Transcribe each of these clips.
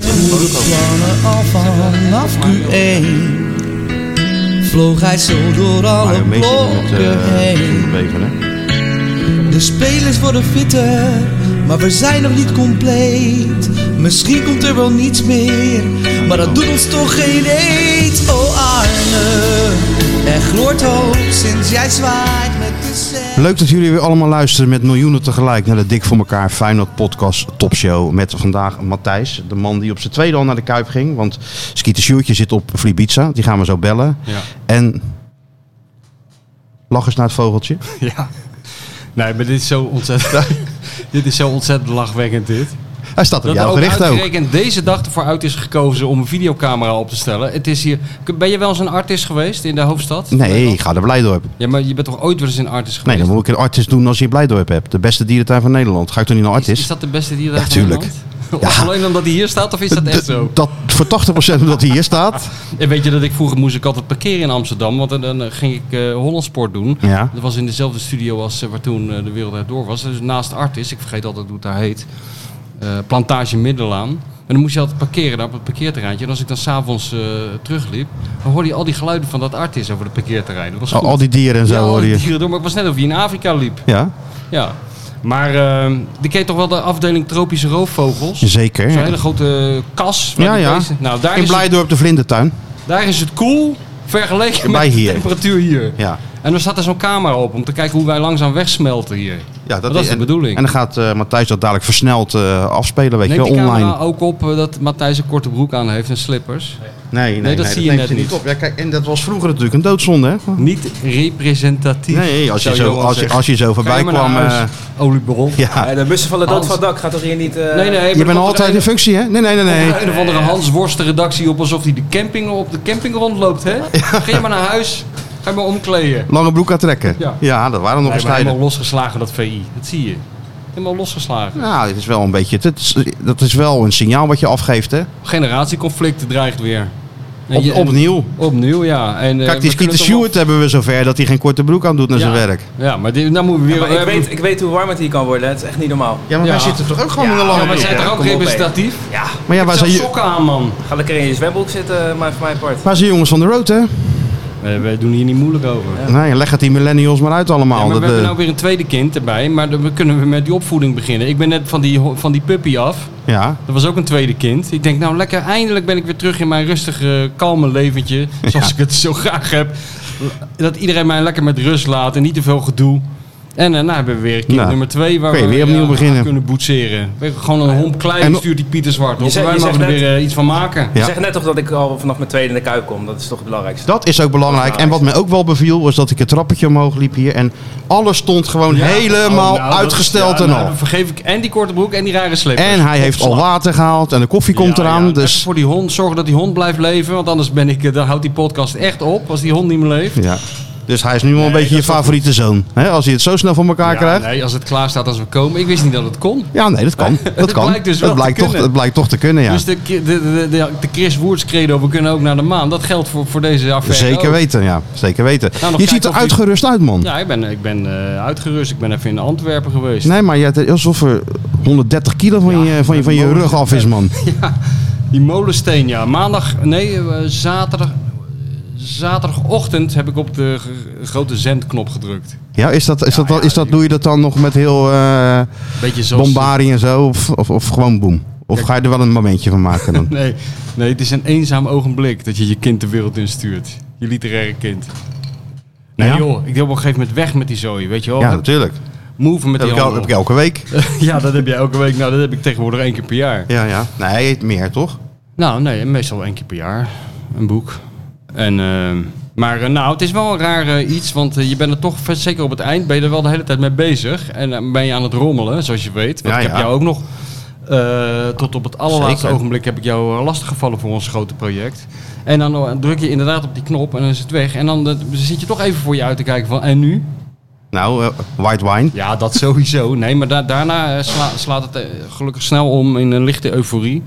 de plannen al vanaf Q1 Vloog hij zo door alle Iron Maiden blokken met eh, heen Giel Beveren, hè? De spelers worden fitter, maar we zijn nog niet compleet. Misschien komt er wel niets meer, maar dat doet ons toch geen eet. Oh Arne, er gloort hoop sinds jij zwaait met de zee. Leuk dat jullie weer allemaal luisteren met miljoenen tegelijk naar de Dik voor elkaar Feyenoord podcast topshow. Met vandaag Matthijs, de man die op zijn tweede al naar de Kuip ging. Want Skeeter Sjoertje zit op Flibiza, die gaan we zo bellen. Ja. En lach eens naar het vogeltje. ja. Nee, maar dit is zo ontzettend, dit is zo ontzettend lachwekkend dit. Hij staat op Dat er jou ook gericht ook. uitgerekend deze dag ervoor uit is gekozen om een videocamera op te stellen. Het is hier, ben je wel eens een artist geweest in de hoofdstad? Nee, ik ga naar Blijdorp. Ja, maar je bent toch ooit wel eens een artist Nee, geweest? dan moet ik een artist doen als je Blijdorp hebt. De beste dierentuin van Nederland. Ga ik toch niet naar is, is artist? dat de beste die je daar Ja, van tuurlijk. Nederland? Ja. Of alleen omdat hij hier staat of is dat echt zo? Ah, Dat voor 80% omdat hij hier staat. En weet je dat ik vroeger moest ik altijd parkeren in Amsterdam, want dan, dan ging ik eh Hollandsport doen. Ja. Dat was in dezelfde studio als eh, waar toen eh, de wereld uit door was. Dus naast Artis, ik vergeet altijd hoe het daar heet, eh, Plantage Middelaan. En dan moest je altijd parkeren daar op het parkeerterreintje. En als ik dan s'avonds eh terugliep, dan hoorde je al die geluiden van dat Artis over het parkeerterrein. Dat was Al, goed. al die dieren en Oh, zo Ja, al hoor die je. dieren door, maar het was net of je in Afrika liep. Ja, Ja. Maar eh, die ken je toch wel de afdeling tropische roofvogels? zeker. Zo'n hele grote eh, kas. waar Ja, die ja. beesten- Nou, daar In is het Blijdorp de Vlindertuin. daar is het koel vergeleken Bij met hier. de temperatuur hier. Ja. En dan staat er zo'n camera op om te kijken hoe wij langzaam wegsmelten hier. Ja, dat is de en- bedoeling. En dan gaat eh, Matthijs dat dadelijk versneld eh, afspelen, weet je Neemt wel, die camera online. ook op eh, dat Matthijs een korte broek aan heeft en slippers? Nee, nee, dat zie je neemt net ze niet. op. Ja, kijk, en dat was vroeger natuurlijk een doodzonde, hè? Niet representatief. Nee, als je, zou zo, Johan als je, zeggen. als je zo Ga voorbij je maar kwam... naar eh, huis, Oliebaron. ja, Ja, de bussen vallen dood Hans. van het dak. Gaat toch hier niet... eh, Nee, nee. maar je er bent komt altijd er in functie, hè? Nee, nee, nee, nee. een, een of andere Hans Worst de redactie op alsof hij de camping, op de camping rondloopt, hè? Ga je maar naar huis, ga je maar omkleden. Lange broek aan trekken. Ja, Ja. dat waren nog Hij eens is helemaal tijden. losgeslagen, dat VI. Dat zie je. Helemaal losgeslagen. Ja, dit Nou, is wel een beetje... Dat is, dat is wel een signaal wat je afgeeft, hè? Generatieconflict dreigt weer. En Op, je- en- opnieuw. Opnieuw, ja. En, eh, Kijk, die we kunnen Skeeter toch wel- Stewart hebben we zover dat hij geen korte broek aan doet naar Ja. zijn werk. Ja, maar die, nou moeten we weer... maar we ik, hebben- weet, ik weet hoe warm het hier kan worden. Het is echt niet normaal. Ja, maar Ja. wij zitten toch ook gewoon in de ja, lange maar broek? zijn ja, er ook kom op, representatief? Ja, Maar ja, waar zijn, Zelfs ju- sokken aan, man. ga lekker in je zwembroek zitten, eh, maar voor mijn part. waar zijn jongens van de road, hè? Nee, wij doen hier niet moeilijk over. Ja, Nee, leg het die millennials maar uit allemaal. maar we Dat, hebben eh, nou weer een tweede kind erbij, maar dan kunnen we met die opvoeding beginnen. Ik ben net van die, ho- van die puppy af. Ja, Dat was ook een tweede kind. Ik denk, nou lekker, eindelijk ben ik weer terug in mijn rustige, kalme leventje. Zoals ik het zo graag heb. Dat iedereen mij lekker met rust laat en niet te veel gedoe. En daarna hebben we weer kind Nou, nummer twee waar kun je we weer opnieuw aan beginnen. kunnen boetseren. We hebben Gewoon een homp klei En- stuurt die Pieter Zwart Nou, Je op. zei- Wij je mogen er zegt weer eh, iets van maken. Ja. Je zegt net toch dat ik al vanaf mijn tweede in de kuip kom. Dat is toch het belangrijkste. dat is ook belangrijk. En wat mij ook wel beviel, was dat ik het trappetje omhoog liep hier. En alles stond gewoon helemaal Oh, nou, dat- uitgesteld ja, en nou, al. dan vergeef ik en die korte broek en die rare slippers. En hij heeft al water gehaald en de koffie komt Ja, eraan. ja, even dus voor die hond, zorgen dat die hond blijft leven. Want anders ben ik, eh, dan houdt die podcast echt op als die hond niet meer leeft. ja. Dus hij is nu wel een Nee, beetje je dat is wel favoriete zoon. hè? als hij het zo snel voor elkaar Ja, krijgt. nee, als het klaar staat als we komen. Ik wist niet dat het kon. Ja, nee, dat kan. Dat Dat kan. blijkt dus wel dat, te blijkt toch, kunnen. dat blijkt toch te kunnen, ja. Dus de, de, de, de, de Chris Woerts credo, we kunnen ook naar de maan. Dat geldt voor, voor deze affaire Zeker ook. weten, ja. Zeker weten. Nou, nog je ziet er kijken of die- uitgerust uit, man. Ja, ik ben, ik ben eh, uitgerust. Ik ben even in Antwerpen geweest. Nee, maar je hebt alsof er 130 kilo van je, van je, van je rug af is, man. Ja, die molensteen, ja. Maandag, nee, eh, zaterdag... Zaterdagochtend heb ik op de g- grote zendknop gedrukt. Ja, is dat, is dat, wel- ja, is dat, doe je dat dan nog met heel eh Beetje zoals... bombarie en zo? Of, of, of gewoon boem? Of ga je er wel een momentje van maken dan? Nee, nee, het is een eenzaam ogenblik dat je je kind de wereld instuurt. Je literaire kind. Nee Ja? joh, ik deel op een gegeven moment weg met die zooi, weet je wel. Ja, natuurlijk. Move met Dat die heb ik, el- handel. heb ik elke week. Ja, dat heb jij elke week. Nou, dat heb ik tegenwoordig één keer per jaar. Ja, ja. Nee, meer toch? Nou, nee, meestal één keer per jaar. Een boek. En, ehm, maar eh, nou, het is wel een raar eh, iets, want eh, je bent er toch, vet- zeker op het eind, ben je er wel de hele tijd mee bezig. En dan ben je aan het rommelen, zoals je weet. Want Ja, ik heb ja. jou ook nog, eh, tot op het allerlaatste Zeker. ogenblik heb ik jou eh, lastiggevallen voor ons grote project. En dan eh, druk je inderdaad op die knop en dan is het weg. En dan eh, zit je toch even voor je uit te kijken van, en nu? Nou, eh, white wine. Ja, dat sowieso. Nee, maar da- daarna eh, sla- slaat het eh, gelukkig snel om in een lichte euforie.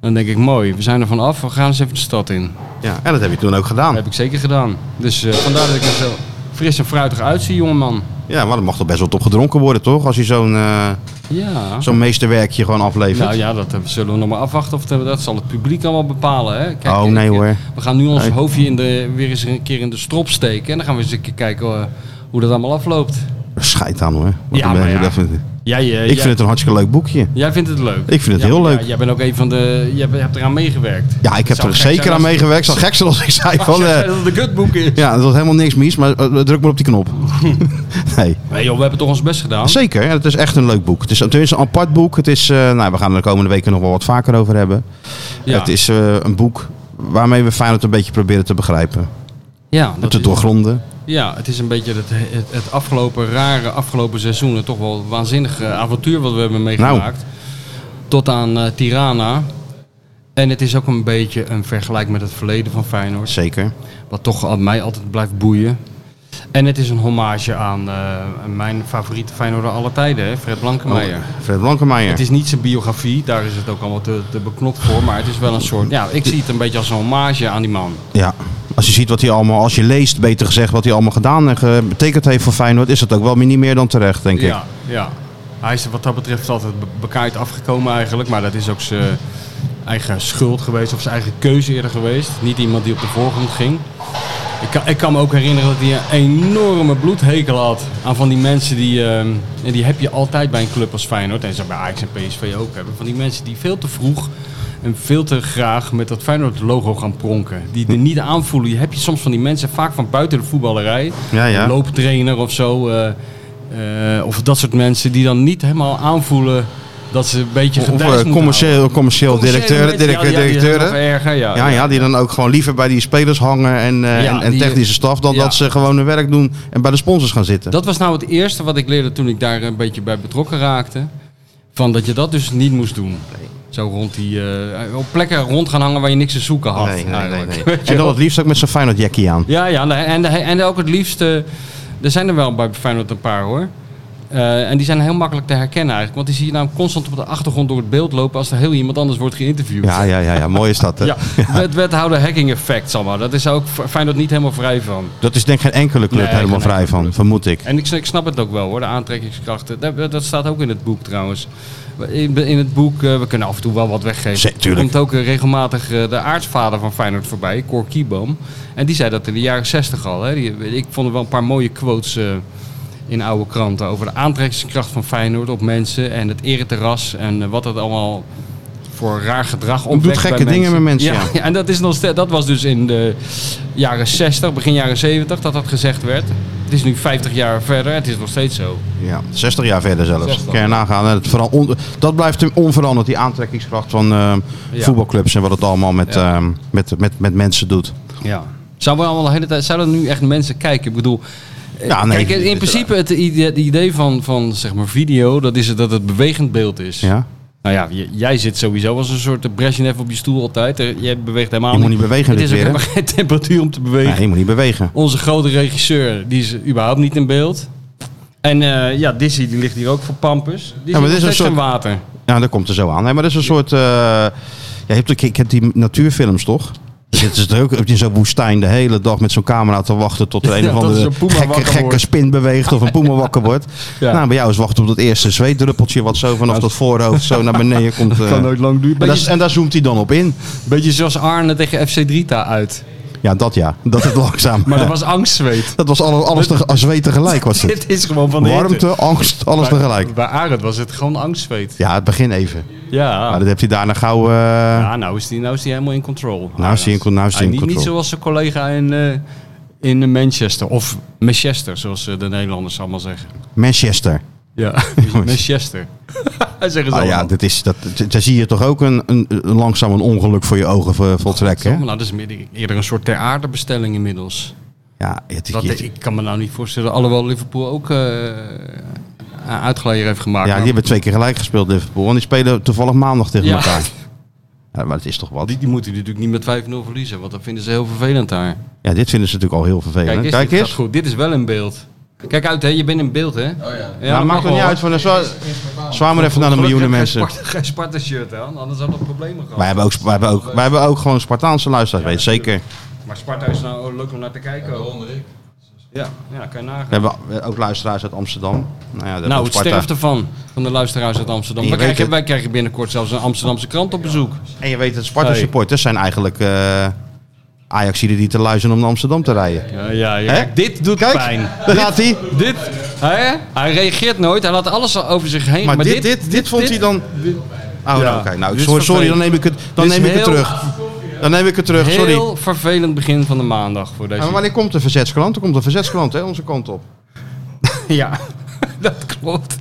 En dan denk ik, mooi, we zijn er vanaf, we gaan eens even de stad in. Ja, en dat heb je toen ook gedaan. Dat heb ik zeker gedaan. Dus eh, vandaar dat ik er zo fris en fruitig uitzie, jongeman. Ja, maar dat mag toch best wel op gedronken worden, toch? Als je zo'n... eh, Ja. Zo'n meesterwerkje gewoon aflevert. Nou ja, dat eh, zullen we nog maar afwachten. Of het- dat zal het publiek allemaal bepalen. Hè? Kijk, Oh, nee ik, eh, hoor. We gaan nu ons Nee. hoofdje in de, weer eens een keer in de strop steken. En dan gaan we eens een keer kijken eh, hoe dat allemaal afloopt. Schijt aan hoor. Wat Ja, een- maar ja. dat vind ik- Jij, eh, ik jij, vind het een hartstikke leuk boekje. jij vindt het leuk. Ik vind het heel maar leuk. ja, jij bent ook een van de. Jij bent- hebt eraan meegewerkt. Ja, ik heb Zou er gek zijn zeker aan als- meegewerkt. Zal gek zijn als ik zei Mag van... je eh, zeggen dat het een kutboek is. ja, dat was helemaal niks mis, maar eh, druk maar op die knop. nee. Nee joh, we hebben toch ons best gedaan. Zeker, ja, het is echt een leuk boek. Het is tenminste een apart boek. Het is, eh, nou, we gaan er de komende weken nog wel wat vaker over hebben. Ja. Het is eh, een boek waarmee we Feyenoord een beetje proberen te begrijpen. ja, en dat te is- doorgronden. Ja, het is een beetje het, het, het afgelopen rare afgelopen seizoen. Het toch wel waanzinnige avontuur wat we hebben meegemaakt. Nou. Tot aan eh, Tirana. En het is ook een beetje een vergelijk met het verleden van Feyenoord. Zeker. Wat toch al- mij altijd blijft boeien. En het is een hommage aan eh, mijn favoriete Feyenoorder aller tijden, hè, Fred Blankenmeijer. Fred Blankenmeijer. Het is niet zijn biografie, daar is het ook allemaal te, te beknopt voor. Maar het is wel een soort, ja, ik zie het een beetje als een hommage aan die man. Ja. Als je ziet wat hij allemaal, als je leest, beter gezegd, wat hij allemaal gedaan en ge- betekend heeft voor Feyenoord, is dat ook wel niet meer dan terecht, denk ik. Ja, ja. Hij is er wat dat betreft altijd be- bekaaid afgekomen eigenlijk. Maar dat is ook zijn eigen schuld geweest of zijn eigen keuze eerder geweest. Niet iemand die op de voorgrond ging. Ik kan, ik kan me ook herinneren dat hij een enorme bloedhekel had aan van die mensen die... ehm, en die heb je altijd bij een club als Feyenoord. En ze bij Ajax en PSV ook hebben. Van die mensen die veel te vroeg en veel te graag met dat Feyenoord logo gaan pronken. Die er niet aanvoelen. Die heb je soms van die mensen vaak van buiten de voetballerij Ja, ja. een looptrainer of zo. eh, eh, of dat soort mensen die dan niet helemaal aanvoelen dat ze een beetje Of, eh, gedijs moeten commercieel, commercieel houden. directeur, Commerciële mensen, directeur, ja, die- ja, die zijn directeuren. nog erger, ja, Ja, ja, die dan ook gewoon liever bij die spelers hangen en, eh, Ja, en, en die- technische staf dan ja. dat ze gewoon hun werk doen en bij de sponsors gaan zitten. Dat was nou het eerste wat ik leerde toen ik daar een beetje bij betrokken raakte. Van dat je dat dus niet moest doen. Zo rond die... eh, op plekken rond gaan hangen waar je niks te zoeken had. nee, nee, nee, eigenlijk. nee. Weet je En dan het liefst ook met zo'n Feyenoord jackie aan. Ja, ja en, en, en ook het liefste. Er zijn er wel bij Feyenoord een paar hoor. Eh, en die zijn heel makkelijk te herkennen eigenlijk. Want die zie je nou constant op de achtergrond door het beeld lopen als er heel iemand anders wordt geïnterviewd. Ja, ja, ja, ja mooi is dat. Hè? Ja, het wethouder hacking effect, zal maar. Dat is ook Feyenoord niet helemaal vrij van. Dat is denk ik geen enkele club Nee, helemaal geen vrij enkele van, club. vermoed ik. En ik, ik snap het ook wel hoor, de aantrekkingskrachten. Dat, dat staat ook in het boek trouwens. In, in het boek, eh, we kunnen af en toe wel wat weggeven. Zé, tuurlijk. Er komt ook eh, regelmatig eh, de aartsvader van Feyenoord voorbij, Cor Kieboom. En die zei dat in de jaren zestig al. Hè. Die, ik vond er wel een paar mooie quotes eh, in oude kranten over de aantrekkingskracht van Feyenoord op mensen. En het ereterras en eh, wat het allemaal voor raar gedrag opwekt bij gekke dingen met mensen, ja. en dat, is nog steeds, dat was dus in de jaren 60, begin jaren 70 dat dat gezegd werd. Het is nu 50 jaar verder, het is nog steeds zo. Ja, 60 jaar verder zelfs. 60. Kan je nagaan. En Het vooral on- dat blijft hem onveranderd, die aantrekkingskracht van eh, Ja. voetbalclubs en wat het allemaal met, Ja. eh, met, met, met mensen doet. Ja. Zouden we allemaal de hele tijd, zouden nu echt mensen kijken? Ik bedoel, eh, Ja, nee, kijk, in- dit- in principe het idee, het idee van, van zeg maar video, dat is het, dat het bewegend beeld is. Ja? Nou ja, j- jij zit sowieso als een soort Brezhnev op je stoel altijd. Eh, Jij beweegt helemaal Je moet niet bewegen Het dit is ook weer. hè? helemaal geen temperatuur om te bewegen. Nee, je moet niet bewegen. Onze grote regisseur, die is überhaupt niet in beeld. En eh, ja, Dizzy, die ligt hier ook voor Pampus. Die maar dit zit nog is een steeds soort- in water. Ja, dat Nou, komt er zo aan. Nee, maar dat is een soort... eh, ja, je hebt, ook- ik heb die natuurfilms toch? Dan Zitten ze er ook in zo'n woestijn de hele dag met zo'n camera te wachten tot er een Ja, of tot andere zo'n puma gekke, wakker gekke wordt. spin beweegt of een poema wakker wordt. Ja. Nou, bij jou is wachten op dat eerste zweetdruppeltje wat zo vanaf dat voorhoofd zo naar beneden komt. eh. lang duren. en, daar, Beetje, en daar zoomt hij dan op in. beetje zoals Arne tegen FC Drita uit. Ja, dat ja. Dat het langzaam. Maar dat was angstzweet. Dat was alles, alles te, als zweet tegelijk was het. Dit is gewoon van de hitte. Warmte, angst, alles Bij- tegelijk. Bij Arend was het gewoon angstzweet. Ja, het begin even. Ja. Maar dat heeft hij daarna gauw... eh, ja nou, is die, nou is hij helemaal in control. Nou is hij in con- nou is hij in niet, control. Niet zoals zijn collega in, eh, in Manchester. Of Manchester, zoals eh, de Nederlanders allemaal zeggen. Manchester. Ja, Manchester. zeggen ze Ah, ja, allemaal. dat is, dat, dat- daar zie je toch ook een, een, een langzaam een ongeluk voor je ogen vo- voltrekken. hè? Nou, dat is meer- eerder een soort ter aarde bestelling inmiddels. Ja, het, Dat, het- ik kan me nou niet voorstellen, alhoewel Liverpool ook eh uitglijder heeft gemaakt. ja, Nou, die hebben twee keer gelijk gespeeld, Liverpool. En die spelen toevallig maandag tegen Ja. elkaar. Ja, maar het is toch wat. die, die moeten natuurlijk niet met 5-0 verliezen, want dat vinden ze heel vervelend daar. Ja, dit vinden ze natuurlijk al heel vervelend. Kijk, is, Kijk dit eens. gaat goed. Dit is wel in beeld. Kijk uit, hè. je bent in beeld, hè? Oh ja. Ja, dat Nou, maakt mag er niet wel, uit. hoor. Van, zwaar, zwaar maar even naar de miljoenen Gelukkig mensen. heb ik Geen Sparta-shirt aan, anders hadden we problemen gehad. Wij hebben ook, wij hebben ook, wij hebben ook gewoon Spartaanse luisteraars, weet je zeker. Maar Sparta is nou leuk om naar te kijken. ook. Ja, ja kan je nagaan. We hebben eh, ook luisteraars uit Amsterdam. Nou, ja, dat nou, is het Sparta. sterft ervan, van de luisteraars uit Amsterdam. Je Wij weet krijgen, het. wij krijgen binnenkort zelfs een Amsterdamse krant op bezoek. En je weet dat Sparta Hey. supporters zijn eigenlijk eh Ajaxiden die te luisteren om naar Amsterdam te rijden. Ja, ja, ja. Hè? Kijk, dit doet Kijk, pijn. daar gaat hij. Dit, hè? hij reageert nooit, hij laat alles al over zich heen. Maar, dit, dit, dit, vond hij dan... Oh, Ja. nou, oké. Nou, Dit is sorry, sorry, dan vervelend. neem ik het, dan Dit is neem ik het heel- terug. Dan neem ik het terug, sorry. Heel vervelend begin van de maandag voor deze. Maar wanneer komt de verzetsklant? Er komt een verzetsklant hè, onze kant op. Ja, dat klopt.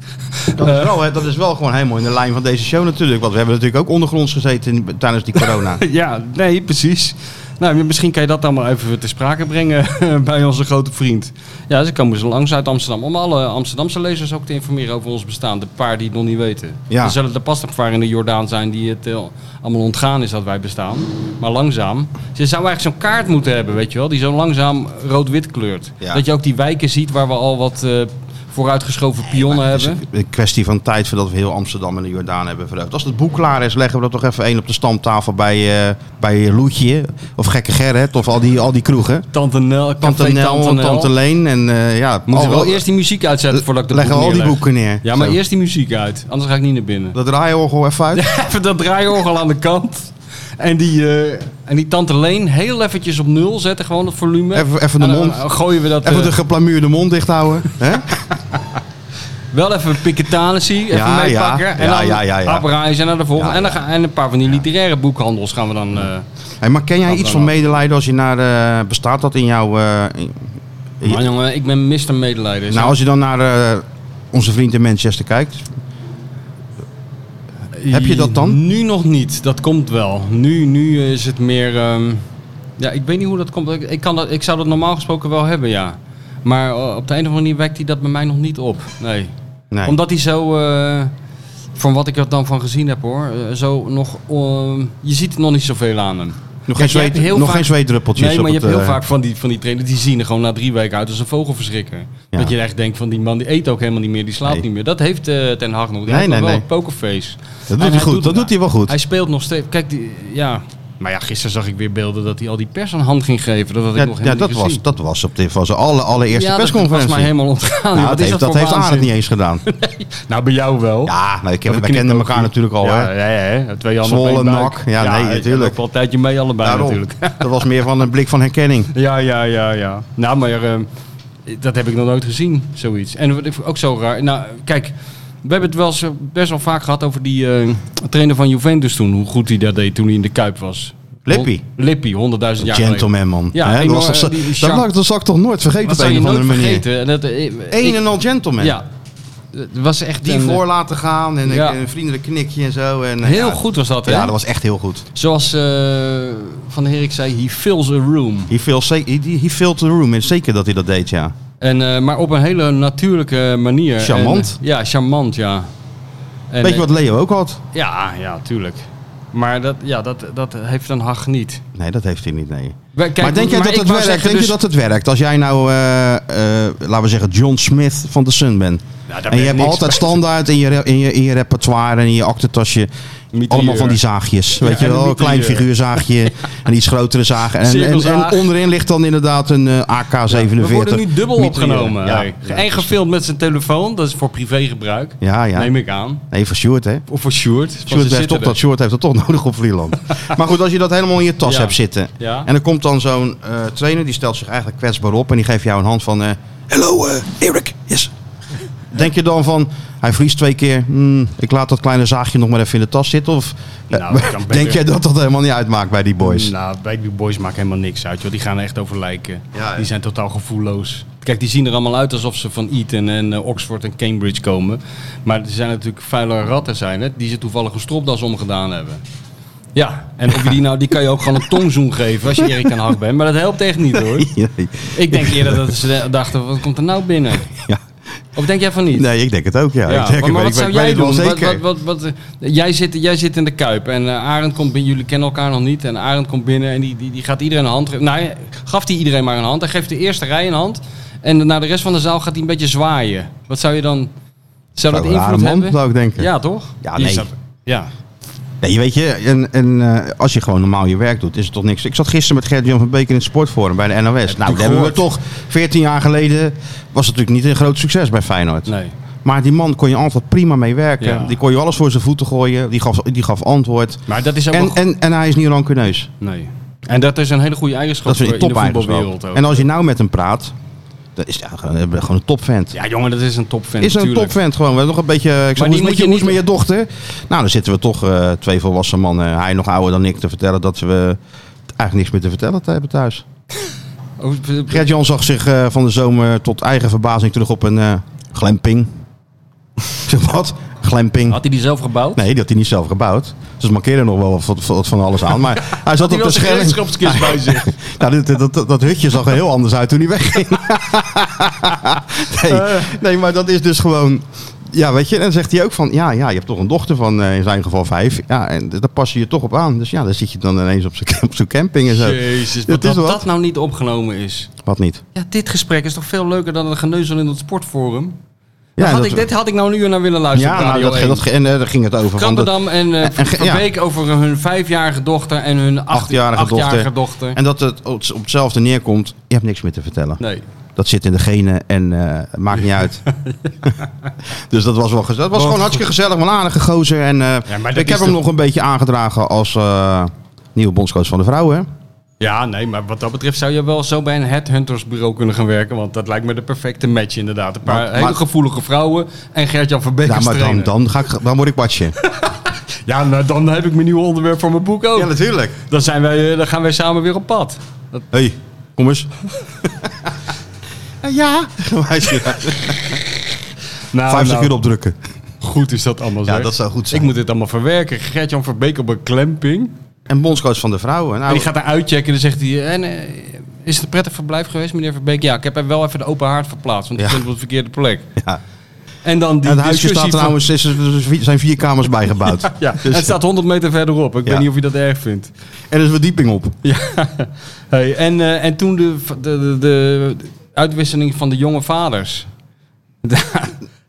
Dat is, wel, hè, dat is wel gewoon helemaal in de lijn van deze show natuurlijk. Want we hebben natuurlijk ook ondergronds gezeten in- tijdens die corona. Ja, nee, precies. Nou, misschien kan je dat dan maar even te sprake brengen bij onze grote vriend. Ja, ze komen zo langs uit Amsterdam. Om alle Amsterdamse lezers ook te informeren over ons bestaan. De paar die het nog niet weten. Ja. Er zullen er pas een paar in de Jordaan zijn die het eh, allemaal ontgaan is dat wij bestaan. Maar langzaam. Ze zou eigenlijk zo'n kaart moeten hebben, weet je wel. Die zo langzaam rood-wit kleurt. Ja. Dat je ook die wijken ziet waar we al wat eh, vooruitgeschoven pionnen Maar het hebben. is Dus een kwestie van tijd voordat we heel Amsterdam en de Jordaan hebben verheugd. Als het boek klaar is, leggen we dat toch even één op de stamtafel bij, eh bij Loetje. Of Gekke Gerrit. Of al die, al die kroegen. Tante Nel, Tante Café Nel en Tante Leen. En eh ja, Moeten we al- Oh, wel eerst die muziek uitzetten voordat ik de leggen boek al die neerleg. boeken neer. Ja, maar Zo. eerst die muziek uit. Anders ga ik niet naar binnen. Dat draaiorgel even uit. Even dat draaiorgel aan de kant. En die, eh, en die tante Leen heel eventjes op nul zetten. Gewoon het volume. Even- even de En dan, mond. eh, gooien we dat... Even eh, de geplamuurde mond dicht houden. hè? Wel even Piketanissie. Even Ja, meepakken. ja. en Ja, dan ja, ja, ja. Apparaatjes en naar de volgende. Ja, En, dan gaan, en een paar van die literaire boekhandels gaan we dan... eh, Hey, maar ken jij Dat iets van dan ook. medelijden als je naar... eh, bestaat dat in jouw... eh, in- Ja. Maar jongen, ik ben Mr. Medelijden. nou, als je dan naar eh, onze vriend in Manchester kijkt. heb je dat dan? Nu nog niet. Dat komt wel. Nu, nu is het meer... ehm, ja, ik weet niet hoe dat komt. Ik, ik, kan dat, ik zou dat normaal gesproken wel hebben, ja. Maar eh, op de een of andere manier wekt hij dat bij mij nog niet op. Nee. Nee. Omdat hij zo, eh, van wat ik er dan van gezien heb hoor, eh, zo nog, eh, je ziet er nog niet zoveel aan hem. nog Kijk, geen, je hebt zweet, heel nog vaak- geen zweetdruppeltjes Nee, op maar je het, hebt heel eh, vaak van die, van die trainers, die zien er gewoon na drie weken uit als een vogelverschrikker. Ja. Dat je echt denkt van die man die eet ook helemaal niet meer, die slaapt Nee. niet meer. Dat heeft eh, Ten Hag nog. Die Nee, heeft nog nee, wel nee. een pokerface. Dat En doet hij goed. doet- dat doet hij wel goed. Hij speelt nog steeds, kijk, die, ja. Maar ja, gisteren zag ik weer beelden dat hij al die pers aan hand ging geven. Dat had ik Ja, nog ja, helemaal dat, niet was, gezien. dat was op de van zijn alle, allereerste ja, persconferentie. Dat was mij helemaal ontgaan. Nou, Wat dat is heeft, dat dat voor heeft Arend waanzin? niet eens gedaan. Nou, bij jou wel. Ja, nou, ik, we we knippen kenden ook elkaar niet. natuurlijk al. ja, hè. ja, hè? Het Twee handen op Zwolle, één buik. NAC. Ja, nee, je natuurlijk. loopt wel een tijdje mee allebei Daarom. natuurlijk. Dat was meer van een blik van herkenning. Ja, ja, ja, ja. Nou, maar eh, dat heb ik nog nooit gezien, zoiets. En wat ik ook zo raar... Nou, kijk, we hebben het wel eens, eh, best wel vaak gehad over die eh, trainer van Juventus toen. Hoe goed hij dat deed toen hij in de Kuip was. Lippi. Hon- Lippi, 100.000 jaar geleden. Gentleman, man. Ja, Hè, die dat, was jongen, toch- die- die dat Jacques- mag- dat zal ik toch nooit vergeten Dat op zou een je of andere nooit manier. vergeten. En Dat, eh, ik- Een en al gentleman. Ja. Het was echt Die een, eh, voor laten gaan en eh, Ja. een, een vriendelijk knikje en zo. En, eh, Heel ja, goed was dat, hè? Ja, dat was echt heel goed. Zoals eh, Van de Herik zei, he fills a room. He filled, ze- he, he filled the room. En zeker dat hij dat deed, ja. En, eh, maar op een hele natuurlijke manier. Charmant. En, eh, ja, charmant, ja. En, Weet je eh, wat Leo ook had? Ja, ja, tuurlijk. Maar dat, ja, dat, dat heeft Ten Hag niet. Nee, dat heeft hij niet, nee. Wij- kijk, maar denk jij dat ik het wou werkt? zeggen, Denk dus- je dat het werkt? Als jij nou, eh, eh, laten we zeggen, John Smith van de Sun bent. Nou, daar ben en je hebt ik niks altijd standaard in je, re- in, je, in je repertoire en in je aktentasje. Mitrailleur. Allemaal van die eh, zaagjes. Weet je en wel, een een klein mitrailleur. figuurzaagje. En iets grotere zaag. En, en, eh, Cirkelzaag. en onderin ligt dan inderdaad een eh, AK-47. We worden nu dubbel mitrailleur. opgenomen. Ja, Hey. en gefilmd met zijn telefoon. Dat is voor privégebruik. ja. ja. Neem ik aan. Nee, voor Sjoerd, hè. Of voor Sjoerd. van Sjoerd zijn heeft, toch, zittende. dat, Sjoerd heeft dat toch nodig op Vlieland. maar goed, als je dat helemaal in je tas Ja. hebt zitten. Ja. En er komt dan zo'n eh, trainer, die stelt zich eigenlijk kwetsbaar op. En die geeft jou een hand van... eh, Hallo, eh, Erik. Yes. Denk je dan van, hij verliest twee keer. hmm, ik laat dat kleine zaagje nog maar even in de tas zitten. Of eh, Nou, dat kan denk beter. jij dat dat helemaal niet uitmaakt bij die boys? Nou, bij die boys maakt helemaal niks uit. Joh. Die gaan er echt over lijken. Ja, ja. Die zijn totaal gevoelloos. Kijk, die zien er allemaal uit alsof ze van Eton en eh, Oxford en Cambridge komen. Maar er zijn natuurlijk vuile ratten zijn het, die ze toevallig een stropdas omgedaan hebben. Ja, en of je die, nou, die kan je ook gewoon een tongzoen geven als je Erik ten Hag bent. Maar dat helpt echt niet hoor. Ik denk eerder dat ze dachten, wat komt er nou binnen? Ja. Of denk jij van niet? Nee, ik denk het ook, ja. Ja, ik denk, maar, het, maar ik weet- wat ik weet zou jij het wel doen? Wat, zeker. wat, wat, wat, eh, jij, zit, jij zit in de kuip en eh, Arend komt binnen. Jullie kennen elkaar nog niet. En Arend komt binnen en die, die, die gaat iedereen een hand geven. Nou, hij- gaf hij iedereen maar een hand. Hij geeft de eerste rij een hand. En naar de rest van de zaal gaat hij een beetje zwaaien. Wat zou je dan. Zou dat Zou een rare invloed man, hebben? zou ik denken. Ja, toch? Ja, Je nee. zou- ja. Nee, weet je, en, en eh, als je gewoon normaal je werk doet, is het toch niks. Ik zat gisteren met Gert-Jan van Beek in het sportforum bij de NOS. nou, ik dat hebben we gehoord. toch. 14 jaar geleden was het natuurlijk niet een groot succes bij Feyenoord. Nee. Maar die man kon je altijd prima mee werken. Ja. Die kon je alles voor zijn voeten gooien. Die gaf, die gaf antwoord. Maar dat is ook En, wel- en, en hij is niet rancuneus. Nee. En dat is een hele goede eigenschap Dat is voor een in de top eigenlijk. voetbalwereld dus wel. ook. En als je nou met hem praat, dan is hij gewoon eh, gewoon een topvent. Ja, jongen, dat is een topvent Is een natuurlijk. topvent gewoon. We hebben nog een beetje. eh, Ik zeg, hoe is die het moet met je, je hoe is het niet- met je dochter? Nou, dan zitten we toch eh, twee volwassen mannen. Hij nog ouder dan ik te vertellen dat we eigenlijk niks meer te vertellen hebben thuis. Oh, Gert-Jan zag zich eh, van de zomer tot eigen verbazing terug op een eh glamping. Ik zeg, wat? Glamping. Had hij die zelf gebouwd? Nee, die had hij niet zelf gebouwd. Dus markeerde nog wel wat, wat- wat van alles aan. Maar hij zat op de schelling. gereedschapskist bij zich. Nou, dit- dat, dat, dat hutje zag er heel anders uit toen hij wegging. nee, Eh. nee, maar dat is dus gewoon... Ja, weet je, en dan zegt hij ook van... Ja, ja, je hebt toch een dochter van eh, in zijn geval vijf. Ja, en d- daar pas je je toch op aan. Dus ja, dan zit je dan ineens op zo'n- op zo'n camping en zo. Jezus, Dat dat, is dat, wat. dat nou niet opgenomen is. Wat niet? Ja, dit gesprek is toch veel leuker dan een geneuzel in het sportforum? Ja, Ja, had dat- ik, dit had ik nou een uur naar willen luisteren. Ja, op nou, Radio dat, 1. dat, en eh, daar ging het over. van dat- Krabbendam en eh en- ja. Verbeek over hun vijfjarige dochter en hun Achtjarige achtjarige, dochter. achtjarige dochter. en dat het op op hetzelfde neerkomt. Je hebt niks meer te vertellen. Nee. Dat zit in de genen en eh, het maakt niet uit. dus dat was wel gezellig. Het was gewoon hartstikke gezellig, wel aardige gozer. En, eh, maar dat ik heb is hem toch- nog een beetje aangedragen als eh, nieuwe bondscoach van de vrouwen. hè? Ja, nee, maar wat dat betreft zou je wel zo bij een headhuntersbureau kunnen gaan werken. Want dat lijkt me de perfecte match inderdaad. Een paar Maar- hele maar- gevoelige vrouwen en Gert-Jan Verbeek Ja, als maar dan, trainer. dan, ga ik, dan word ik watje. Ja, nou, dan heb ik mijn nieuw onderwerp voor mijn boek ook. natuurlijk. dan, zijn wij, eh, dan gaan wij samen weer op pad. hey, kom eens. ja. Nou, 5 seconden opdrukken. Goed is dat allemaal Ja, zeg. dat zou goed zijn. Oh. Ik moet dit allemaal verwerken. Gert-Jan Verbeek op een klemping. En bondscoach van de vrouwen. En Nou, die gaat daar uitchecken en dan zegt hij... En, eh, is het een prettig verblijf geweest, meneer Verbeek? Ja, ik heb hem wel even de open haard verplaatst. Want ik Ja. vind het op de verkeerde plek. ja. En dan die En het huisje discussie staat van- trouwens, is- er zijn vier kamers bijgebouwd. Ja, Dus- het staat 100 meter verderop. Ik Ja. weet niet of je dat erg vindt. En er is verdieping op. Ja. Hey, en, eh, en toen de, de, de, de uitwisseling van de jonge vaders.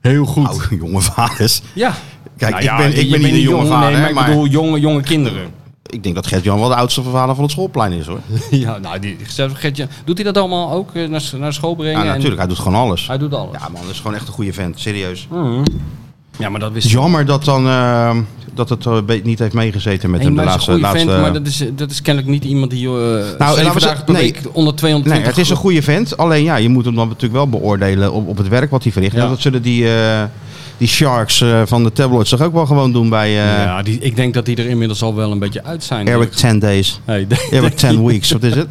Heel goed. Nou, jonge vaders. Ja. Kijk, Nou ik ja, ben, je ik ben bent niet een jonge jong, vader, nee, maar maar, ik bedoel jonge, jonge kinderen. ik denk dat Gert-Jan wel de oudste vader van het schoolplein is, hoor. ja, nou, die, zelfs Gertje, doet hij dat allemaal ook? eh, Naar, s- naar school brengen? Ja, en- natuurlijk, hij doet gewoon alles. Hij doet alles. Ja, man, dat is gewoon echt een goede vent, serieus. Het Ja, maar dat wist is jammer dat, dan, eh, dat het eh, be- niet heeft meegezeten met Hey, hem de maar het is laatste... een laatste... goede eh, vent, maar dat is, dat is kennelijk niet iemand die eh laten nou, we zeggen- zeven dagen per nee. week onder Nee, 220... het is een goede vent. Alleen ja, je moet hem dan natuurlijk wel beoordelen op, op het werk wat hij verricht. Ja. En Dat zullen die, eh, die sharks eh, van de tabloids toch ook wel gewoon doen bij eh, ja, die, ik denk dat die er inmiddels al wel een beetje uit zijn. Eric 10 Days. Hey, denk, Eric 10 Weeks, wat is het?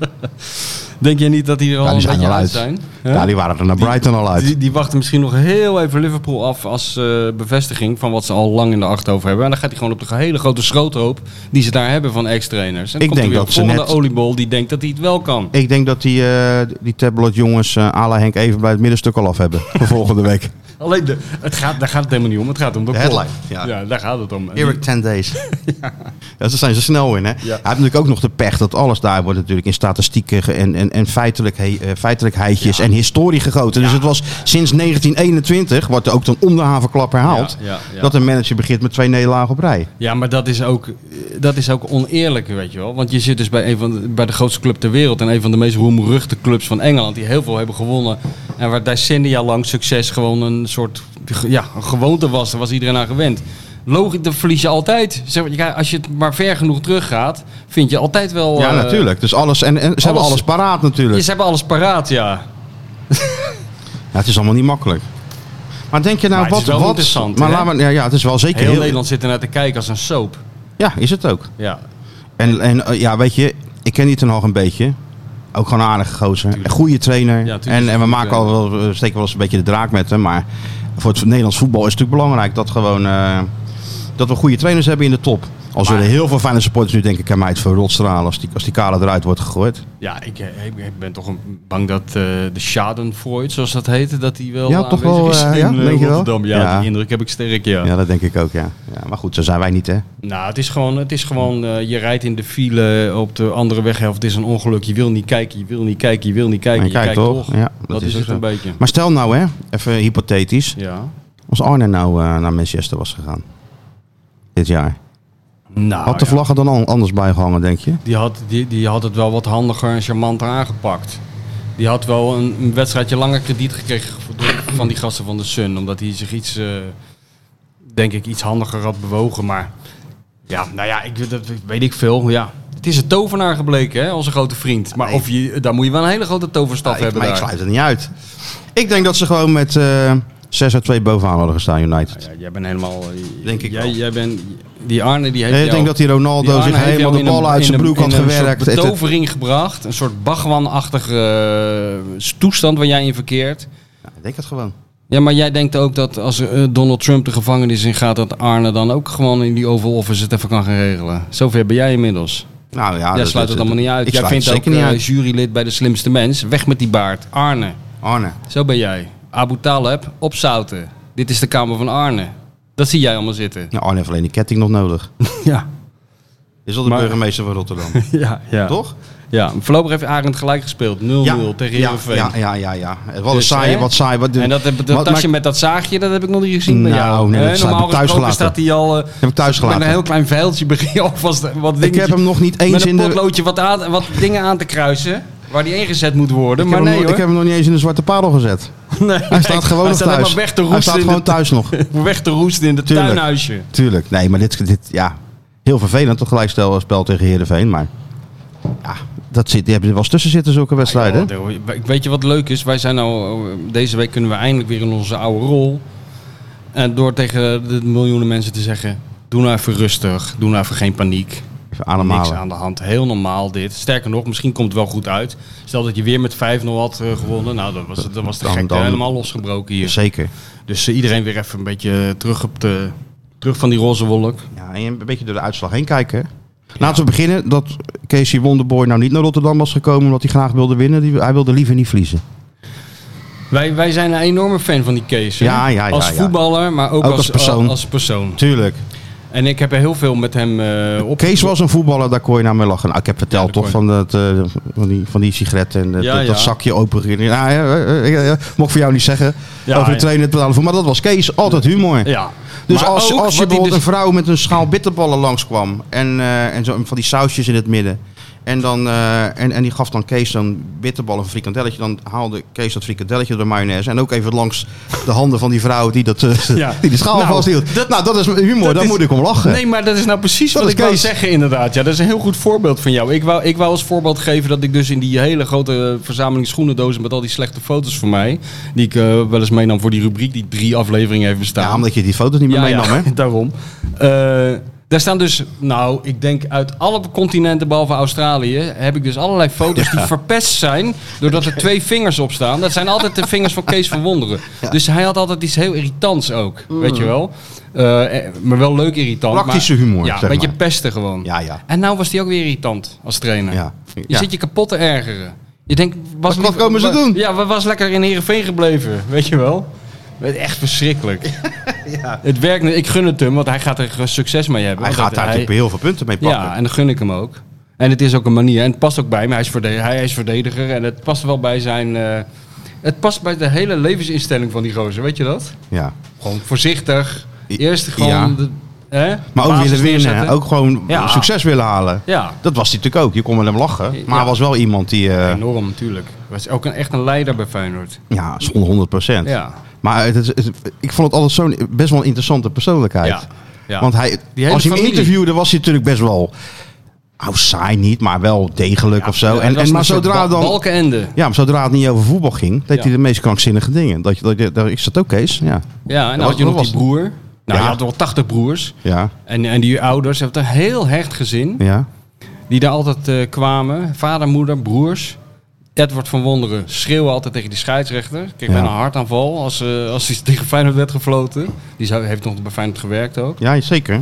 denk je niet dat die er al Ja, die een zijn beetje al uit uit. zijn? Hè? Ja, die waren er naar Brighton al uit. Die, die wachten misschien nog heel even Liverpool af als eh, bevestiging van wat ze al lang in de achterhoofd hebben. En dan gaat hij gewoon op de hele grote schroothoop die ze daar hebben van ex-trainers. En dan Ik komt er denk weer dat een ze volgende net- oliebol die denkt dat hij het wel kan. Ik denk dat die, eh die tabloid jongens eh à la Henk even bij het middenstuk al af hebben. Voor volgende week. Alleen, de, het gaat, daar gaat het helemaal niet om. Het gaat om de, De kop. headline, ja. daar gaat het om. Eric 10 days. ja, daar zijn ze snel in. Hè? Hij heeft natuurlijk ook nog de pech dat alles daar wordt natuurlijk in statistieken ge- en, en, en feitelijk, he- eh, feitelijkheidjes en historie gegoten. Dus het was sinds 1921, wordt ook dan om de havenklap herhaald, Ja, ja, ja. dat een manager begint met twee nederlagen op rij. Ja, maar dat is, ook, dat is ook oneerlijk, weet je wel. Want je zit dus bij, een van de, bij de grootste club ter wereld en een van de meest roemruchte clubs van Engeland, die heel veel hebben gewonnen. En waar decennia lang succes gewoon een soort ja, een gewoonte was. Daar was iedereen aan gewend. Logisch, dan verlies je altijd. Zeg, maar, ja, als je het maar ver genoeg teruggaat, vind je altijd wel. ja, eh, natuurlijk. Dus alles, en, en ze hebben alles paraat natuurlijk. je- Ze hebben alles paraat, ja. Ja, het is allemaal niet makkelijk. Maar denk je nou, Maar het wat... is wel wat, interessant, maar hè? laten we, ja, ja, het is wel zeker Heel, Nederland zit ernaar te kijken als een soap. Ja, is het ook. Ja. En, en eh, ja, weet je, ik ken die ten nog een beetje. Ook gewoon een aardige gozer. Een goede trainer. tuurlijk is en, hij en we een maken goede al wel, we steken wel eens een beetje de draak met hem. Maar voor het Nederlands voetbal is het natuurlijk belangrijk dat, gewoon, eh, dat we goede trainers hebben in de top. Al zullen heel veel fijne supporters nu denken, kan mij het verrot stralen als die, als die kale eruit wordt gegooid. Ja, ik, eh, ik- ik ben toch een- bang dat eh, de schadenfreud, zoals dat heette, dat die wel Ja, toch wel, aanwezig is eh, ja, in eh, denk je wel? Rotterdam. Ja, Ja. die indruk heb ik sterk, ja. Ja, dat denk ik ook, ja. ja maar goed, zo zijn wij niet, hè. Nou, het is gewoon, het is gewoon eh, je rijdt in de file op de andere weghelft, het is een ongeluk. Je wil niet kijken, je wil niet kijken, je wil niet kijken, En je kijkt toch. Ja, dat, is het een beetje. Maar stel nou, hè, even hypothetisch. Ja. Als Arne nou eh, naar Manchester was gegaan. Dit jaar. Nou, Had de ja. vlag er dan al anders bij gehangen, denk je? Die had, die, die had het wel wat handiger en charmanter aangepakt. Die had wel een, een wedstrijdje langer krediet gekregen door- van die gasten van de Sun. Omdat hij zich iets, eh, denk ik, iets handiger had bewogen. Maar ja, nou ja, ik, dat weet ik veel. Ja. Het is een tovenaar gebleken, hè, onze grote vriend. Maar of je, daar moet je wel een hele grote toverstaf ik, hebben maar ik daar. sluit het niet uit. Ik denk dat ze gewoon met eh 6 uit 2 bovenaan hadden gestaan, United. Ja, jij bent helemaal... eh, Denk ik jij, wel. jij bent, die Arne die Nee, heeft Eh, ik jou- denk dat die Ronaldo Die Arne zich nou, heeft helemaal jou de in een- bal uit in zijn een- broek in had gewerkt. Een soort Het- het- betovering gebracht. Een soort bagwanachtige eh, toestand waar jij in verkeert. Ja, ik denk het gewoon. Ja, maar jij denkt ook dat als eh, Donald Trump de gevangenis in gaat... dat Arne dan ook gewoon in die Oval Office het even kan gaan regelen. Zover ben jij inmiddels. Nou ja, jij dat- sluit het dat- allemaal niet uit. Ik jij sluit het vindt ook zeker niet eh, uit. jurylid bij de slimste mens. Weg met die baard. Arne, Arne. zo ben jij. Abu Taleb, opzouten. Dit is de kamer van Arne. Dat zie jij allemaal zitten. Nou, Arne heeft alleen die ketting nog nodig. Ja, Is al de Maar- burgemeester van Rotterdam. ja, ja. Toch? Ja, voorlopig heeft Arend gelijk gespeeld. 0-0 tegen ja, Heerenveen. ja, ja, ja, ja. Wat een Dus, saai, hè? wat saai. Wat, En dat, dat maar- tasje maar- met dat zaagje, dat heb ik nog niet gezien bij Nou, jou. nee, Hè, dat staat- normaal heb ik thuis gesproken gelaten. staat hij al... eh, heb ik thuis Met gelaten. een heel klein veldje begin je alvast wat Ik dingetjes- heb hem nog niet Met eens een in de... potloodje wat, aan, wat dingen aan te kruisen. Waar die ingezet moet worden. Ik heb, maar hem, nee nog- hoor. ik heb hem nog niet eens in de zwarte parel gezet. Nee, Hij staat gewoon hij nog thuis. staat helemaal weg te hij roesten staat in gewoon de- thuis nog. Weg te roesten in het Tuurlijk. tuinhuisje. Tuurlijk. Nee, maar dit, dit ja, heel vervelend. Toch gelijk stel spel tegen Heerenveen. Maar ja, dat zit, die hebben er wel eens tussen zitten zulke wedstrijden. Ja, joh, we- Weet Oh, je wat leuk is? Wij zijn nou, eh, deze week kunnen we eindelijk weer in onze oude rol. En door tegen de miljoenen mensen te zeggen: doe nou even rustig, doe nou even geen paniek. Even Niks ademhalen. aan de hand. Heel normaal dit. Sterker nog, misschien komt het wel goed uit. Stel dat je weer met 5-0 had eh, gewonnen. Nou, dan was, het- dan was de Dan- gekte dan- helemaal losgebroken hier. Zeker. Dus eh, iedereen weer even een beetje terug, op de, terug van die roze wolk. Ja, en een beetje door de uitslag heen kijken. Laten we beginnen dat Casey Wonderboy nou niet naar Rotterdam was gekomen omdat hij graag wilde winnen. Die, hij wilde liever niet verliezen. Wij, wij zijn een enorme fan van die Kees. hè? Ja, ja, ja, als ja. voetballer, maar ook, Ook als persoon. als persoon. Tuurlijk. En ik heb er heel veel met hem eh op. Kees was een voetballer, daar kon je naar mee lachen. Nou, ik heb verteld Ja, daar toch van, dat, eh, van, die, van die sigaret en eh, Ja, dat, dat ja. zakje open. Nou, ja, eh, eh, eh, mocht voor jou niet zeggen. Ja, over de ja. trainer het betalen voor. Maar dat was Kees, altijd humor. Ja. Dus Maar als, ook als wat hij bijvoorbeeld dus- een vrouw met een schaal bitterballen langskwam en, eh, en zo, en van die sausjes in het midden. En, dan, eh, en, en die gaf dan Kees zo'n bitterbal of een frikandelletje. Dan haalde Kees dat frikandelletje door de mayonaise. En ook even langs de handen van die vrouw die, dat, eh, Ja. die de schaal Nou, vasthield. dat- nou, dat is humor. dat daar is- moet ik om lachen. Nee, maar dat is nou precies Dat wat is ik wou Kees. zeggen inderdaad. Ja, dat is een heel goed voorbeeld van jou. Ik wou, ik wou als voorbeeld geven dat ik dus in die hele grote eh, verzameling schoenendozen... met al die slechte foto's van mij... die ik eh, wel eens meenam voor die rubriek die drie afleveringen heeft bestaan. Ja, omdat je die foto's niet meer meenam, hè? daarom. Eh, daar staan dus, nou, ik denk uit alle continenten behalve Australië... heb ik dus allerlei foto's die verpest zijn... doordat er twee vingers op staan. Dat zijn altijd de vingers van Kees van Wonderen. Dus hij had altijd iets heel irritants ook, weet je wel. Eh, eh, maar wel leuk irritant. Praktische maar- humor, Ja, zeg een beetje maar. pesten gewoon. Ja, ja. En nou was hij ook weer irritant als trainer. Ja. Je Ja. zit je kapot te ergeren. Je denkt, was Wat- wat komen ze wa- doen? Ja, we was lekker in Heerenveen gebleven, weet je wel. Echt verschrikkelijk. Het werkt, niet. ik gun het hem, want hij gaat er succes mee hebben. Hij Want gaat daar hij- natuurlijk heel veel punten mee pakken. Ja, en dat gun ik hem ook. En het is ook een manier, en het past ook bij hem. Hij is, verde- hij is verdediger en het past wel bij zijn... eh, het past bij de hele levensinstelling van die gozer, weet je dat? Ja. Gewoon voorzichtig. I- Eerst gewoon... ja. De, hè, Maar ook basis willen winnen. neerzetten. Ook gewoon Ja. succes willen halen. Ja, Dat was hij natuurlijk ook. Je kon met hem lachen. Maar Ja. hij was wel iemand die... eh, enorm natuurlijk. Was ook een, echt een leider bij Feyenoord. ja, zonder 100 procent. Ja. Maar het is, het- ik vond het altijd zo'n best wel een interessante persoonlijkheid. Ja. ja. Want hij, Die hele als hij hem familie. interviewde was hij natuurlijk best wel... Nou, saai niet, maar wel degelijk of zo. Ja, en, dat was en, maar een soort zodra ba- dan... Balkenende. Ja, maar zodra het niet over voetbal ging, deed Ja. hij de meest krankzinnige dingen. Dat, je- dat, je- daar ik zat ook, Kees. Ja. Ja, en Dat dan had je was- dat nog die broer. Nou, Ja. je had wel 80 broers. Ja. En, en die ouders hebben een heel hecht gezin. Ja. Die daar altijd eh, kwamen. Vader, moeder, broers. Edward van Wonderen schreeuwen altijd tegen die scheidsrechter. Kreeg Ja. bijna een hartaanval als, eh, als hij tegen Feyenoord werd gefloten. Die zou, heeft nog bij Feyenoord gewerkt ook. ja, zeker.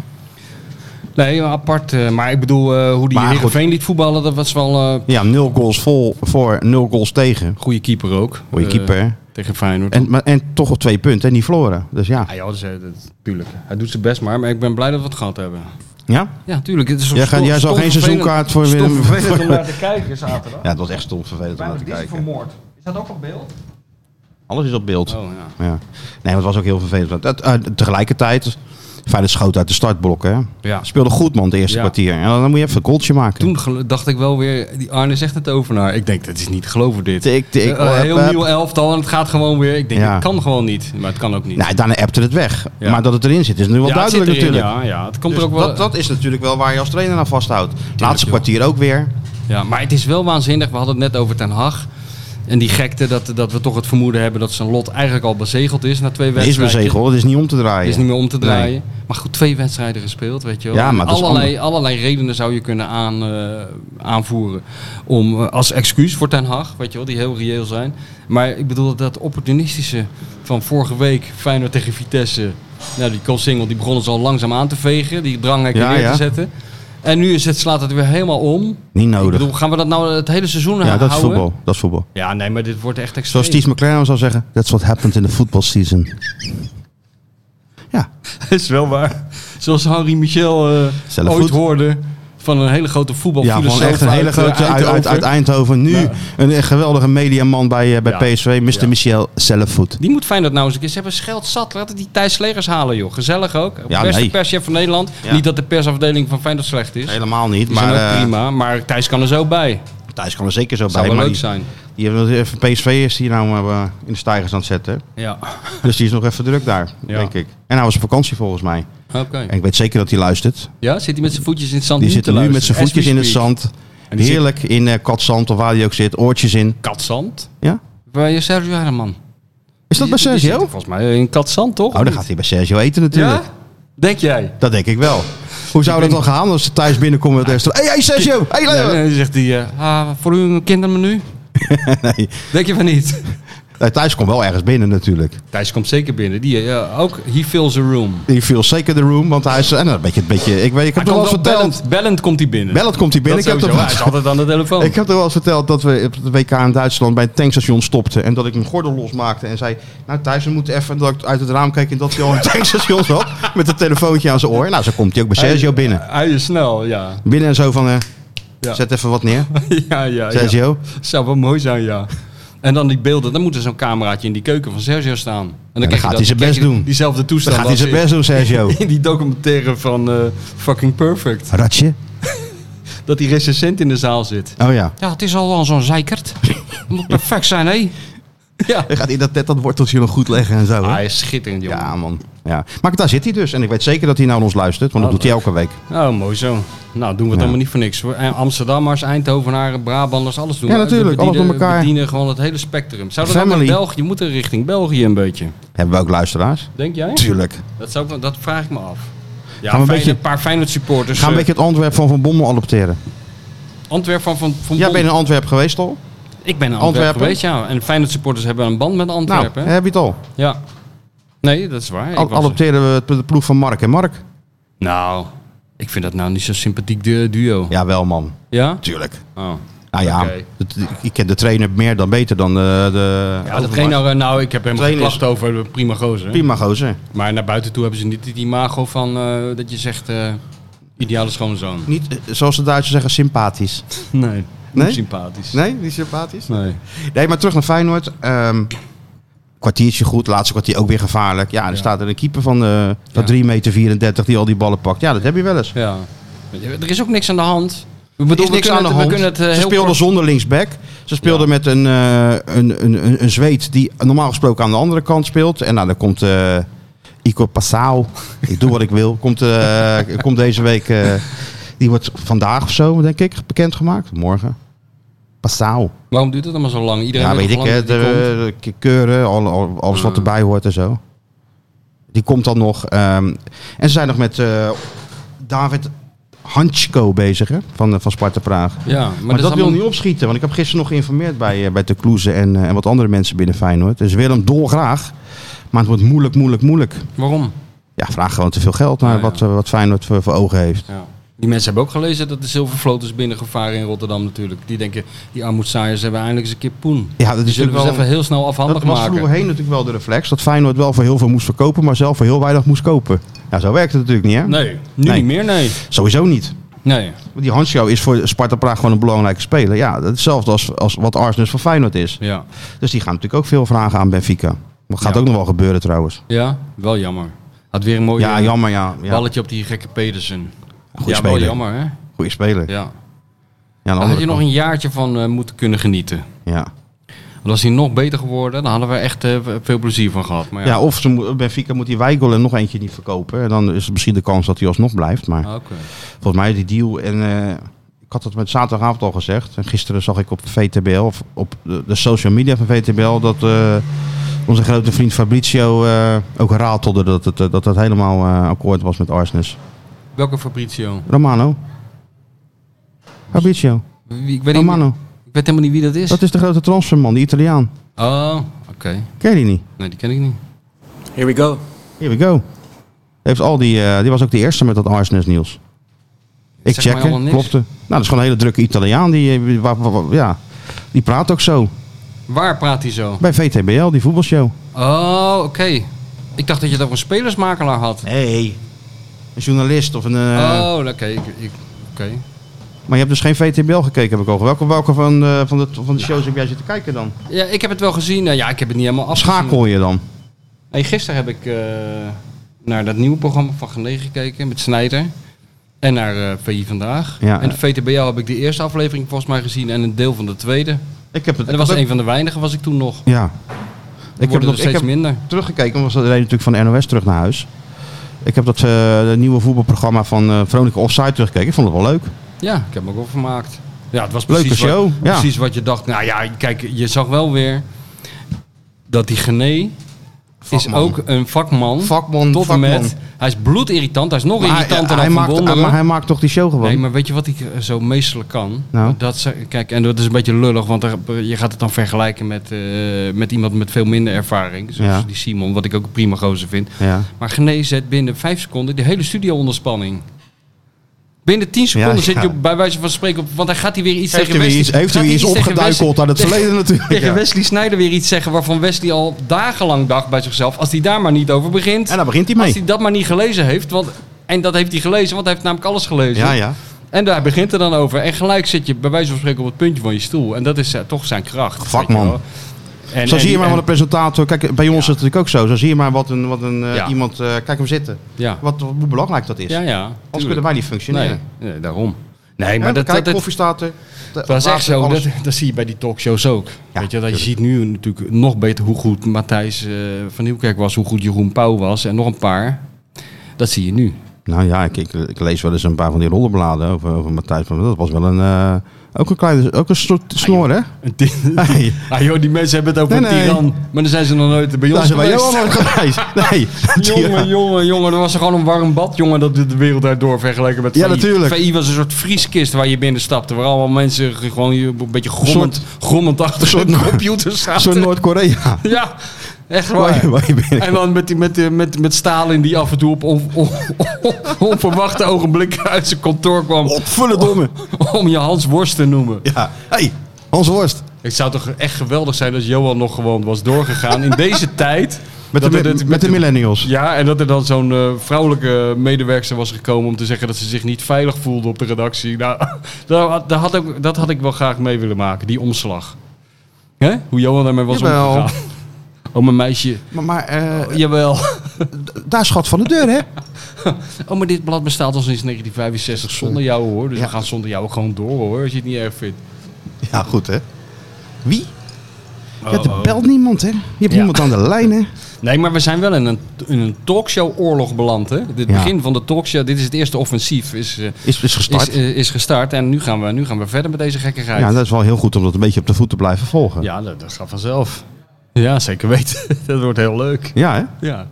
Nee, maar apart. eh, maar ik bedoel, eh, hoe die Maar goed. Heerenveen liet voetballen, dat was wel een Ja, nul goals vol voor nul goals tegen. goede keeper ook. Goeie Eh, keeper. Tegen Feyenoord. En, maar, en toch al twee punten en die verloren. Dus ja. Ah, ja, dat is, eh, dat- tuurlijk. Hij doet zijn best maar, maar ik ben blij dat we het gehad hebben. Ja? Ja, tuurlijk. Het is zo Jij gaat- stom- jij zou stom geen vervelend- seizoenkaart voor stom Willem- vervelend om naar te kijken zaterdag. Ja, het was echt stom vervelend om naar te die is kijken. vermoord. Is dat ook op beeld? Alles is op beeld. Oh ja. Ja. Nee, maar het was ook heel vervelend. Dat, eh, tegelijkertijd Feyenoord schoot uit de startblok, hè. Ja. Speelde goed, man, het eerste Ja. kwartier. En dan moet je even een goaltje maken. Toen gel- dacht ik wel weer, die Arne zegt het over naar. Ik denk, dat is niet te geloven dit. Tik, tik, Eh, een heel hup, hup. nieuw elftal en het gaat gewoon weer. Ik denk, Ja. het kan gewoon niet. Maar het kan ook niet. Nou, daarna appte het weg. Ja. Maar dat het erin zit is nu wel ja, het zit duidelijk erin, natuurlijk. Ja, ja, het komt Dus er ook wel. dat, dat is natuurlijk wel waar je als trainer aan vasthoudt. Laatste joh. kwartier ook weer. Ja, maar het is wel waanzinnig. We hadden het net over Ten Hag. En die gekte dat, dat we toch het vermoeden hebben dat zijn lot eigenlijk al bezegeld is na twee Het is wedstrijden. bezegeld, het is niet om te draaien. Is niet meer om te draaien. Maar goed, twee wedstrijden gespeeld, weet je wel. Ja, maar dat is allerlei, allerlei redenen zou je kunnen aan, eh, aanvoeren. Om, eh, als excuus voor Ten Hag, weet je wel, die heel reëel zijn. Maar ik bedoel, dat opportunistische van vorige week, Feyenoord tegen Vitesse. Nou, die Koolsingel, die begonnen ze al langzaam aan te vegen. Die drang er Ja, neer ja. te zetten. En nu is het, slaat het weer helemaal om. Niet Ik nodig. bedoel, gaan we dat nou het hele seizoen Ja, houden? dat is voetbal. Dat is voetbal. Ja, nee, maar dit wordt echt extreem. Zoals Steve McLaren zou zeggen, that's what happened in the football season. Ja, is wel waar. Zoals Henri Michel eh, Zelf ooit goed. hoorde van een hele grote ja voetbalfilosoof. gewoon echt een hele eh, grote uit, uit, Eindhoven. uit Eindhoven. Nu Ja. een, echt geweldige mediaman bij, eh, bij Ja. PSV, Mr. Ja. Michel Sellevoet. Die moet Feyenoord nou eens een keer. Ze hebben scheld zat. Laten die Thijs Slegers halen, joh. Gezellig ook. Ja, Beste nee. perschef van Nederland. Ja. Niet dat de persafdeling van Feyenoord slecht is. Helemaal niet, Die zijn maar ook eh prima. Maar Thijs kan er zo bij. Thijs kan er zeker zo Zou bij. wel Maar leuk die, zijn. die hebben nog even PSV is die nou eh, in de stijgers aan het zetten. Ja. Dus die is nog even druk daar, Ja. denk ik. En hij was op vakantie volgens mij. Oké. En ik weet zeker dat hij luistert. Ja, zit hij met zijn voetjes in het zand? Die nu zit te nu met luisteren? zijn voetjes As we in het speak. zand. En die zit- Heerlijk in eh, katzand of waar hij ook zit. Oortjes in. Katzand? Ja? Bij eh, Sergio Herman. Is dat bij Sergio? Volgens mij in katzand, toch? Oh, dan gaat hij bij Sergio eten natuurlijk. Ja? Denk jij? Dat denk ik wel. Hoe zou dat dan gaan als ze thuis binnenkomen met het restaurant? Hé, hey, Sergio! Hey, Ja, Leo! en dan zegt hij, eh, ah, voor u een kindermenu? Nee. Denk je van niet? Nee, Thijs komt wel ergens binnen natuurlijk. Thijs komt zeker binnen. Die, eh, ook, he fills a room. Die viel zeker de room, want hij is en een beetje, een beetje ik, weet, ik heb Hij toch wel eens komt wel verteld. bellend, bellend komt hij binnen. Bellet komt hij binnen. Dat Ik heb, sowieso. toch wel Hij eens- is altijd aan de telefoon. ik heb toch wel eens verteld dat we op het WK in Duitsland bij het tankstation stopten. En dat ik mijn gordel losmaakte en zei, nou Thijs, we moeten even... En dat ik uit het raam keek en dat hij al in het tankstation zat. Met een telefoontje aan zijn oor. Nou, zo komt hij ook bij Sergio binnen. Hij is snel, ja. Binnen en zo van, eh, Ja. zet even wat neer. ja, ja, ja. Sergio. Zou wel mooi zijn, ja. En dan die beelden. Dan moet er zo'n cameraatje in die keuken van Sergio staan. En dan, krijg je gaat dat- hij zijn krijg best je doen. Diezelfde Dan toestand. gaat hij zijn als best doen, Sergio. in- In die documentaire van eh, Fucking Perfect. Ratje. Dat die recensent in de zaal zit. Oh ja. Ja, het is al wel zo'n zeikert. Het moet perfect zijn, hé. Ja. Dan gaat hij dat net dat worteltje nog goed leggen en zo. hè? Hij is schitterend, jongen. ja, man. Ja. Maar daar zit hij dus. En ik weet zeker dat hij naar ons luistert, want dat doet hij elke week. Nou, mooi zo. Nou, doen we het allemaal niet voor niks. hoor. En Amsterdammers, Eindhovenaren, Brabanders, alles doen. Ja, we. natuurlijk, We bedienen- alles door elkaar. We bedienen gewoon het hele spectrum. Zou dat ook Family. in België? Je moet er richting België een beetje. Hebben we ook luisteraars? Denk jij? Tuurlijk. Dat, zou ik, wel- dat vraag ik me af. Ja, Gaan we een Feyenoord- beetje- een paar Feyenoord supporters. eh, Gaan we een beetje het Antwerp van Van Bommel adopteren. Antwerp van Van, van Jij Bommel. bent in Antwerp geweest al? Ik ben in Antwerpen, Antwerpen? geweest, ja. En Feyenoord supporters hebben een band met Nou, Antwerpen. hè? heb je het al. ja. Nee, dat is waar. Ik Al- was er. adopteren we het- de ploeg van Mark en Mark? Nou, ik vind dat nou niet zo'n sympathiek du- duo. Ja? Jawel, man. Tuurlijk. Oh. Nou ja, Oké. het- ik ken de trainer meer dan beter dan de... de Ja, dat geen nou, nou, ik heb helemaal Trainers. geklacht over de prima gozer. Prima gozer. Maar naar buiten toe hebben ze niet het imago van eh, dat je zegt eh, ideale schoonzoon. Niet, eh, zoals de Duitsers zeggen, sympathisch. Nee. Nee? Sympathisch. Nee, niet sympathisch? Nee. Nee, maar terug naar Feyenoord. Ehm, kwartiertje goed, laatste kwartier ook weer gevaarlijk. Ja, er staat er een keeper van, eh van Ja. 3 meter 34 die al die ballen pakt. Ja, dat heb je wel eens. Ja. Er is ook niks aan de hand. Ik Er bedoel, is we niks aan kunnen de het- hand. We kunnen het eh, Ze heel speelden kort- zonder linksback. Ze speelden met een, eh, een, een, een, een Zweed die normaal gesproken aan de andere kant speelt. En nou, dan komt eh Ico Passau. ik doe wat ik wil. Komt, eh, komt deze week... eh, die wordt vandaag of zo, denk ik, bekendgemaakt. Morgen. Passau. Waarom duurt het allemaal zo lang? Iedereen Ja, weet weet ik, toch hè, lang dat die komt? de, de keuren, al, al- alles wat erbij hoort en zo. Die komt dan nog. ehm, en ze zijn nog met eh, David Hanchko bezig, hè, van, eh, van Sparta Praag. Maar, Ja, maar, dat, wil niet opschieten, want ik heb gisteren nog geïnformeerd bij, eh bij de Kloeze en, eh, en wat andere mensen binnen Feyenoord. Dus Willem dolgraag, maar het wordt moeilijk, moeilijk, moeilijk. Waarom? Ja, vraag gewoon te veel geld naar Ja, ja. Wat, eh, wat Feyenoord voor, voor ogen heeft. Ja. Die mensen hebben ook gelezen dat de zilvervloot is binnengevaren in Rotterdam natuurlijk. Die denken, die armoedzaaiers hebben eindelijk eens een keer poen. Ja, dat Die is zullen natuurlijk we eens wel... even heel snel afhandig Dat was maken. vroegerheen natuurlijk wel de reflex dat Feyenoord wel voor heel veel moest verkopen, maar zelf voor heel weinig moest kopen. Nou, zo werkt het natuurlijk niet, hè? Nee, nu Nee. niet meer, nee. Sowieso niet. Nee. Want die Hansjo is voor Sparta Praag gewoon een belangrijke speler. Ja, dat is hetzelfde als, als wat Arsenal voor Feyenoord is. Ja. Dus die gaan natuurlijk ook veel vragen aan Benfica. Dat gaat Ja. ook nog wel gebeuren trouwens. ja, wel jammer. Had weer een mooi Ja, jammer, ja. ja. balletje op die gekke Pedersen. Goeie ja, speler. wel jammer, hè? Goeie speler. Ja, Ja. aan de Daar had andere je nog kant. een jaartje van eh, moeten kunnen genieten. Ja. Want als hij nog beter geworden, dan hadden we echt eh, veel plezier van gehad. Maar ja, ja, of ze, mo- Benfica moet die Weigel en nog eentje niet verkopen. En dan is er misschien de kans dat hij alsnog blijft. Maar Ah, oké. volgens mij die deal. En eh, ik had het met zaterdagavond al gezegd. En gisteren zag ik op VTBL, of op de, de social media van VTBL, dat eh, onze grote vriend Fabrizio eh, ook ratelde dat het, eh, dat het helemaal eh, akkoord was met Arsenis. Welke Fabrizio? Romano. Fabrizio. Wie- Ik weet, niet, Romano. ik weet helemaal niet wie dat is. Dat is de grote transferman, die Italiaan. Oh, oké. Ken je die niet? Nee, die ken ik niet. Here we go. Here we go. Heeft al die, eh, die was ook de eerste met dat Arsenis nieuws. Ik Zegt mij check allemaal het, niks. klopte. Nou, dat is gewoon een hele drukke Italiaan. Die, eh, wa- wa- wa- ja, die praat ook zo. Waar praat hij zo? Bij VTBL, die voetbalshow. Oh, oké. Ik dacht dat je dat over een spelersmakelaar had. Nee. Een journalist of een... eh, Oh, oké. ik- ik- oké. Maar je hebt dus geen VTBL gekeken, heb ik al. Welke, welke van, eh, van, de, van de shows heb jij zitten kijken dan? Ja, ik heb het wel gezien. Nou ja, ik heb het niet helemaal afgezien. Schakel je dan? Nee, gisteren heb ik eh, naar dat nieuwe programma van Genee gekeken met Snijder. En naar eh VI Vandaag. Ja. en de VTBL heb ik de eerste aflevering volgens mij gezien en een deel van de tweede. Ik heb het... En dat was ik- een van de weinigen was ik toen nog. Ja. Ik heb nog- er steeds heb- minder. teruggekeken, want we reden natuurlijk van de NOS terug naar huis. Ik heb dat eh, nieuwe voetbalprogramma van eh Veronica Offside teruggekeken. Ik vond het wel leuk. Ja, ik heb me ook wel vermaakt. Ja, het was Leuke precies, wat, show, ja. precies wat je dacht. Nou ja, kijk, je zag wel weer dat die Gené is Vakman. ook een vakman. Vakman, tot en vakman. met. Hij is bloedirritant. Hij is nog Maar hij- irritanter hij dan Van maakt, hij- Wonderen. Maar hij maakt toch die show gewoon? Nee, maar weet je wat ik eh, zo meestelijk kan? Nou? Dat ze, kijk, en dat is een beetje lullig, want er- je gaat het dan vergelijken met, eh, met iemand met veel minder ervaring. Zoals Ja. die Simon, wat ik ook een prima gozer vind. Ja. Maar Gené zet binnen vijf seconden de hele studio onder spanning. Binnen 10 seconden Ja, zit je ja. bij wijze van spreken op. Want hij gaat hij weer iets Heeft hij tegen weer Wesley. iets, heeft gaat hij weer iets iets tegen opgeduikeld Wesley- aan het tegen- verleden natuurlijk. Tegen ja. Wesley Snyder weer iets zeggen waarvan Wesley al dagenlang dacht bij zichzelf. Als hij daar maar niet over begint. En daar begint hij Als mee. hij dat maar niet gelezen heeft. Want, en dat heeft hij gelezen, want hij heeft namelijk alles gelezen. Ja, ja. En daar begint er dan over. En gelijk zit je bij wijze van spreken op het puntje van je stoel. En dat is eh, toch zijn kracht. Vakman. weet je wel. En, Zo en- zie je maar en- wat een presentator... Kijk, bij ons is het natuurlijk ook zo. Zo zie je maar wat een, wat een eh, Ja. iemand... eh, kijk hem zitten. Ja, Wat, hoe belangrijk dat is. ja, ja. Anders tuurlijk. kunnen wij niet functioneren. nee, nee, daarom. Nee, maar Ja, dat, kijk, dat, dat, koffie staat er. dat is echt zo. alles. Dat, dat zie je bij die talkshows ook. Ja, Weet je, dat je tuurlijk. ziet nu natuurlijk nog beter hoe goed Matthijs eh, van Nieuwkerk was. Hoe goed Jeroen Pauw was. En nog een paar. Dat zie je nu. Nou ja, ik, ik, ik lees wel eens een paar van die rollenbladen over, over Matthijs. van- Dat was wel een... eh, ook een kleine... Ook een soort snor, hè? Hey. Ah joh, die mensen hebben het over Nee, een nee. tiran. Maar dan zijn ze nog nooit bij Daar ons zijn wij geweest. ook nooit geweest. Nee. Jongen, jongen, jongen, dat was gewoon een warm bad, jongen, dat de wereld daardoor vergeleken met Ja, VI. natuurlijk. VI was een soort vrieskist waar je binnen stapte, waar allemaal mensen ge- gewoon hier een beetje grommend, grommend achter soort- hun computer zaten. Zo'n Noord-Korea. Ja, echt Waar waar. je- waar je binnen- En dan met, die, met, die- met, met Stalin die af en toe op on- on- on- onverwachte ogenblikken uit zijn kantoor kwam Opvullen domme. om je Hans Worst te noemen. Ja. Hey, Hans Worst. Het zou toch echt geweldig zijn als Johan nog gewoon was doorgegaan in deze tijd. Met de, Dat mi- het- met, de millennials. Ja, en dat er dan zo'n eh, vrouwelijke medewerkster was gekomen om te zeggen dat ze zich niet veilig voelde op de redactie. Nou, dat, had- dat, had ook, dat had ik wel graag mee willen maken, die omslag. Hè? Hoe Johan daarmee was Jawel. omgegaan. Oh, mijn meisje. Maar, maar eh, Jawel. daar schat van de deur, hè? Oh, maar dit blad bestaat al sinds 1965 zonder jou hoor. Dus Ja. we gaan zonder jou ook gewoon door hoor, als je het niet erg vindt. Ja, goed, hè? Wie? Oh, ja, er oh. belt niemand, hè? Je hebt Ja. niemand aan de lijn, hè? Nee, maar we zijn wel in een, in een talkshow-oorlog beland. Hè? Dit Ja. begin van de talkshow, dit is het eerste offensief, is, eh, Is, is gestart. is, eh, is gestart. En nu gaan, we, nu gaan we verder met deze gekkigheid. ja, dat is wel heel goed om dat een beetje op de voet te blijven volgen. Ja, Ja, dat, dat gaat vanzelf. Ja, zeker weten. dat wordt heel leuk. hè? Ja, Want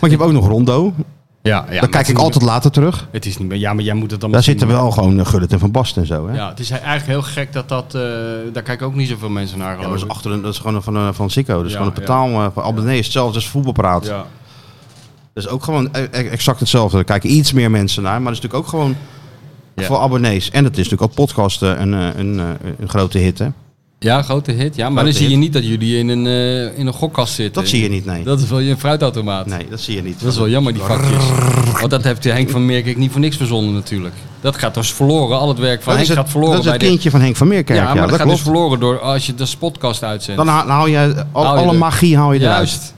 je hebt ook nog Rondo. ja, ja Daar kijk ik altijd later terug. Het is niet meer. Ja, maar jij moet het dan. Daar zitten wel gewoon eh, Gullit en Van Basten en zo, hè? Ja, het is eigenlijk heel gek dat dat. eh, daar kijken ook niet zoveel mensen naar. Ja, maar Geloof dat is, ik. achter een, dat is gewoon een van, eh, van Sikko. Dat is Ja, gewoon een ja. betaal eh, van abonnee. is Hetzelfde als voetbalpraat. ja. Dat is ook gewoon eh, eh, exact hetzelfde. Daar kijken iets meer mensen naar. Maar dat is natuurlijk ook gewoon Ja. voor abonnees. En het is natuurlijk ook podcasten een, eh, een, eh, een grote hit. Hè? ja, grote hit. Ja, maar Grote dan zie je hit. niet dat jullie in een, eh, in een gokkast zitten. Dat zie je niet, nee. Dat is wel je fruitautomaat. Nee, dat zie je niet. Dat is wel jammer, die vakjes. Want dat heeft Henk van Meerkijk niet voor niks verzonnen natuurlijk. Dat gaat dus verloren. Al het werk van Dat is Henk het, gaat verloren dat is het bij de... kindje van Henk van Meerkerk. Ja, Ja, maar dat, dat, gaat klopt. dus verloren door als je de podcast uitzendt. Dan haal, dan haal je, al- Haal je alle er- magie haal je eruit. Juist.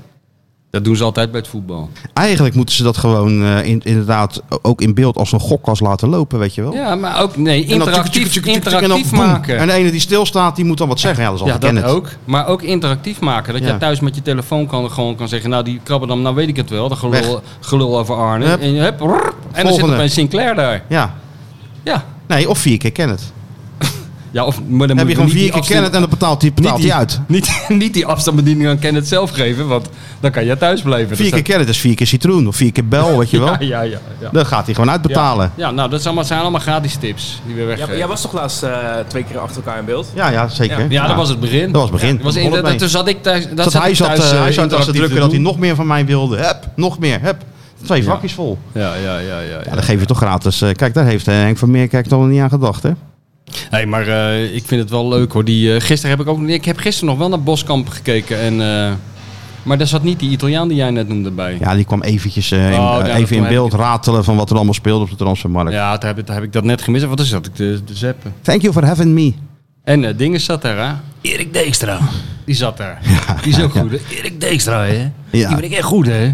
Dat doen ze altijd bij het voetbal. Eigenlijk moeten ze dat gewoon eh, in, inderdaad ook in beeld als een gokkas laten lopen, weet je wel. Ja, maar ook nee, Oh. En dan tjuk, interactief, tjuk, tjuk, tjuk, tjuk, en dan interactief boem. maken. En de ene die stilstaat, die moet dan wat zeggen. Ja, dat is Ja, altijd dat kennen. ook. Maar ook interactief maken. Dat Ja. jij thuis met je telefoon kan, gewoon kan zeggen... Nou, die krabben nou weet ik het wel. Dat gelul, Weg. gelul over Arne. Hup. En, je hebt rrr, en dan zit Volgende. opeens Sinclair daar. Ja. Ja. Nee, of vier keer kennet. ja of, maar Dan dan heb je moet gewoon niet vier die keer afstand- kennet en dan betaalt hij betaalt die uit. Niet, niet die afstandsbediening aan Kenneth zelf geven, want dan kan jij thuis blijven. Vier keer Dat kennet is vier keer citroen of vier keer bel, weet je wel. staat- Ja, ja, ja. ja. Dan gaat hij gewoon uitbetalen. Ja, nou, dat zijn allemaal, zijn allemaal gratis tips die we Jij, weggeven. jij was toch laatst eh, twee keer achter elkaar in beeld? Ja, ja, zeker. Ja, Ja, Nou, dat was het begin. Dat was het begin. was in, Begon het dat, mee. toen zat ik thuis. Dat Dat zat hij ik zat, thuis, eh, eh, hij zat als te interactief drukken dat hij doen. nog meer van mij wilde. Hup, nog meer, hup. Twee vakjes vol. Ja, ja, ja, ja. ja. Ja, dat geef je toch gratis. Eh, Kijk, daar heeft eh, Henk van Meerkijk toch nog niet aan gedacht, hè? Hey, maar eh, ik vind het wel leuk hoor. Die, eh, gisteren heb ik ook. Ik heb gisteren nog wel naar Boskamp gekeken. En, eh, maar daar zat niet die Italiaan die jij net noemde bij. Ja, Ja, die kwam eventjes eh, in, Oh, eh, ja, dat even in heb beeld ik- ratelen van wat er allemaal speelde op de transfermarkt. daar, heb ik, daar heb ik dat net gemist. Wat is dat? Ik de, de zeppen. Thank you for having me. En eh Dingen zat daar, hè? Erik Deekstra. Die zat daar. die is ook goed. hè? Erik Deekstra, hè? Ja. Die ben ik echt goed, hè?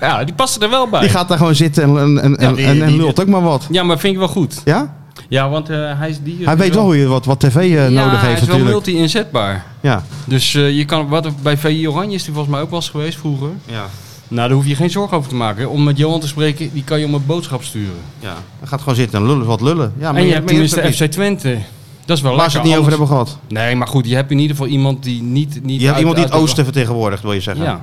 Ja, die paste er wel bij. Die gaat daar gewoon zitten en, en, en, en, die- en die- lult ook maar wat. Ja, maar vind ik wel goed. Ja? Ja, want eh, hij is die. Hij weet wel hoe je wat, wat tv eh, nodig hij heeft is wel natuurlijk. multi-inzetbaar. Ja. Dus eh, je kan, wat, bij VI Oranje is die volgens mij ook wel eens geweest vroeger. Ja. Nou, daar hoef je geen zorgen over te maken. Om met Johan te spreken, die kan je om een boodschap sturen. ja. Hij gaat gewoon zitten en lullen wat lullen. Ja, en je meer- hebt meer is tenminste het niet. FC Twente. Dat is wel Laat lekker. ze het niet over anders- hebben gehad. Nee, maar goed, je hebt in ieder geval iemand die niet... niet Je hebt uit- iemand die het uit de- oosten vertegenwoordigt, wil je zeggen. Ja.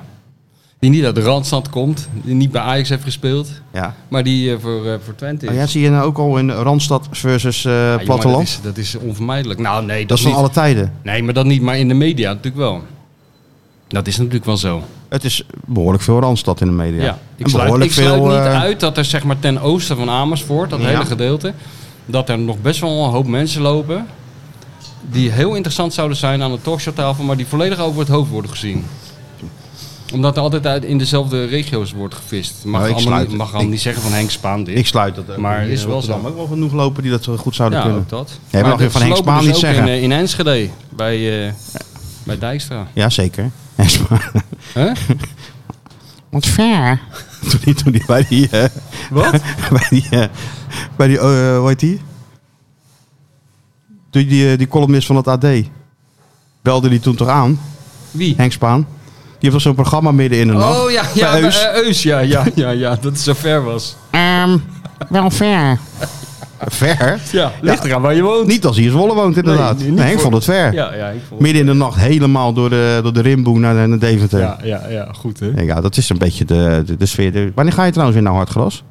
Die niet uit de Randstad komt. Die niet bij Ajax heeft gespeeld. ja. Maar die eh, voor, eh, voor Twente is. Maar ja, zie je nou ook al in Randstad versus eh, Ja, jongen, platteland? dat, is, dat is onvermijdelijk. Nou, nee, dat, Dat is van niet. alle tijden. Nee, maar dat niet. Maar in de media natuurlijk wel. Dat is natuurlijk wel zo. Het is behoorlijk veel Randstad in de media. Ja. En Ik sluit, behoorlijk ik sluit niet eh, uit dat er zeg maar ten oosten van Amersfoort, dat Ja. hele gedeelte, dat er nog best wel een hoop mensen lopen die heel interessant zouden zijn aan de talkshowtafel, maar die volledig over het hoofd worden gezien. Omdat er altijd uit in dezelfde regio's wordt gevist. Mag Nou, ik allemaal sluit niet, het. mag allemaal Ik- niet zeggen van Henk Spaan dit. Ik sluit dat ook. Maar Hier is in wel Rotterdam zo. ook wel genoeg lopen die dat zo goed zouden ja, kunnen. ook dat. mag je dat van Henk slopen Spaan dus niet ook zeggen. In, eh, in Enschede, bij, eh, bij Dijkstra. Ja, zeker. En Spa- Hè? Want ver. Toen die, toen die bij die... eh, Wat? bij die... eh, bij die eh, hoe heet die? Toen die, eh, die columnist van het AD. Belde die toen toch aan? Wie? Henk Spaan. Die heeft wel zo'n programma midden in de nacht. Oh ja, ja, Bij bij, Eus. eh, Eus, ja, ja, ja, ja, dat het zo ver was. Ehm, wel ver. Ver? Ja, ligt eraan waar je woont. Niet als hij in Zwolle woont, inderdaad. Nee, Nee, niet Henk voor- vond het ver. Ja, ja, ik vond Midden in de nacht helemaal door de, door de rimboe naar, naar Deventer. Ja. Ja, ja, ja, goed hè. ja, dat is een beetje de, de, de sfeer. De- wanneer ga je trouwens weer naar Hartgras?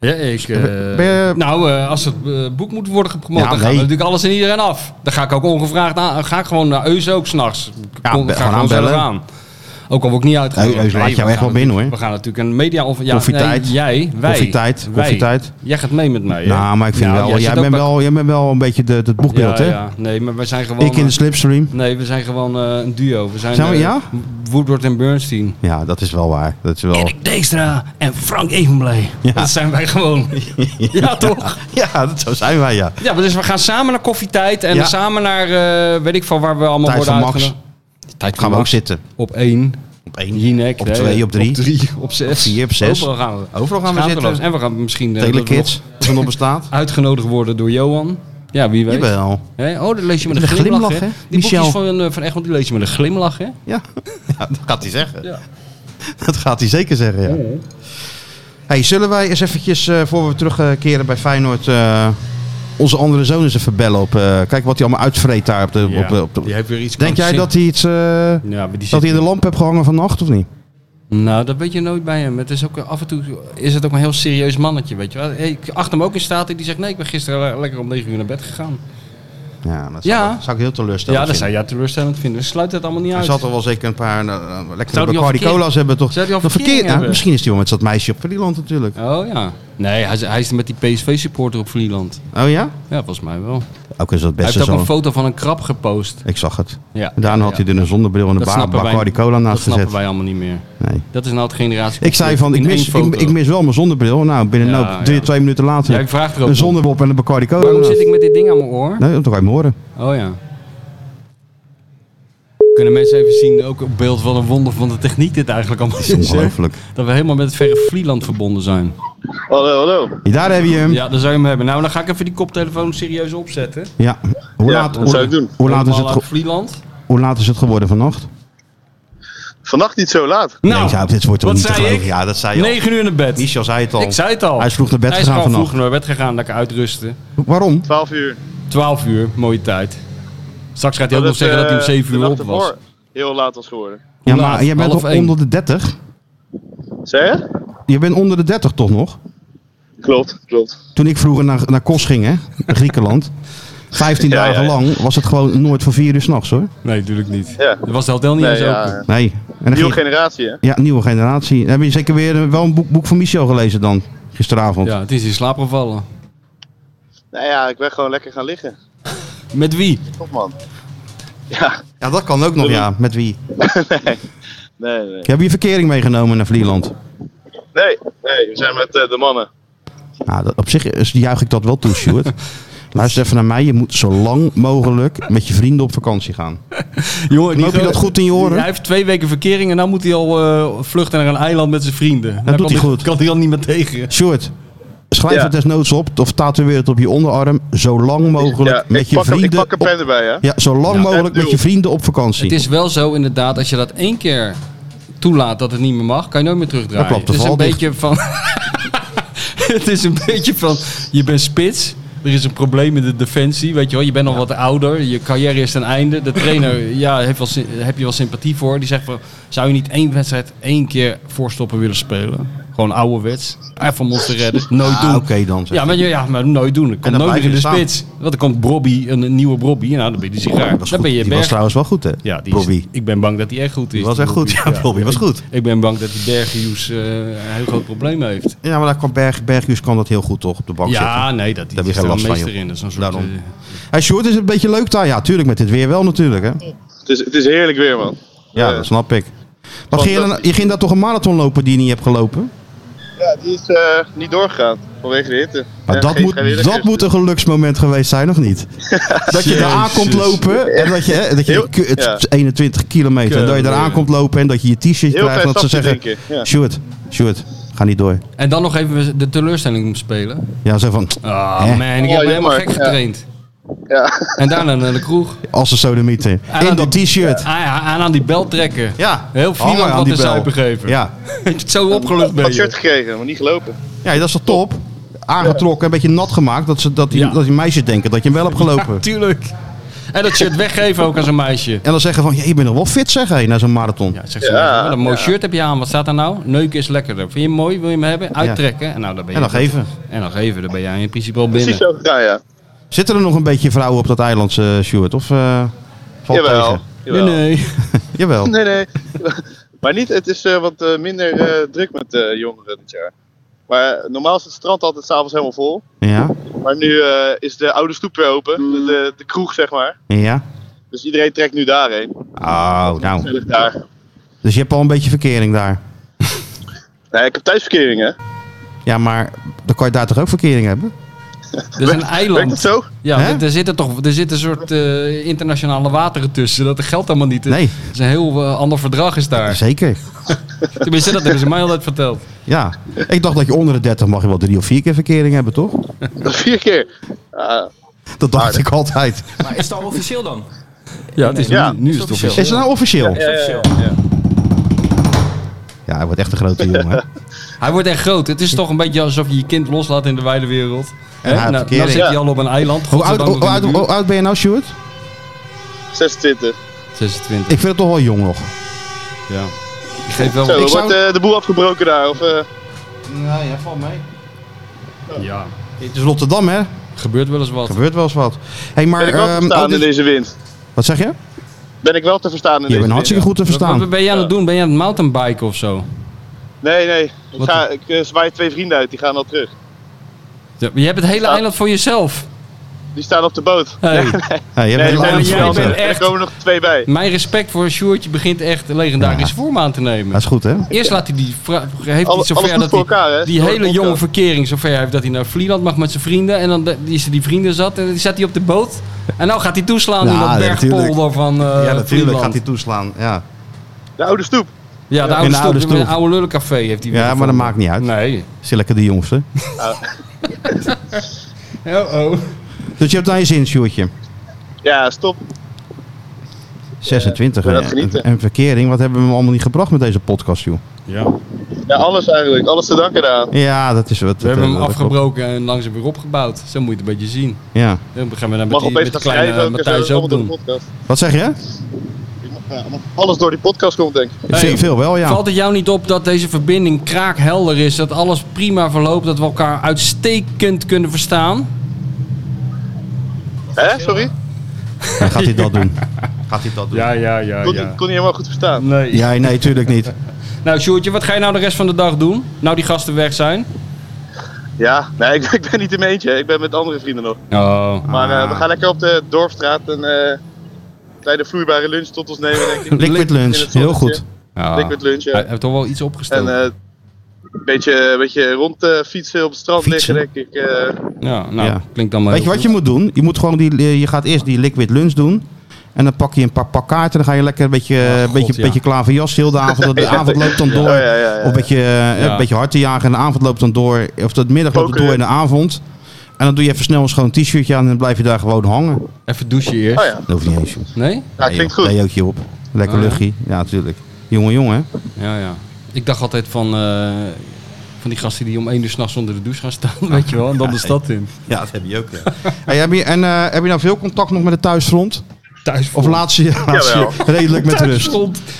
Ja, ik, eh, Ben je- nou, eh, als het eh, boek moet worden gepromoot, Ja, dan nee. gaat natuurlijk alles en iedereen af. Dan ga ik ook ongevraagd aan. Dan ga ik gewoon naar Eus ook s'nachts. Ja, ga gewoon gewoon aanbellen. zelf aan. Ook al word ik niet uitgenodigd. Eus laat Nee, jou we echt gaan wel binnen, hoor. natuurlijk- We gaan natuurlijk een media... Of, ja, Koffietijd. nee, jij, wij. Koffietijd, Wij. koffietijd. Jij gaat mee met mij. hè? nou, maar ik vind Nou, wel, jij, zit ook bent bij- wel, jij bent wel een beetje de, het boekbeeld, ja, hè? ja. Nee, maar wij zijn gewoon... Ik in de eh, slipstream. Nee, we zijn gewoon eh, een duo. We zijn, Zijn we- eh, ja? Woodward en Bernstein. Ja, dat is wel waar. Dat is wel... Erik Deekstra en Frank Evenblij. Dat zijn wij gewoon. ja, toch? Ja, dat, zo zijn wij, ja. Ja, maar dus we gaan samen naar koffietijd en Ja. dan samen naar, eh, weet ik van waar we allemaal Tijd worden van Max. uitgenodigd. Tijd Gaan we ook zitten. Op één, Op één. Jinek. Op nee, twee, op drie. Op drie, op zes. Op vier, op zes. Overal gaan we. Overal gaan we Schaamteloos. zitten. En we gaan misschien eh, Telekids, nog als het nog bestaat. uitgenodigd worden door Johan. Ja, wie weet. Jawel. Hè? Oh, dat lees je met een, Met een glimlach, glimlach, hè? hè? Die Michel. boekjes van, eh, van Egmond, die lees je met een glimlach, hè? Ja. ja, dat gaat hij zeggen. Ja. Dat gaat hij zeker zeggen, ja. Hey, zullen wij eens eventjes, eh, voor we terugkeren bij Feyenoord, eh, onze andere zoon eens even bellen op... eh, kijk wat hij allemaal uitvreet daar op de... Op, de- op de- Die heeft weer iets Denk jij dat hij iets... eh, Ja, maar die dat zit- hij in de lamp hebt gehangen vannacht, of niet? Nou, dat weet je nooit bij hem. Het is ook, eh, af en toe is het ook een heel serieus mannetje, weet je wel. Ik acht hem ook in staat en die zegt, nee, ik ben gisteren le- lekker om 9 uur naar bed gegaan. Ja, dat zou, Ja. dat zou ik heel teleurstellend Ja, dat vinden. zou jij teleurstellend vinden. Dus sluit het allemaal niet Hij uit. zal toch wel zeker een paar eh, lekkere Zou die al Bacardi verkeer- cola's hebben, toch? Zou die al Nog verkering verkeerd- ja, hebben? misschien is hij wel met dat meisje op Vlieland natuurlijk. Oh ja. Nee, hij is, hij is met die PSV-supporter op Vlieland. Oh ja? Ja, volgens mij wel. Ook is dat Hij beste heeft ook zo. een foto van een krab gepost. Ik zag het. Ja. En Daarna had hij er een zonnebril en een Dat ba- snappen wij- Bacardi cola Dat naast snappen gezet. wij allemaal niet meer. Nee. Dat is nou het generatie. Ik zei van, ik in één mis, ik, foto. ik mis wel mijn zonnebril. Nou, binnen Ja, nou, drie, ja. twee minuten later. Ja, ik vraag er ook een om. zonnebril op en een Bacardi cola. Waarom naast. zit ik met dit ding aan mijn oor? Nee, dat kan je me horen. Oh ja. Oh Kunnen mensen even zien, ook op beeld, wat een wonder van de techniek dit eigenlijk allemaal is. hè? Ongelooflijk. Dat we helemaal met het verre Vlieland verbonden zijn. Hallo, hallo. Daar heb je hem. Ja. Ja, daar zou je hem hebben. Nou, dan ga ik even die koptelefoon serieus opzetten. Hoe, Ja, laat, dat hoe, zou ik doen. Hoe, laat is Helemaal het uit ge- Vlieland? hoe laat is het geworden vannacht? Vannacht niet zo laat. Nee, ja, dit wordt toch Nou, wat niet te zei geloven. ik? Ja, dat zei je al. 9 uur naar bed. Michel zei het al. Ik zei het al. Hij is vroeg naar bed Hij is gegaan gewoon vannacht. vroeg naar bed gegaan, lekker uitrusten. Waarom? 12 uur. 12 uur, mooie tijd. Straks gaat hij ook Dat nog het, zeggen dat hij om eh, 7 de uur dag op was. ervoor Heel laat was geworden. Ja, laat? maar jij bent Half toch één. onder de 30? Zeg je? Je bent onder de 30 toch nog? Klopt, klopt. Toen ik vroeger naar, naar Kos ging, hè, naar Griekenland. 15 Ja, dagen ja. lang was het gewoon nooit van 4 uur s'nachts hoor. Nee, natuurlijk niet. Ja. Er was de hotel niet Nee, eens ja, eh, open. Nee. En dan Nieuwe ging- generatie, hè? ja, nieuwe generatie. Dan heb je zeker weer eh, wel een boek, boek van Michel gelezen dan, gisteravond. Ja, het is in slaap gevallen. Nou ja, ik ben gewoon lekker gaan liggen. Met wie? Top, man. Ja, Ja, dat kan ook nog, ja. Met wie? nee, nee. Heb je verkering meegenomen naar Vlieland? Nee, nee, we zijn met eh, de mannen. Nou, dat- op zich is, juich ik dat wel toe, Stuart. Luister even naar mij. Je moet zo lang mogelijk met je vrienden op vakantie gaan. Jongen, Knoop je dat goed in je oren? Hij heeft twee weken verkering en dan moet hij al eh, vluchten naar een eiland met zijn vrienden. Dat doet hij goed. kan hij al niet meer tegen. Stuart, schrijf Ja. het desnoods op of tatoeëer het op je onderarm. Zo lang mogelijk Ja, met ik je pak, vrienden. Ik pak een op- pen erbij, hè? ja, zo lang mogelijk bedoel. met je vrienden op vakantie. Het is wel zo inderdaad, als je dat één keer toelaat dat het niet meer mag, kan je nooit meer terugdraaien. Dan klopt de het is een val dicht. beetje van. het is een beetje van. Je bent spits. Er is een probleem in de defensie, weet je wel. Je bent al wat ouder, je carrière is ten einde. De trainer, ja, heeft wel, sy- heb je wel sympathie voor. Die zegt van, zou je niet één wedstrijd één keer voorstoppen willen spelen? Gewoon ouderwets. Even monster redden, nooit doen. Ah, Oké dan. zeg. Ja maar, ja, maar nooit doen. Er komt dan nooit blijf meer in je de staan. spits. Want er komt Brobby, een, een nieuwe Brobby. Nou, dan ben je die sigaar. Die was Dan goed. ben je Die was berg. trouwens wel goed, hè? Ja, die Bobby. Is, ik ben bang dat hij echt goed is. Die was echt goed. Ja, Bobby was goed. Ik ben bang dat die Bergius eh, een heel groot probleem heeft. Ja, maar daar kwam Berg, Berghuis kan dat heel goed toch op de bank Ja, zitten. nee, dat die Daar heb je is geen er een last van, meester joh. in. Dat is een soort, Daarom. eh, Hey, Sjoerd, is het een beetje leuk daar? Ja, tuurlijk met dit weer wel natuurlijk. Hè? Het is, het is heerlijk weer, man. Ja, Eh, dat snap ik. Wat ging je, dat- dan, je ging daar toch een marathon lopen die je niet hebt gelopen? Ja, die is eh, niet doorgegaan vanwege de hitte. Maar Ja, dat, geen moet, vrijwilligers. dat moet een geluksmoment geweest zijn, nog niet? dat je daar aankomt lopen en dat je, hè, dat je Heel- ku- het ja. is 21 kilometer en dat je daar aankomt lopen en dat je je t-shirt Heel krijgt en klein dat ze stapje, zeggen, denk ik. Ja. Sjoerd, Sjoerd, ga niet door. eh, En dan nog even de teleurstelling spelen. Ja, zo van, Ah, Hè? man, ik heb Oh, me helemaal jammer. gek Ja. getraind. Ja. En daarna naar de kroeg. als ze sodemieten. En In aan dat die- t-shirt. Ah ja, en aan die bel trekken. Ja, Heel hangen Vlieland aan wat die de bel. zuipen geven. Ja. Zo opgelucht ben Had shirt je. gekregen, maar niet gelopen. ja, dat is toch top? Aangetrokken, een beetje nat gemaakt, dat, ze, dat, die, Ja. dat die meisjes denken dat je hem wel hebt gelopen. Tuurlijk. En dat shirt weggeven ook aan zo'n meisje. En dan zeggen van, je bent nog wel fit zeg, hé, na zo'n marathon. Ja, zegt ze, Ja, wat een mooi ja. shirt heb je aan, wat staat daar nou? Neuken is lekkerder. Vind je hem mooi, wil je hem hebben? Uittrekken. En, nou, dan ben En je dan geven. En dan geven, dan ben jij in principe al Precies binnen. zo gegaan, ja. Zitten er nog een beetje vrouwen op dat eiland, eh Sjoerd? Of eh valt Jawel. tegen? Nee, jawel. nee. Jawel. Nee, nee. maar niet, het is eh, wat eh, minder eh, druk met eh, jongeren dit jaar. Maar eh, normaal is het strand altijd s'avonds helemaal vol. Ja, Maar nu eh, is de oude stoep weer open. Mm. De, de, de kroeg, zeg maar. ja. Dus iedereen trekt nu daarheen. Oh, nou. Gezellig daar. Dus je hebt al een beetje verkering daar. Nee, ik heb thuisverkering, hè. Ja, maar dan kan je daar toch ook verkering hebben? Er is een Werkt dat eiland. zo? Ja, Hè? er- er zitten toch er zit een soort eh, internationale wateren tussen. Dat geldt allemaal niet. Nee. Het is een heel eh, ander verdrag is daar. Zeker. Tenminste, dat hebben ze mij altijd verteld. Ja. Ik dacht dat je onder de 30 mag je wel drie of vier keer verkering hebben, toch? Vier keer. Ah, Dat dacht ik altijd. Maar is dat officieel dan? Ja, het is Ja, nu, nu is is het officieel. officieel. Is het nou officieel? Is officieel. Ja, hij wordt echt een grote jongen. Hij wordt echt groot. Het is toch een beetje alsof je je kind loslaat in de wijde wereld. Hè? hij heeft Nou, nou, verkering. zit hij al op een eiland. Hoe oud, godzijdank hoe, nog in oud, de buurt. hoe oud ben je nou, Sjoerd? 26. 26. Ik vind het toch wel jong nog. Ja. Ik geef wel Zo, Oh, ik wordt zou- eh, de boel afgebroken daar. Of, eh, Ja, ja, val mee. Ja. Het is Rotterdam, hè? Gebeurt wel eens wat. Gebeurt wel eens wat. hey, maar... ben ik wel te ehm, verstaan oh, dit- in deze wind? Wat zeg je? Ben ik wel te verstaan in Je deze bent hartstikke wind? goed te Wat, verstaan. wat ben jij aan het doen? Ben je aan het mountainbiken of zo? Nee, nee. Ik, Wat- ga, ik eh, zwaai twee vrienden uit. Die gaan al terug. Ja, Je hebt het hele Ja. eiland voor jezelf. Die staan op de boot. Hey, Ja, je hebt Nee, een we zijn hele op maar de jij eiland bent strand. verkering. en Er echt- komen nog twee bij. Mijn respect voor Sjoerdje begint echt legendarisch Ja. vorm aan te nemen. Dat is goed, hè? Eerst laat hij die vra- heeft hij Alle- alles zover goed dat voor hij elkaar, hè? die Voor de hele jonge podcast. verkering zover heeft dat hij naar Vlieland mag met zijn vrienden en dan de- die is er die vrienden zat en die zat hij op de boot En nou gaat hij toeslaan in Ja, dat natuurlijk. bergpolder van eh ja, natuurlijk Friesland. gaat hij toeslaan. Ja, De oude stoep. Ja, de In de oude, oude stoep, stoep. Een oude lullencafé heeft hij weer ja maar dat gevonden. maakt niet uit. Nee. Ze zijn lekker de jongste. Oh, oh. Dus je hebt daar je zin, Sjoerdje. Ja, stop. 26. we gaan hè? genieten. en verkering, wat hebben we hem allemaal niet gebracht met deze podcast, joh? Ja. Ja, alles eigenlijk. Alles te danken aan. Ja, dat is wat. We hebben hem dat klopt. afgebroken en langzaam weer opgebouwd. Zo moet je het een beetje zien. Ja. Dan gaan we dan met, Mag die, opeens met de gaan kleine schrijven. Ik Matthijs heb, eh, ook allemaal doen. door de podcast. Wat zeg je? Ik mag, eh, allemaal- Alles door die podcast komt, denk ik. Ik zie veel wel, ja. Valt het jou niet op dat deze verbinding kraakhelder is? Dat alles prima verloopt, dat we elkaar uitstekend kunnen verstaan? Hè? Sorry? Ja, gaat hij dat doen? Gaat hij dat doen? Ja, ja, ja, Kon, kon niet helemaal goed verstaan. Nee. nee, tuurlijk niet. Nou, Sjoerdje, wat ga je nou de rest van de dag doen? Nou die gasten weg zijn? Ja, nee, ik, ik ben niet in mijn eentje. Ik ben met andere vrienden nog. Oh. Maar eh, Ah. we gaan lekker op de Dorpstraat een eh, kleine vloeibare lunch tot ons nemen, denk ik. Liquid In lunch, het heel goed. zonnetje. Ah. Liquid lunch, ja. Hij heeft toch wel iets En opgesteld. eh, een beetje, een beetje rond eh, fietsen op het strand Fietsen? liggen, denk ik. eh. ja, nou, ja. klinkt dan maar Weet je heel wat je moet doen? Je, moet gewoon die, je gaat eerst die liquid lunch doen. En dan pak je een paar, paar kaarten. Dan ga je lekker een beetje, een beetje, ja. beetje klaverjas heel de avond. De avond loopt dan door. Oh, ja, ja, ja. Of een beetje, eh, Ja. een beetje hard te jagen. En de avond loopt dan door. Of de middag loopt het Poker. door in de avond. En dan doe je even snel een schoon t-shirtje aan. En dan blijf je daar gewoon hangen. goed. Even douchen eerst. Oh ja, Dat hoeft niet eens. joh. Ah, Nee? ja klinkt joh. goed. Leootje op. Lekker Ah, ja. luchtje. Ja, natuurlijk. Jongen, jongen. Ja, ja. Ik dacht altijd van, eh, van die gasten die om één uur s'nachts onder de douche gaan staan, weet je wel, en dan de stad in. Ja, dat heb je ook. Hey, heb je, en eh, heb je nou veel contact nog met de thuisfront? Thuis Of laat ze je, laat ze je redelijk met rust?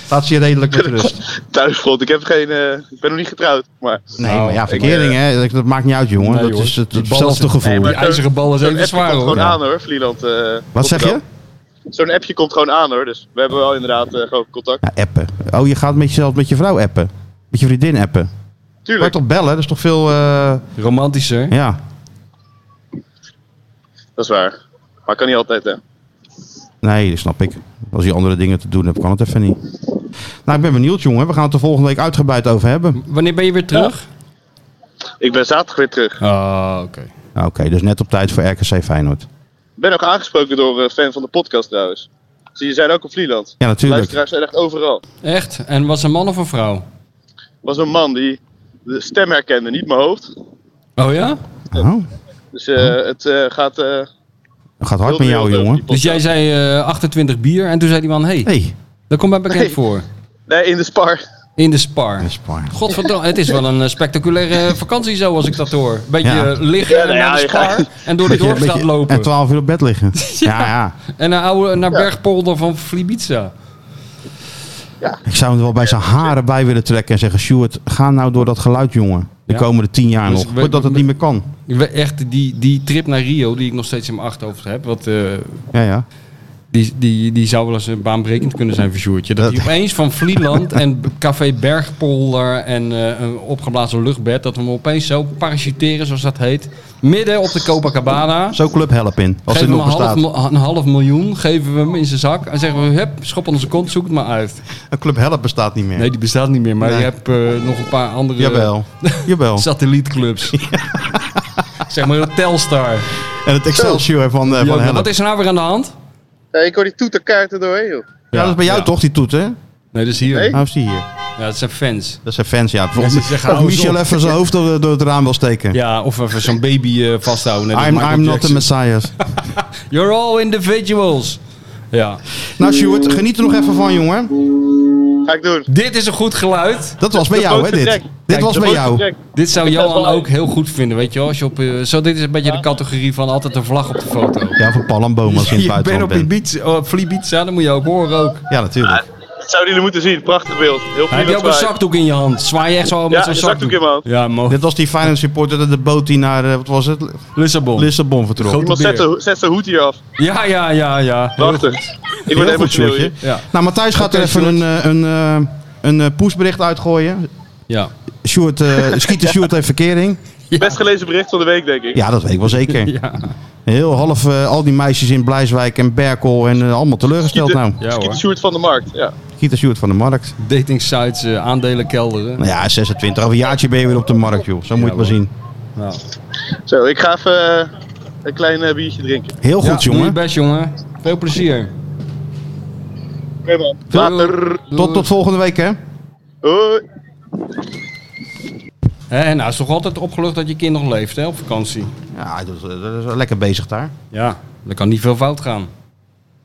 Laat ze je redelijk met rust. Thuisgrond, ik heb geen, eh, ik ben nog niet getrouwd, maar... Nee, Nou, maar ja, ik, eh, verkering, hè, dat, dat maakt niet uit, jongen. Nee, dat joh. is het, Die bal hetzelfde is- gevoel. Nee, maar- Die ijzeren bal is Zo'n even appje zwaar komt gewoon hoor. Ja. aan hoor, Vlieland. eh, Wat zeg je? Rotterdam. Zo'n appje komt gewoon aan hoor, dus we hebben wel inderdaad eh, gewoon contact. Ja, appen. Oh, je gaat met jezelf, met je vrouw appen. Met je vriendin appen. Maar Tuurlijk. toch bellen, dat is toch veel... eh, Romantischer. ja. Dat is waar. Maar kan niet altijd, hè? Nee, dat snap ik. Als je andere dingen te doen hebt, kan het even niet. Nou, ik ben benieuwd, jongen. We gaan het er volgende week uitgebreid over hebben. Wanneer ben je weer terug? Ik ben zaterdag weer terug. Ah, oké. Nou, Oké, dus net op tijd voor RKC Feyenoord. Ik ben ook aangesproken door een fan van de podcast trouwens. Zie je, zijn ook op Vlieland. Ja, natuurlijk. Luisteraars zijn echt overal. Echt? En was een man of een vrouw? was een man die de stem herkende, niet mijn hoofd. Oh ja? Oh, Dus eh, het eh, gaat... eh, dat gaat heel hard met veel jou, over jongen. die Dus podcast. jij zei eh, 28 bier en toen zei die man, hé, hey, hey, daar komt mij bekend Nee. voor. Nee, in de spar. In de spar. dat is waar. Godverdomme, het is wel een eh, spectaculaire eh, vakantie zo als ik dat hoor. Beetje Ja. eh, liggen Ja, nou ja, naar de je spar gaat- en door de Beetje- dorpstraat beetje- lopen. En 12 uur op bed liggen. ja. ja, En naar, oude, naar Bergpolder van Flibiza. Ik zou hem er wel bij zijn haren bij willen trekken en zeggen: Stuart, ga nou door dat geluid, jongen. De Ja. komende 10 jaar Dus nog. we- Voordat het we- niet meer kan. Ik weet Echt, die, die trip naar Rio, die ik nog steeds in mijn achterhoofd heb, wat, eh, Ja, ja. die, die, die zou wel eens een baanbrekend kunnen zijn voor Sjoerdje. Dat hij opeens van Vlieland en Café Bergpolder en eh, een opgeblazen luchtbed, dat we hem opeens zo parachuteren, zoals dat heet, midden op de Copacabana. Zo Club Help in, als dit geven we nog hem een half, bestaat. mil- een half miljoen, geven we hem in zijn zak en zeggen we, hup, schop aan onze kont, zoek het maar uit. Een Club Help bestaat niet meer. Nee, die bestaat niet meer, maar Nee. je hebt eh, nog een paar andere Jawel. Jawel. satellietclubs. zeg maar een Telstar. En het Excelsior van, eh, van Ja, Help. wat is er nou weer aan de hand? Ja, ik hoor die toeterkaarten doorheen, joh. Ja, dat is bij jou Ja. toch, die toet, hè? Nee, dat is hier. Nee? Nou, is die hier. Ja, dat zijn fans. Dat zijn fans, ja. ze zeggen, Of hou eens Michel op. even zijn hoofd door, door het raam wil steken. Ja, of even zo'n baby eh, vasthouden. net als I'm, Michael I'm not the Jackson. messiah. You're all individuals. Ja. nou, Stuart, geniet er nog even van, jongen. Ga ik doen. Dit is een goed geluid. Dat was bij De jou, hè, grootste dit. trek. Dit was de bij grootste jou. trek. Dit zou Ik ben Johan blij. ook heel goed vinden, weet je wel. Als je op, eh, zo, dit is een beetje de categorie van altijd een vlag op de foto. Ja, van Palmboom als je in het Je bent buitenland op die bent. beats, oh, op Flibiza, dat moet je ook horen ook. Ja, natuurlijk. Dat zouden jullie moeten zien. Prachtig beeld. Heel Heb je ook veel een zakdoek in je hand? Zwaai je echt zo met Ja, zo'n een zakdoek? zakdoek in mijn hand. Ja, mooi. Dit was die finance supporter, dat de boot die naar, eh, wat was het? Oh. Lissabon. Lissabon vertrok. Groot- Iemand zet zijn, zet zijn hoed hier af. ja, ja, ja, ja. Prachtig. Ik word Heel goed, emotioneel Sjoerdje. hier. Ja, Nou, Matthijs gaat Oké, er even een, Sjoerd. eh, een, eh, een eh, pushbericht uitgooien. ja. Sjoerd, eh schiet de Sjoerd even verkering. Best gelezen bericht van de week, denk ik. Ja, dat weet ik wel zeker. Ja, Heel half, eh, al die meisjes in Blijswijk en Berkel en eh, allemaal teleurgesteld nou. ja Schiet de hoor. Sjoerd van de Markt. Ja. Giet de Sjoerd van de markt. Dating sites, eh, aandelenkelderen. Nou ja, 26. Over een jaartje ben je weer op de markt, joh. Zo moet je het maar zien. Nou. Zo, ik ga even eh, een klein eh, biertje drinken. Heel goed, Ja, Doe jongen. je best, jongen. Veel plezier. Oké man, later. Tot, tot volgende week, hè? Hoi. Hè, nou, het is toch altijd opgelucht dat je kind nog leeft, hè, op vakantie. Ja, dat is, dat is lekker bezig daar. Ja. Er kan niet veel fout gaan.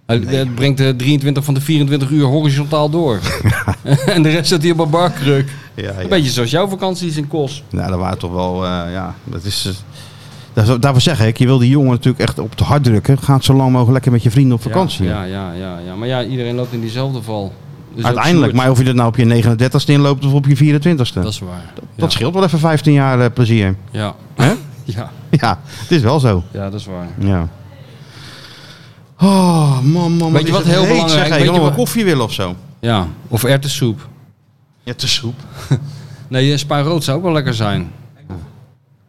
Hij- Het brengt de 23 van de 24 uur horizontaal door. en de rest zit hier op een barkruk. Ja, Een beetje zoals jouw vakanties in Kos. Nou, dat waren toch wel, eh, ja, dat is... eh, daar- daarvoor zeg ik, je wil die jongen natuurlijk echt op het hart drukken. Ga het zo lang mogelijk lekker met je vrienden op vakantie. Ja, ja, ja, ja. Maar ja, iedereen loopt in diezelfde val. Dus ook Uiteindelijk, Sjoerd. maar of je dat nou op je 39ste inloopt of op je 24ste. Dat Dat, is waar. ja. scheelt wel even 15 jaar eh, plezier. Ja. Hè? ja. Ja, het is wel zo. Ja, dat is waar. Ja. Oh, man, man. Weet je is wat het heel heet, belangrijk- Zeg, hey, weet je je wat- wat koffie willen of zo? Ja. Of erwtensoep. Ja, te soep. Nee, spa rood zou ook wel lekker zijn.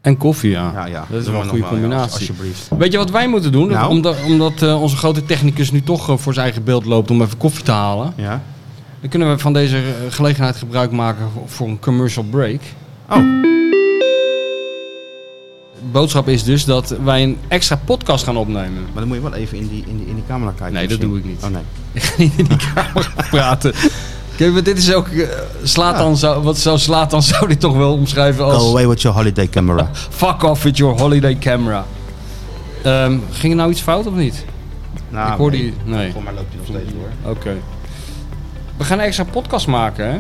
En koffie, ja. Ja, ja. Dat is Doe wel maar een goede nog wel, ja, combinatie. alsjeblieft. Weet je wat wij moeten doen? Dat- Nou? Omdat, omdat eh, onze grote technicus nu toch eh, voor zijn eigen beeld loopt om even koffie te halen. Ja. Dan kunnen we van deze eh, gelegenheid gebruik maken voor- voor een commercial break. Oh, De boodschap is dus dat wij een extra podcast gaan opnemen. maar dan moet je wel even in die, in die, in die camera kijken. Nee, dat misschien. doe ik niet. Oh, nee. Praten. Kijk, maar dit is ook... eh, slaat dan zou, wat zou slaat dan zou die toch wel omschrijven als... Go away with your holiday camera. Fuck off with your holiday camera. Ehm, ging er nou iets fout of niet? Nou, Ik hoorde nee. je... Nee. Volgens mij loopt hij nog steeds door. Oké. We gaan een extra podcast maken, hè?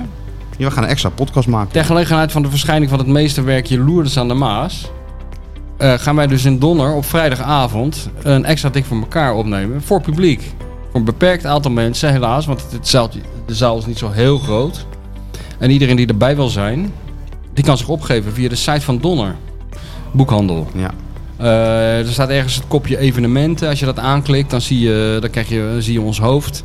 Ja, we gaan een extra podcast maken. Ter gelegenheid van de verschijning van het meesterwerkje Loerders aan de Maas... eh, gaan wij dus in Donner op vrijdagavond een extra dik voor elkaar opnemen. Voor publiek. Voor een beperkt aantal mensen, helaas. Want het, het zaaltje- de zaal is niet zo heel groot. En iedereen die erbij wil zijn... die kan zich opgeven via de site van Donner. Boekhandel. Ja. Eh, er staat ergens het kopje evenementen. Als je dat aanklikt, dan zie je, dan krijg je, zie je ons hoofd.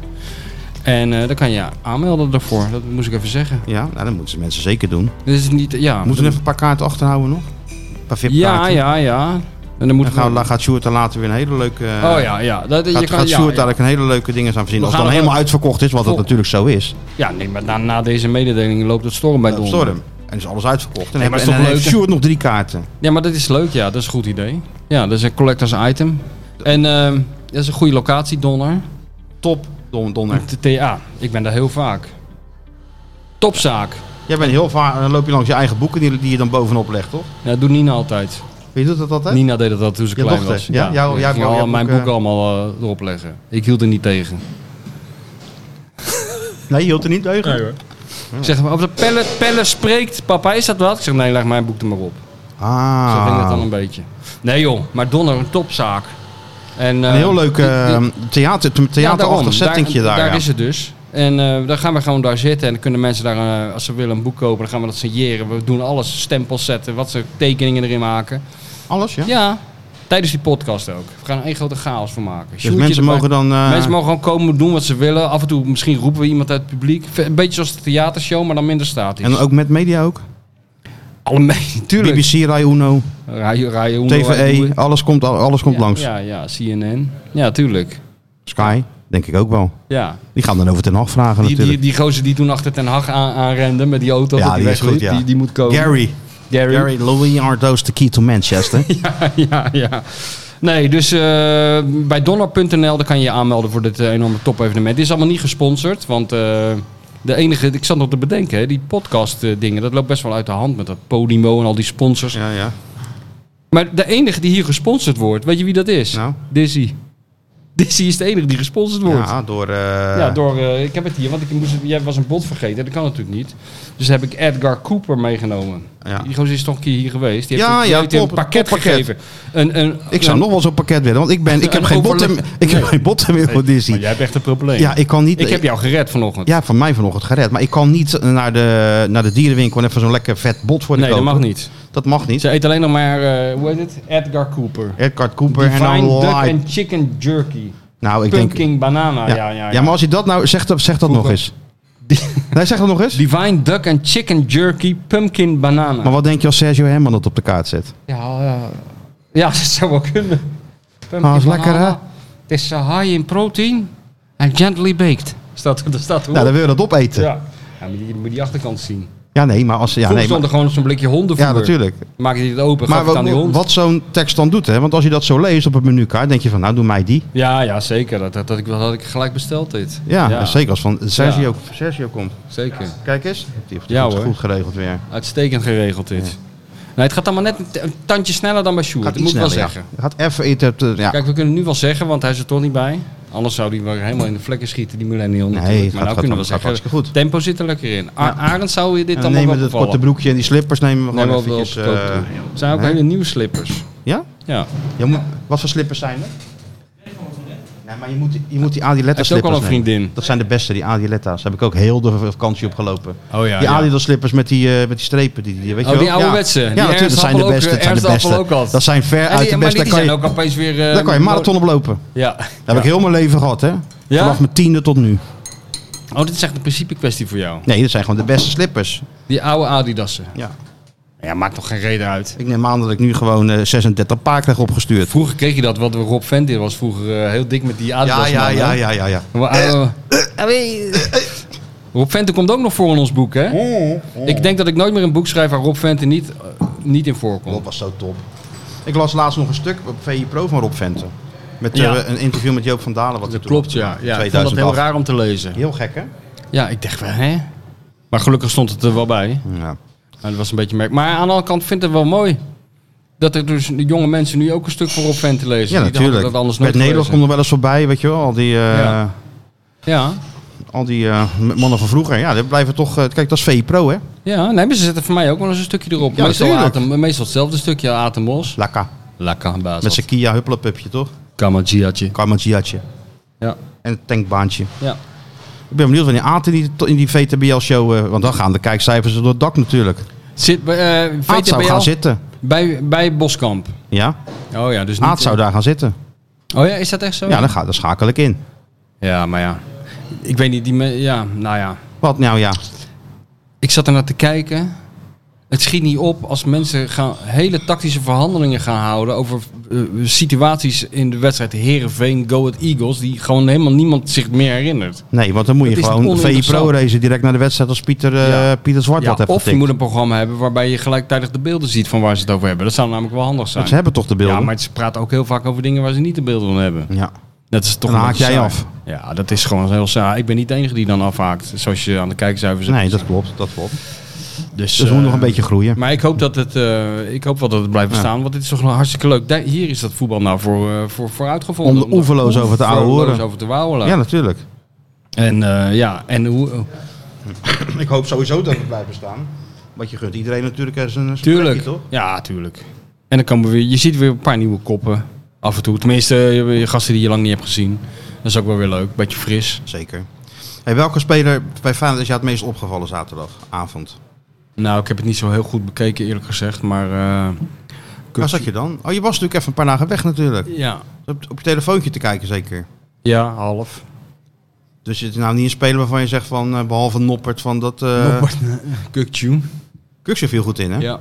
En eh, dan kan je aanmelden daarvoor. Dat moest ik even zeggen. Ja, nou, dat moeten ze mensen zeker doen. Dit is niet, ja. Moeten we even een paar kaarten achterhouden nog? Een paar VIP-kaarten. ja, ja, ja. En dan Dan moeten gaan, we- we... gaat Sjoerd er later weer een hele leuke... eh, Oh ja, ja. Dat, Gaat, je kan, gaat ja, Sjoerd ja. dadelijk een hele leuke dingen aan voorzien. We Als het dan gaan het helemaal uitverkocht is, wat het Vol- natuurlijk zo is. Ja, nee, maar na, na deze mededeling loopt het storm bij eh, op Don. Storm. En is alles uitverkocht. En, hebben maar en is dan toch heeft leuk, hè? Sjoerd nog drie kaarten. Ja, maar dat is leuk. Ja, dat is een goed idee. Ja, dat is een collectors item. En ehm, dat is een goede locatie, Donner. Top, Don Donner. De TA. Ik ben daar heel vaak. Topzaak. Jij bent heel vaak... Dan loop je langs je eigen boeken die, die je dan bovenop legt, toch? Ja, dat doet Nina altijd. Je doet dat altijd? Nina deed dat al toen ze Je klein dochter, was. ja? Jouw- ik jouw- ging jouw Oh. al boek, mijn eh, boeken allemaal eh, erop leggen. Ik hield er niet tegen. Nee, je hield er niet tegen? Ik zeg, maar, of de pelle, pelle spreekt, papa, is dat wat? Ik zeg, nee, leg mijn boek er maar op. Ah. Zo ging dat dan een beetje. Nee joh, maar Donner, een topzaak. En, eh, Een heel leuk die- die- eh, theater, theaterachtig ja, daarom. settingje daar. ja. is het dus. En eh dan gaan we gewoon daar zitten en dan kunnen mensen daar, eh, als ze willen, een boek kopen. Dan gaan we dat signeren. We doen alles, stempels zetten, wat ze tekeningen erin maken. Alles, ja? Ja, tijdens die podcast ook. We gaan er één grote chaos van maken. Dus Sjoerdje mensen erbij. mogen dan... eh, Mensen mogen gewoon komen doen wat ze willen. Af en toe misschien roepen we iemand uit het publiek. V- Een beetje zoals de theatershow, maar dan minder statisch. En ook met media ook? allemaal natuurlijk. BBC, Rai Uno, Radio, radio, Uno, Radio Uno. TVE, alles komt, al- alles komt Ja, langs. Ja, ja, CNN. Ja, tuurlijk. Sky, denk ik ook wel. Ja. Die gaan dan over Ten Hag vragen Die, die, natuurlijk. die gozer die toen achter Ten Hag aan, aanrende met die auto. Ja, dat die, die is wegliep, goed, ja. die, die moet komen. Gary. Gary. Gary, Louis are those the key to Manchester. ja, ja. Nee, dus eh, bij donor.nl daar kan je je aanmelden voor dit eh, enorme topevenement. Dit is allemaal niet gesponsord, want eh, de enige... Ik zat nog te bedenken, hè, die podcast eh, dingen, dat loopt best wel uit de hand met dat Podimo en al die sponsors. ja, ja. Maar de enige die hier gesponsord wordt, weet je wie dat is? Nou? Dizzy. Dizzy is de enige die gesponsord wordt. Ja, Ja, door... door, eh, ik heb het hier, want ik moest, het- jij was een bot vergeten. Dat kan natuurlijk niet. Dus heb ik Edgar Cooper meegenomen. Ja. Die gozer is toch een keer hier geweest. Die heeft, Ja, een, die ja, heeft een top, pakket top pakket. gegeven. Een, een, ik zou een- nog wel zo'n pakket willen, want ik, ben, ik heb Een geen overleg- botten ik heb geen botten meer voor Maar Disney. jij hebt echt een probleem. Ja, ik kan niet... ik heb jou gered vanochtend. ja, van mij vanochtend gered. Maar ik kan niet naar de, naar de dierenwinkel en even zo'n lekker vet bot voor de nee, dat kopen. mag niet. Dat mag niet. Ze eet alleen nog maar, eh, hoe heet het? Edgar Cooper. Edgar Cooper en Divine dan Duck Light. and Chicken Jerky. Nou, ik denk... Pumpkin Banana. Ja. Ja, ja, ja. maar als je dat nou zegt, zeg dat nog Vroeger. eens. Nee, zeg dat nog eens. Divine Duck and Chicken Jerky Pumpkin Banana. Maar wat denk je als Sergio Herman dat op de kaart zet? Ja, ja. ja, dat zou wel kunnen. Pumpkin Ah, is lekker, hè? banana. Het is eh, high in protein en gently baked. Staat er, staat er Nou, dan wil je dat opeten. ja. ja, maar die, je moet die achterkant zien. Ja, nee, maar als... Ja, Vroeger nee, stond maar, er gewoon zo'n blikje hondenvoer. ja natuurlijk. Maak je het open, gaf Maar het aan die wat, hond. wat zo'n tekst dan doet, hè? Want als je dat zo leest op het menukaart, denk je van, nou, doe mij die. Ja, ja, zeker. Dat, dat, dat, ik- dat had ik gelijk besteld dit. Ja, Ja. zeker als van Sergio, Sergio komt. Zeker. Kijk eens. Die heeft Ja, het goed, hoor. goed geregeld weer. Uitstekend geregeld dit. Nee, het gaat allemaal net een, t- een tandje sneller dan bij Sjoerd. Gaat Dat iets moet ik wel sneller, ja. zeggen. Gaat even... het- het- het- Ja. Kijk, we kunnen nu wel zeggen, want hij is er toch niet bij. Anders zou die wel helemaal in de vlekken schieten, die millennial Nee, natuurlijk. het Maar gaat, nou gaat, kunnen we gaat wel zeggen, hartstikke goed. tempo zit er lekker in. A Arend zou je dit En dan dan wel nemen we het bevallen. korte broekje en die slippers nemen we Nee, gewoon maar wel eventjes... op het eh, korte. Het zijn ook hè? hele nieuwe slippers. ja? Ja. Je moet, wat voor slippers zijn er? Nee, maar je moet, je moet die Adiletta Hij heeft ook al slippers een vriendin. Dat zijn de beste, die Adiletta's. Daar heb ik ook heel de vakantie op gelopen. Oh ja, die ja. Adidas slippers met die, eh, met die strepen. Die, die, weet Oh, je die wel? ouderwetse. Ja, Die ja natuurlijk. Ernst Dat zijn de Appel ook, beste. Dat zijn de Ernst Appel ook beste. had. Dat zijn ver En uit die, de maar beste. die, Daar die kan zijn je, ook opeens weer... eh, daar kan je een marathon op lopen. Ja. Daar heb ik heel mijn leven gehad, hè. Ja? Vanaf mijn tiende tot nu. Oh, dit is echt een principe kwestie voor jou. Nee, dat zijn gewoon de beste slippers. Die oude Adidassen. Ja. Ja, maakt toch geen reden uit. Ik neem aan dat ik nu gewoon eh, 36 paar krijg opgestuurd. Vroeger kreeg je dat, wat Rob Ventin was vroeger eh, heel dik met die Adidas. Ja, ja, ja, Eh. ja, ja, ja. Rob Venten komt ook nog voor in ons boek, hè? Ik denk dat ik nooit meer een boek schrijf waar Rob Venten niet, eh, niet in Rob voorkomt. was zo top. Ik las laatst nog een stuk op VI Pro van Rob Venten. Met Ja. eh, een interview met Joop van Dalen. Wat hij Dat toen klopt, had ja. gemaakt in ja ik vond dat heel 2008. raar om te lezen. Heel gek, hè? Ja, ik dacht wel, hè? Maar gelukkig stond het er wel bij. Ja. Nou, dat was een beetje merk. Maar aan de andere kant vind ik het wel mooi. Dat er dus jonge mensen nu ook een stuk voor Rob Venten lezen. Ja, Die hadden natuurlijk. Dat anders Bert nooit Nederland komt gelezen. er wel eens voorbij, weet je wel. Al die, eh, Ja. Ja, al die eh, mannen van vroeger. Ja, dat blijven toch... eh, kijk, dat is VI Pro, hè? ja nee, maar ze zetten voor mij ook wel eens een stukje erop. Ja, meestal, tuurlijk. Aten- meestal hetzelfde stukje, Atemos. Laka. Lekker, baas. Met zijn Kia Hupplepupje, toch? Kamagiatje. Karmagiatje. Ja. En het tankbaantje. Ja. Ik ben benieuwd wanneer Aad in die, in die VTBL-show... eh, want dan gaan de kijkcijfers door het dak natuurlijk. Zit bij, eh Aad zou gaan VTBL zitten. bij, bij Boskamp. Ja, Oh ja, dus niet... Aad zou daar gaan zitten. Oh ja, is dat echt zo? Ja, dan, ga, dan schakel ik in. Ja, maar ja. Ik weet niet, die... me- Ja, nou ja. Wat nou ja, Ik zat ernaar te kijken. Het schiet niet op als mensen gaan, hele tactische verhandelingen gaan houden over eh, situaties in de wedstrijd Herenveen, Go Ahead Eagles, die gewoon helemaal niemand zich meer herinnert. nee, want dan moet je Dat is gewoon VI oninteressant. Pro racen direct naar de wedstrijd als Pieter, eh, Ja. Pieter Zwart Ja, wat heeft of je getikt. moet een programma hebben waarbij je gelijktijdig de beelden ziet van waar ze het over hebben. Dat zou namelijk wel handig zijn. Want ze hebben toch de beelden. Ja, maar ze praten ook heel vaak over dingen waar ze niet de beelden van hebben. Ja. Dat is toch Dan een haak beetje jij saai. af. Ja, dat is gewoon heel saai. Ik ben niet de enige die dan afhaakt, zoals je aan de kijkcijfers hebt Nee, dat klopt, dat klopt. Dus, Dus we eh, moeten nog een beetje groeien. Maar ik hoop, dat het, eh, ik hoop wel dat het blijft bestaan, want dit is toch wel hartstikke leuk. Daar- hier is dat voetbal nou voor, eh, voor, voor uitgevonden. Om er oeverloos over te ouwehoeren. oeverloos over te wauwelen. Ja, natuurlijk. En eh, ja, en hoe... Ik hoop sowieso dat het blijft bestaan. Want je gunt iedereen natuurlijk eens een tuurlijk. Ja, tuurlijk. En dan komen we weer... Je ziet weer een paar nieuwe koppen af en toe. Tenminste, eh, je- je gasten die je lang niet hebt gezien. Dat is ook wel weer leuk. Beetje fris. Zeker. Hey, welke speler bij Feyenoord is jou het meest opgevallen zaterdagavond? Nou, ik heb het niet zo heel goed bekeken eerlijk gezegd, maar... eh, Waar zat je dan? Oh, je was natuurlijk even een paar dagen weg natuurlijk. Ja. Op, op je telefoontje te kijken zeker. Ja, half. Dus het is nou niet een speler waarvan je zegt van, eh, behalve Noppert, van dat... eh Uh, Kukchu. Kuksje viel goed in, hè? Ja.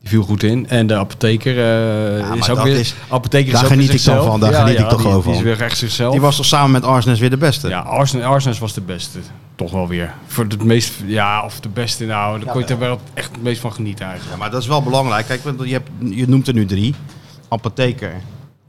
Die viel goed in. En de apotheker eh, Ja, maar is ook dat weer... is- apotheker is daar ook geniet weer ik dan zichzelf. van, daar geniet ik toch die, gewoon Die is van. weer echt zichzelf. Die was toch samen met Arsenes weer de beste? Ja, Arsenal, Arsenal was de beste. Toch wel weer. Voor het meest... Ja, of de beste nou. Daar kon je er wel echt het meest van genieten eigenlijk. Ja, maar dat is wel belangrijk. Kijk, want je, hebt, je noemt er nu drie. Apotheker,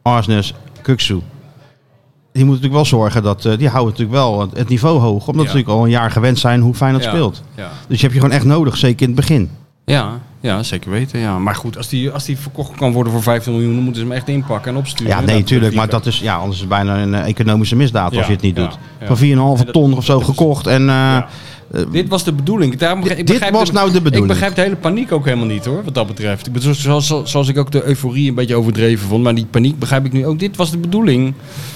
Arsnes, Kuksu. Die moeten natuurlijk wel zorgen dat... eh, die houden natuurlijk wel het- het niveau hoog. Omdat ze natuurlijk al een jaar gewend zijn hoe fijn dat Ja. speelt. Ja. Dus je hebt je gewoon echt nodig, zeker in het begin. Ja, ja, zeker weten. Ja. Maar goed, als die, als die verkocht kan worden voor 15 miljoen, dan moeten ze hem echt inpakken en opsturen. Ja, nee, Inderdaad, natuurlijk. die- Maar dat is, ja, anders is het bijna een eh, economische misdaad als Ja, je het niet ja, doet. ja. Van 4,5 dat- ton of zo gekocht. En eh, Dit was de bedoeling. Daarom, ik dit begrijp was nou de bedoeling. Ik begrijp de hele paniek ook helemaal niet hoor, wat dat betreft. Ik bedoel, zoals, zoals ik ook de euforie een beetje overdreven vond. Maar die paniek begrijp ik nu ook. Dit was de bedoeling.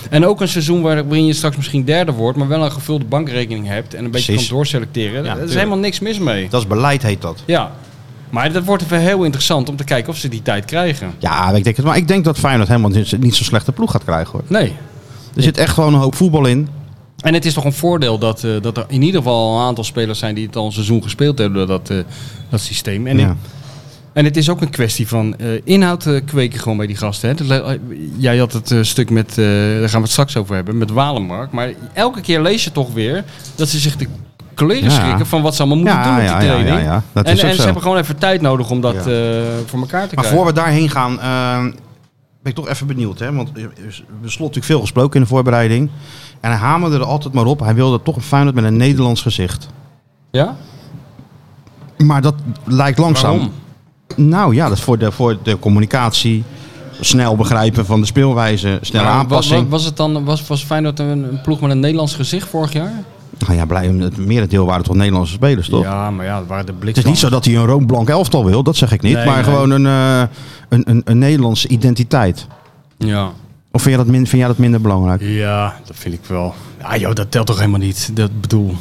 En ook een seizoen waar- waarin je straks misschien derde wordt, maar wel een gevulde bankrekening hebt. En een beetje Precies. kan doorselecteren. er is natuurlijk. helemaal niks mis mee. dat is beleid, heet dat. Ja. Maar dat wordt even heel interessant om te kijken of ze die tijd krijgen. Ja, ik denk het. Maar ik denk dat Feyenoord helemaal niet, niet zo'n slechte ploeg gaat krijgen, hoor. Nee. Er zit echt gewoon een hoop voetbal in. En het is toch een voordeel dat, eh, dat er in ieder geval een aantal spelers zijn die het al een seizoen gespeeld hebben, dat, eh, dat systeem. En Ja. ik- En het is ook een kwestie van eh, inhoud eh, kweken gewoon bij die gasten. Hè? Dat le- eh, jij had het eh, stuk met, eh, daar gaan we het straks over hebben, met Walenmark. Maar elke keer lees je toch weer dat ze zich de collega's Ja. schrikken van wat ze allemaal moeten Ja, doen op die ja, ja, training. ja, ja. Dat en is ook en zo. ze hebben gewoon even tijd nodig om dat eh, voor elkaar te Maar krijgen. voor we daarheen gaan, eh, ben ik toch even benieuwd. Hè? Want er is er is slot natuurlijk veel gesproken in de voorbereiding. En hij hamerde er altijd maar op. Hij wilde toch een Feyenoord met een Nederlands gezicht. Ja? Maar dat lijkt langzaam. Waarom? Nou ja, dat is voor de, voor de communicatie. Snel begrijpen van de speelwijze. Snelle Maar wa- aanpassing. wa- Was, het dan, was, was Feyenoord een, een ploeg met een Nederlands gezicht vorig jaar? Nou ja, blij, het merendeel waren toch Nederlandse spelers, toch? Ja, maar ja, het waren de blik. Het is niet zo dat hij een roomblank elftal wil, dat zeg ik niet. Nee, maar nee. gewoon een, eh, een, een, een Nederlandse identiteit. Ja. Of vind jij dat, min, vind jij dat minder belangrijk? ja, dat vind ik wel. Ah joh, dat telt toch helemaal niet. Dat bedoel.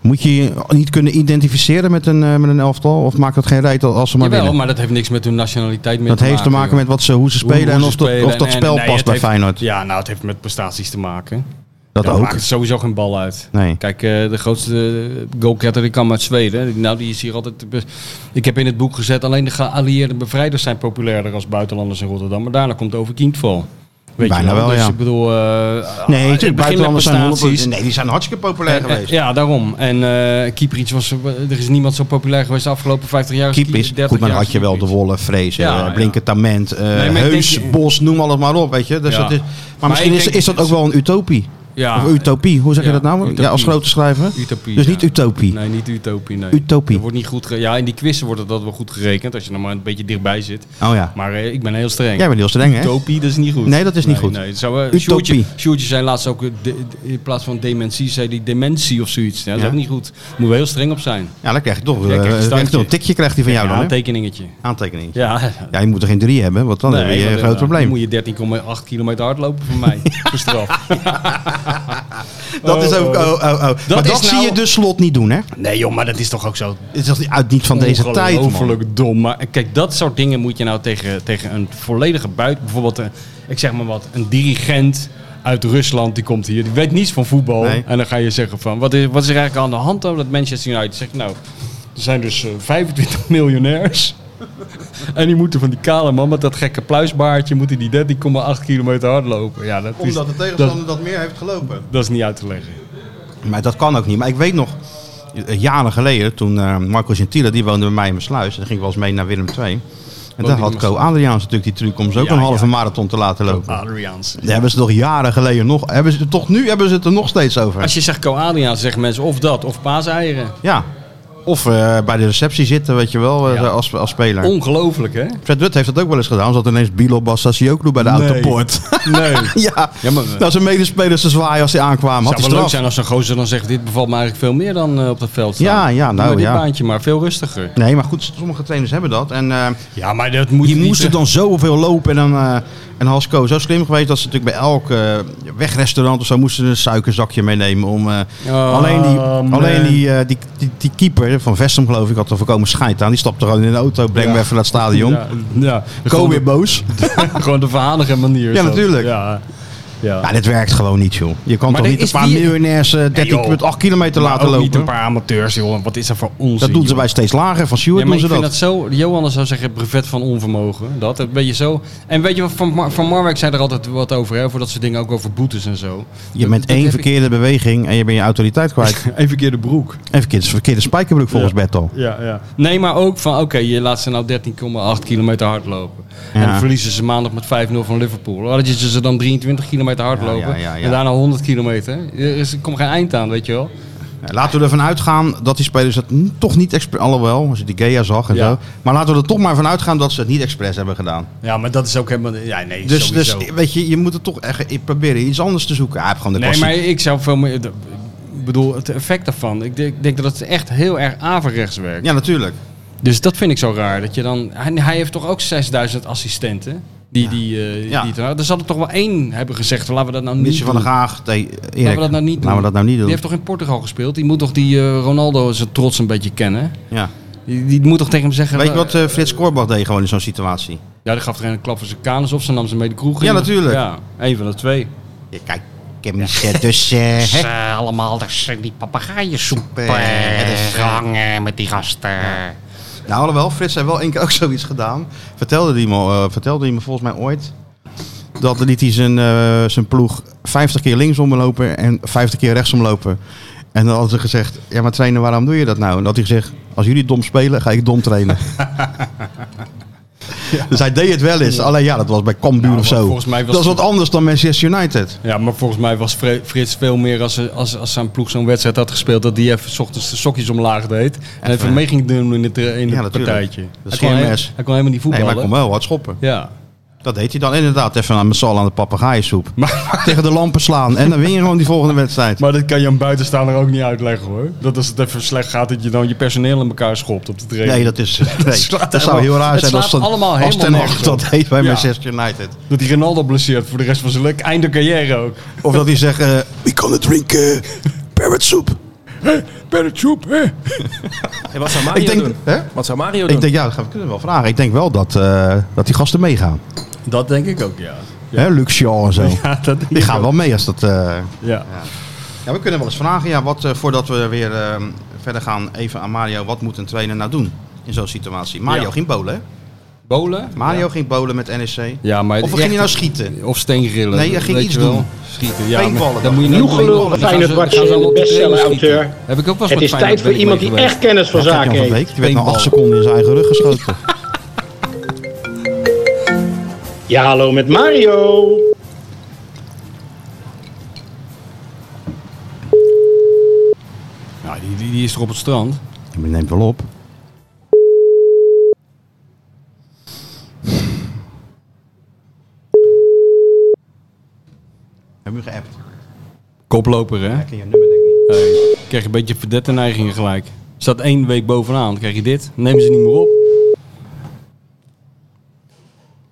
Moet je je niet kunnen identificeren met een, eh, met een elftal? Of maakt dat geen reet als ze maar Jawel, winnen? maar dat heeft niks met hun nationaliteit meer dat te heeft te maken joh. met wat ze, hoe ze Hoe- spelen hoe en ze of dat, spelen of dat en- spel nee, past het bij heeft- Feyenoord. Ja, nou, het heeft met prestaties te maken. dat Ja, ook. maakt het sowieso geen bal uit. Nee. Kijk, eh, de grootste eh, goalgetter die kwam uit Zweden. Die- Nou, die is hier altijd... de best- Ik heb in het boek gezet, alleen de geallieerde bevrijders zijn populairder als buitenlanders in Rotterdam. Maar daarna komt over Kindval. Weet Bijna je wel, dus ja. ik bedoel... Nee, natuurlijk, buitenlanders zijn honderd. 100%. Nee, die zijn hartstikke populair En- en- geweest. ja, daarom. En eh Kieprits was... Er is niemand zo populair geweest de afgelopen 50 jaar. als Kiep is, Kie- 30 goed, maar dan jaar had je wel de Kieprits. Wolle, Vrees, eh, Ja, ja. Blinkentament, eh, maar ik Heus, denk- Bos, noem alles maar op, weet je. Dus Ja. dat is, maar, Maar misschien ik is, denk- is dat ook wel een utopie. Ja, of utopie, hoe zeg je ja, dat nou? Ja, als utopie. grote schrijver. Utopie. Dus ja. niet utopie. Nee, niet utopie. Nee. Utopie. Er wordt niet goed ge- ja, in die quizzen wordt het dat wel goed gerekend als je er maar een beetje dichtbij zit. Oh ja. Maar eh, ik ben heel streng. Jij bent heel streng, hè? Utopie, dat is niet goed. Nee, dat is niet goed. Nee. Zo, eh, Utopie. Sjoerdje, Sjoerdje zei laatst ook, eh, de- de- in plaats van dementie, zei die dementie of zoiets. Ja, dat Ja. is ook niet goed. Daar moeten we heel streng op zijn. Ja, dan krijg je toch Ja, krijg eh, je een krijg je toch een standje. tikje krijgt hij van jou ja, dan, een hè? tekeningetje. Aantekening. Ja. Ja, je moet er geen drie hebben, want dan heb je want, een eh, groot probleem. Dan moet je 13,8 kilometer hardlopen van mij. Voor straf. Dat is ook. Oh, oh, oh. maar is dat zie nou- je dus slot niet doen, hè? Nee joh, maar dat is toch ook zo. Het is toch uit niet van deze tijd. man. Ongelooflijk dom. Maar kijk, dat soort dingen moet je nou tegen, tegen een volledige buiten. Bijvoorbeeld, eh, ik zeg maar wat, een dirigent uit Rusland die komt hier. Die weet niets van voetbal. Nee. En dan ga je zeggen van, wat is, wat is er eigenlijk aan de hand dan dat Manchester United zegt, nou, er zijn dus eh, 25 miljonairs. en die moeten van die kale man met dat gekke pluisbaardje, moeten die 13,8 kilometer hardlopen. Ja, dat, is, dat, dat meer heeft gelopen. dat is niet uit te leggen. Maar dat kan ook niet. Maar ik weet nog, eh, jaren geleden, toen eh, Marco Gentile, die woonde bij mij in mijn sluis. En dan ging ik wel eens mee naar Willem II. En daar in had mijn Co Adriaans natuurlijk die truc om ze ook Ja, een halve ja. Ah. marathon te laten lopen. Adriaans. Daar hebben ze toch jaren geleden nog. Hebben ze, het toch nu hebben ze het er nog steeds over. Als je zegt Koadia, zeggen mensen of dat, of paaseieren. Ja. Of eh, bij de receptie zitten, weet je wel, eh, Ja. als, als speler. Ongelooflijk, hè? Fred Rutte heeft dat ook wel eens gedaan. Zat ineens Bilobas Sassioglu bij de Nee. autopoort. Nee. ja, Ja, maar- dat zijn medespelers te zwaaien als die aankwamen. Had Het hij zou wel leuk straf. zijn als een gozer dan zegt, dit bevalt me eigenlijk veel meer dan eh, op dat veld staan. Ja, ja, Doe nou maar dit ja. baantje maar, veel rustiger. Nee, maar goed, sommige trainers hebben dat. En eh, Ja, maar dat moet die moesten dan zoveel lopen. En dan eh en Hasco zo slim geweest dat ze natuurlijk bij elk eh, wegrestaurant of zo moesten ze een suikerzakje meenemen. Om, eh, Oh, alleen die, man. alleen die, eh, die, die, die keeper van Vestum geloof ik had er voorkomen schijt aan. Die stapte gewoon in de auto, breng me Ja. even naar het stadion. Ja, ja. Ko Gewoon weer de- boos. Gewoon de verhalige manier. Ja, zo. natuurlijk. Ja, ja. Ja, dit werkt gewoon niet, joh. Je kan Maar toch er niet een is paar wie- miljonairs eh, 13,8 kilometer Maar laten Nou, ook lopen. niet een paar amateurs, joh. Wat is dat voor onzin? Dat doen ze joh. bij steeds lager. Van Sjoerd Ja, maar doen ik ze dat. vind dat, zo... Johan zou zeggen, brevet van onvermogen. Dat, dat ben je zo... En weet je, wat, Van, Mar van Marwijk zei er altijd wat over, hè. Voor dat soort dingen, ook over boetes en zo. Je bent Dat- dat één heb ik- verkeerde beweging en je bent je autoriteit kwijt. Even keer de broek. en verkeerde, verkeerde spijkerbroek volgens Bertel. Ja, ja. Nee, maar ook van, oké, je laat ze nou 13,8 kilometer hardlopen. Ja. En dan verliezen ze maandag met 5-0 van Liverpool. Hadden je ze dan 23 kilometer hardlopen Ja, ja, ja, ja. en daarna 100 kilometer. Er, is, er komt geen eind aan, weet je wel. Ja, Laten we ervan uitgaan dat die spelers het n- toch niet expres... Alhoewel, als je die Gea zag en Ja. zo. Maar laten we er toch maar van uitgaan dat ze het niet expres hebben gedaan. Ja, maar dat is ook helemaal. Ja, nee, Dus, dus weet je, je moet het toch echt proberen iets anders te zoeken. Ah, Hij heeft gewoon de Nee, klassiek- maar ik zou veel meer... de- Ik bedoel, het effect daarvan. Ik denk, ik denk dat het echt heel erg averechts werkt. Ja, natuurlijk. Dus dat vind ik zo raar. Dat je dan, hij, hij heeft toch ook 6000 assistenten? Die, die, eh Ja. die, er zal er toch wel één hebben gezegd. Laten we dat nou niet Missie van doen. der Gaag. tegen Erik. Laten we dat nou niet doen. Laten we dat nou niet Die doen. heeft toch in Portugal gespeeld? Die moet toch die eh, Ronaldo zijn trots een beetje kennen? Ja. Die, die moet toch tegen hem zeggen... Weet je eh, wat eh, Frits Korbach deed gewoon in zo'n situatie? Ja, die gaf er een klap voor zijn kanus of ze nam ze mee de kroeg in. Ja, natuurlijk. Ja, één van de twee. Ja, kijk, ik heb niet... eh, Dus... eh, hè. Eh, allemaal dat zijn die papegaaiensoep Eh, het is- hangen met die gasten. Nou, alhoewel, Frits heeft wel één keer ook zoiets gedaan. Vertelde hij me, eh, vertelde hij me volgens mij ooit. Dat liet hij zijn, eh, zijn ploeg 50 keer linksom lopen en 50 keer rechtsom lopen. En dan had ze gezegd, ja maar trainer, waarom doe je dat nou? En dan had hij gezegd, als jullie dom spelen, ga ik dom trainen. Dus hij deed het wel eens. Alleen ja, dat was bij Cambuur Ja, of Nou, maar zo. volgens mij was dat is het- wat anders dan Manchester United. Ja, maar volgens mij was Fre- Frits veel meer als, als, als zijn ploeg zo'n wedstrijd had gespeeld... dat hij even 's ochtends de sokjes omlaag deed. En even mee ging doen in het, eh, in Ja, het natuurlijk. partijtje. Dat hij, is kon geen he- mes. hij kon helemaal niet Nee, voetballen. maar ik kon wel hard schoppen. Ja. Dat deed hij dan inderdaad. Even aan met z'n allen aan de papegaaiensoep. Tegen de lampen slaan. En dan win je gewoon die volgende wedstrijd. Maar dat kan je aan buitenstaander ook niet uitleggen hoor. Dat als het even slecht gaat, dat je dan je personeel in elkaar schopt op de training. Nee, dat is. nee, slaat dat, zou helemaal- heel raar het zijn als, slaat dat, allemaal als helemaal Ten Hag nergens dat op. heeft bij Ja. Manchester United. Dat hij Ronaldo blesseert voor de rest van zijn lek. Einde carrière ook. Of dat hij zegt: eh, We gonna drink eh, parrot soep. Per de troep, hè? En wat zou Mario Ik denk- doen? hè? Wat zou Mario doen? Ik denk, ja, dat gaan we kunnen we wel vragen. Ik denk wel dat, eh, dat die gasten meegaan. Dat denk ik ook, ja. Hè, Luc Shaw en zo. Ja, dat denk Die ik gaan ook. wel mee als dat. eh, Ja. Ja, we kunnen wel eens vragen. Ja, wat, eh, voordat we weer eh, verder gaan, even aan Mario. Wat moet een trainer nou doen in zo'n situatie? Mario Ja. ging bolen. hè? Bolen? Mario ging bolen met NEC. Ja, maar Of ging hij nou schieten? Of steengrillen. Nee, hij ging weet iets je wel. doen. Schieten, ja. Paintballen maar dan. Dan moet je Genoeg niet doen. gelul, Dan gaan Feyenoord ze- wordt gaan ze allemaal op de bestseller training schieten. auteur. Heb ik ook wel eens Het met is Feyenoord tijd voor ben ik iemand mee die geweest. echt kennis van Gert-Jan zaken van heeft. Beek, die werd na acht seconden in zijn eigen rug geschoten. Ja, hallo met Mario. Ja, die, die, die is er op het strand. Ja, maar die neemt wel op. Hebben we geappt? Koploper, hè? Ik ken je nummer denk ik niet. Nee, ik kreeg een beetje verdette neigingen gelijk. Staat één week bovenaan, dan krijg je dit. Dan nemen ze niet meer op.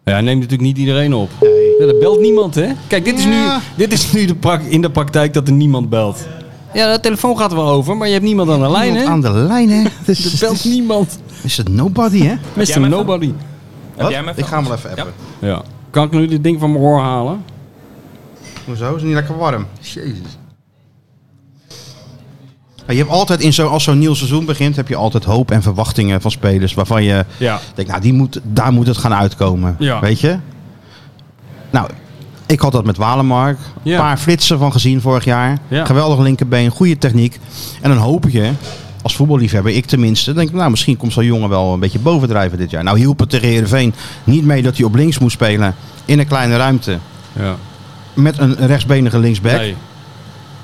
Ja, hij neemt natuurlijk niet iedereen op. Ja, dat belt niemand, hè? Kijk, dit is nu, dit is nu de prak- in de praktijk dat er niemand belt. Ja, de telefoon gaat wel over, maar je hebt niemand aan de lijn, Iemand hè? aan de lijn, hè? Het Er is, belt niemand. is het nobody, hè? Mr. jij hem even? Nobody. Wat? jij hem even? Ik ga hem wel even appen. Ja. Kan ik nu dit ding van mijn oor halen? Hoezo? Is het niet lekker warm? Jezus. Je hebt altijd in zo, als zo'n nieuw seizoen begint, heb je altijd hoop en verwachtingen van spelers waarvan je Ja. denkt, nou, die moet, daar moet het gaan uitkomen. Ja. Weet je? Nou, ik had dat met Walemark. Een Ja. paar flitsen van gezien vorig jaar. Ja. Geweldig linkerbeen, goede techniek. En dan hoop je, als voetballiefhebber, ik tenminste, dan denk ik, nou, misschien komt zo'n jongen wel een beetje bovendrijven dit jaar. Nou, hielp het tegen Heerenveen niet mee dat hij op links moest spelen in een kleine ruimte Ja. met een rechtsbenige linksback. Nee.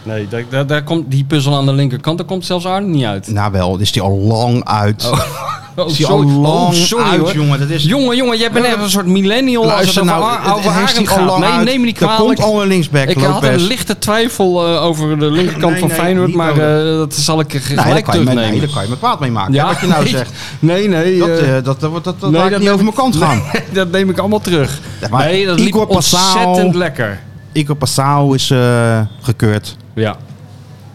Nee, daar, daar, daar komt die puzzel aan de linkerkant, daar komt zelfs Arne niet uit. Nou wel, is die al lang uit. Oh, is die al lang uit, hoor. jongen. Dat is... Jongen, jongen, jij bent echt een soort millennial Luister als het nou, over, het- Ar- over het heeft Arend die al gaat. lang Nee, uit. neem me niet Er kwalijk. komt al een linksback, ik had een Lopez. lichte twijfel eh, over de linkerkant Nee, van nee, Feyenoord, niet maar nodig. eh, dat zal ik er Nee, daar gelijk kan je me, nee, terugnemen. daar kan je me kwaad mee maken. hè, Wat je nou nee. zegt. Nee, nee. Dat, eh, eh, dat, dat, dat, dat nee, laat ik dat niet neem over mijn kant ik- gaan. eh, dat neem ik allemaal terug. Ja, maar nee, dat liep Igor Passau- ontzettend lekker. Ico Passau is eh, gekeurd. Ja.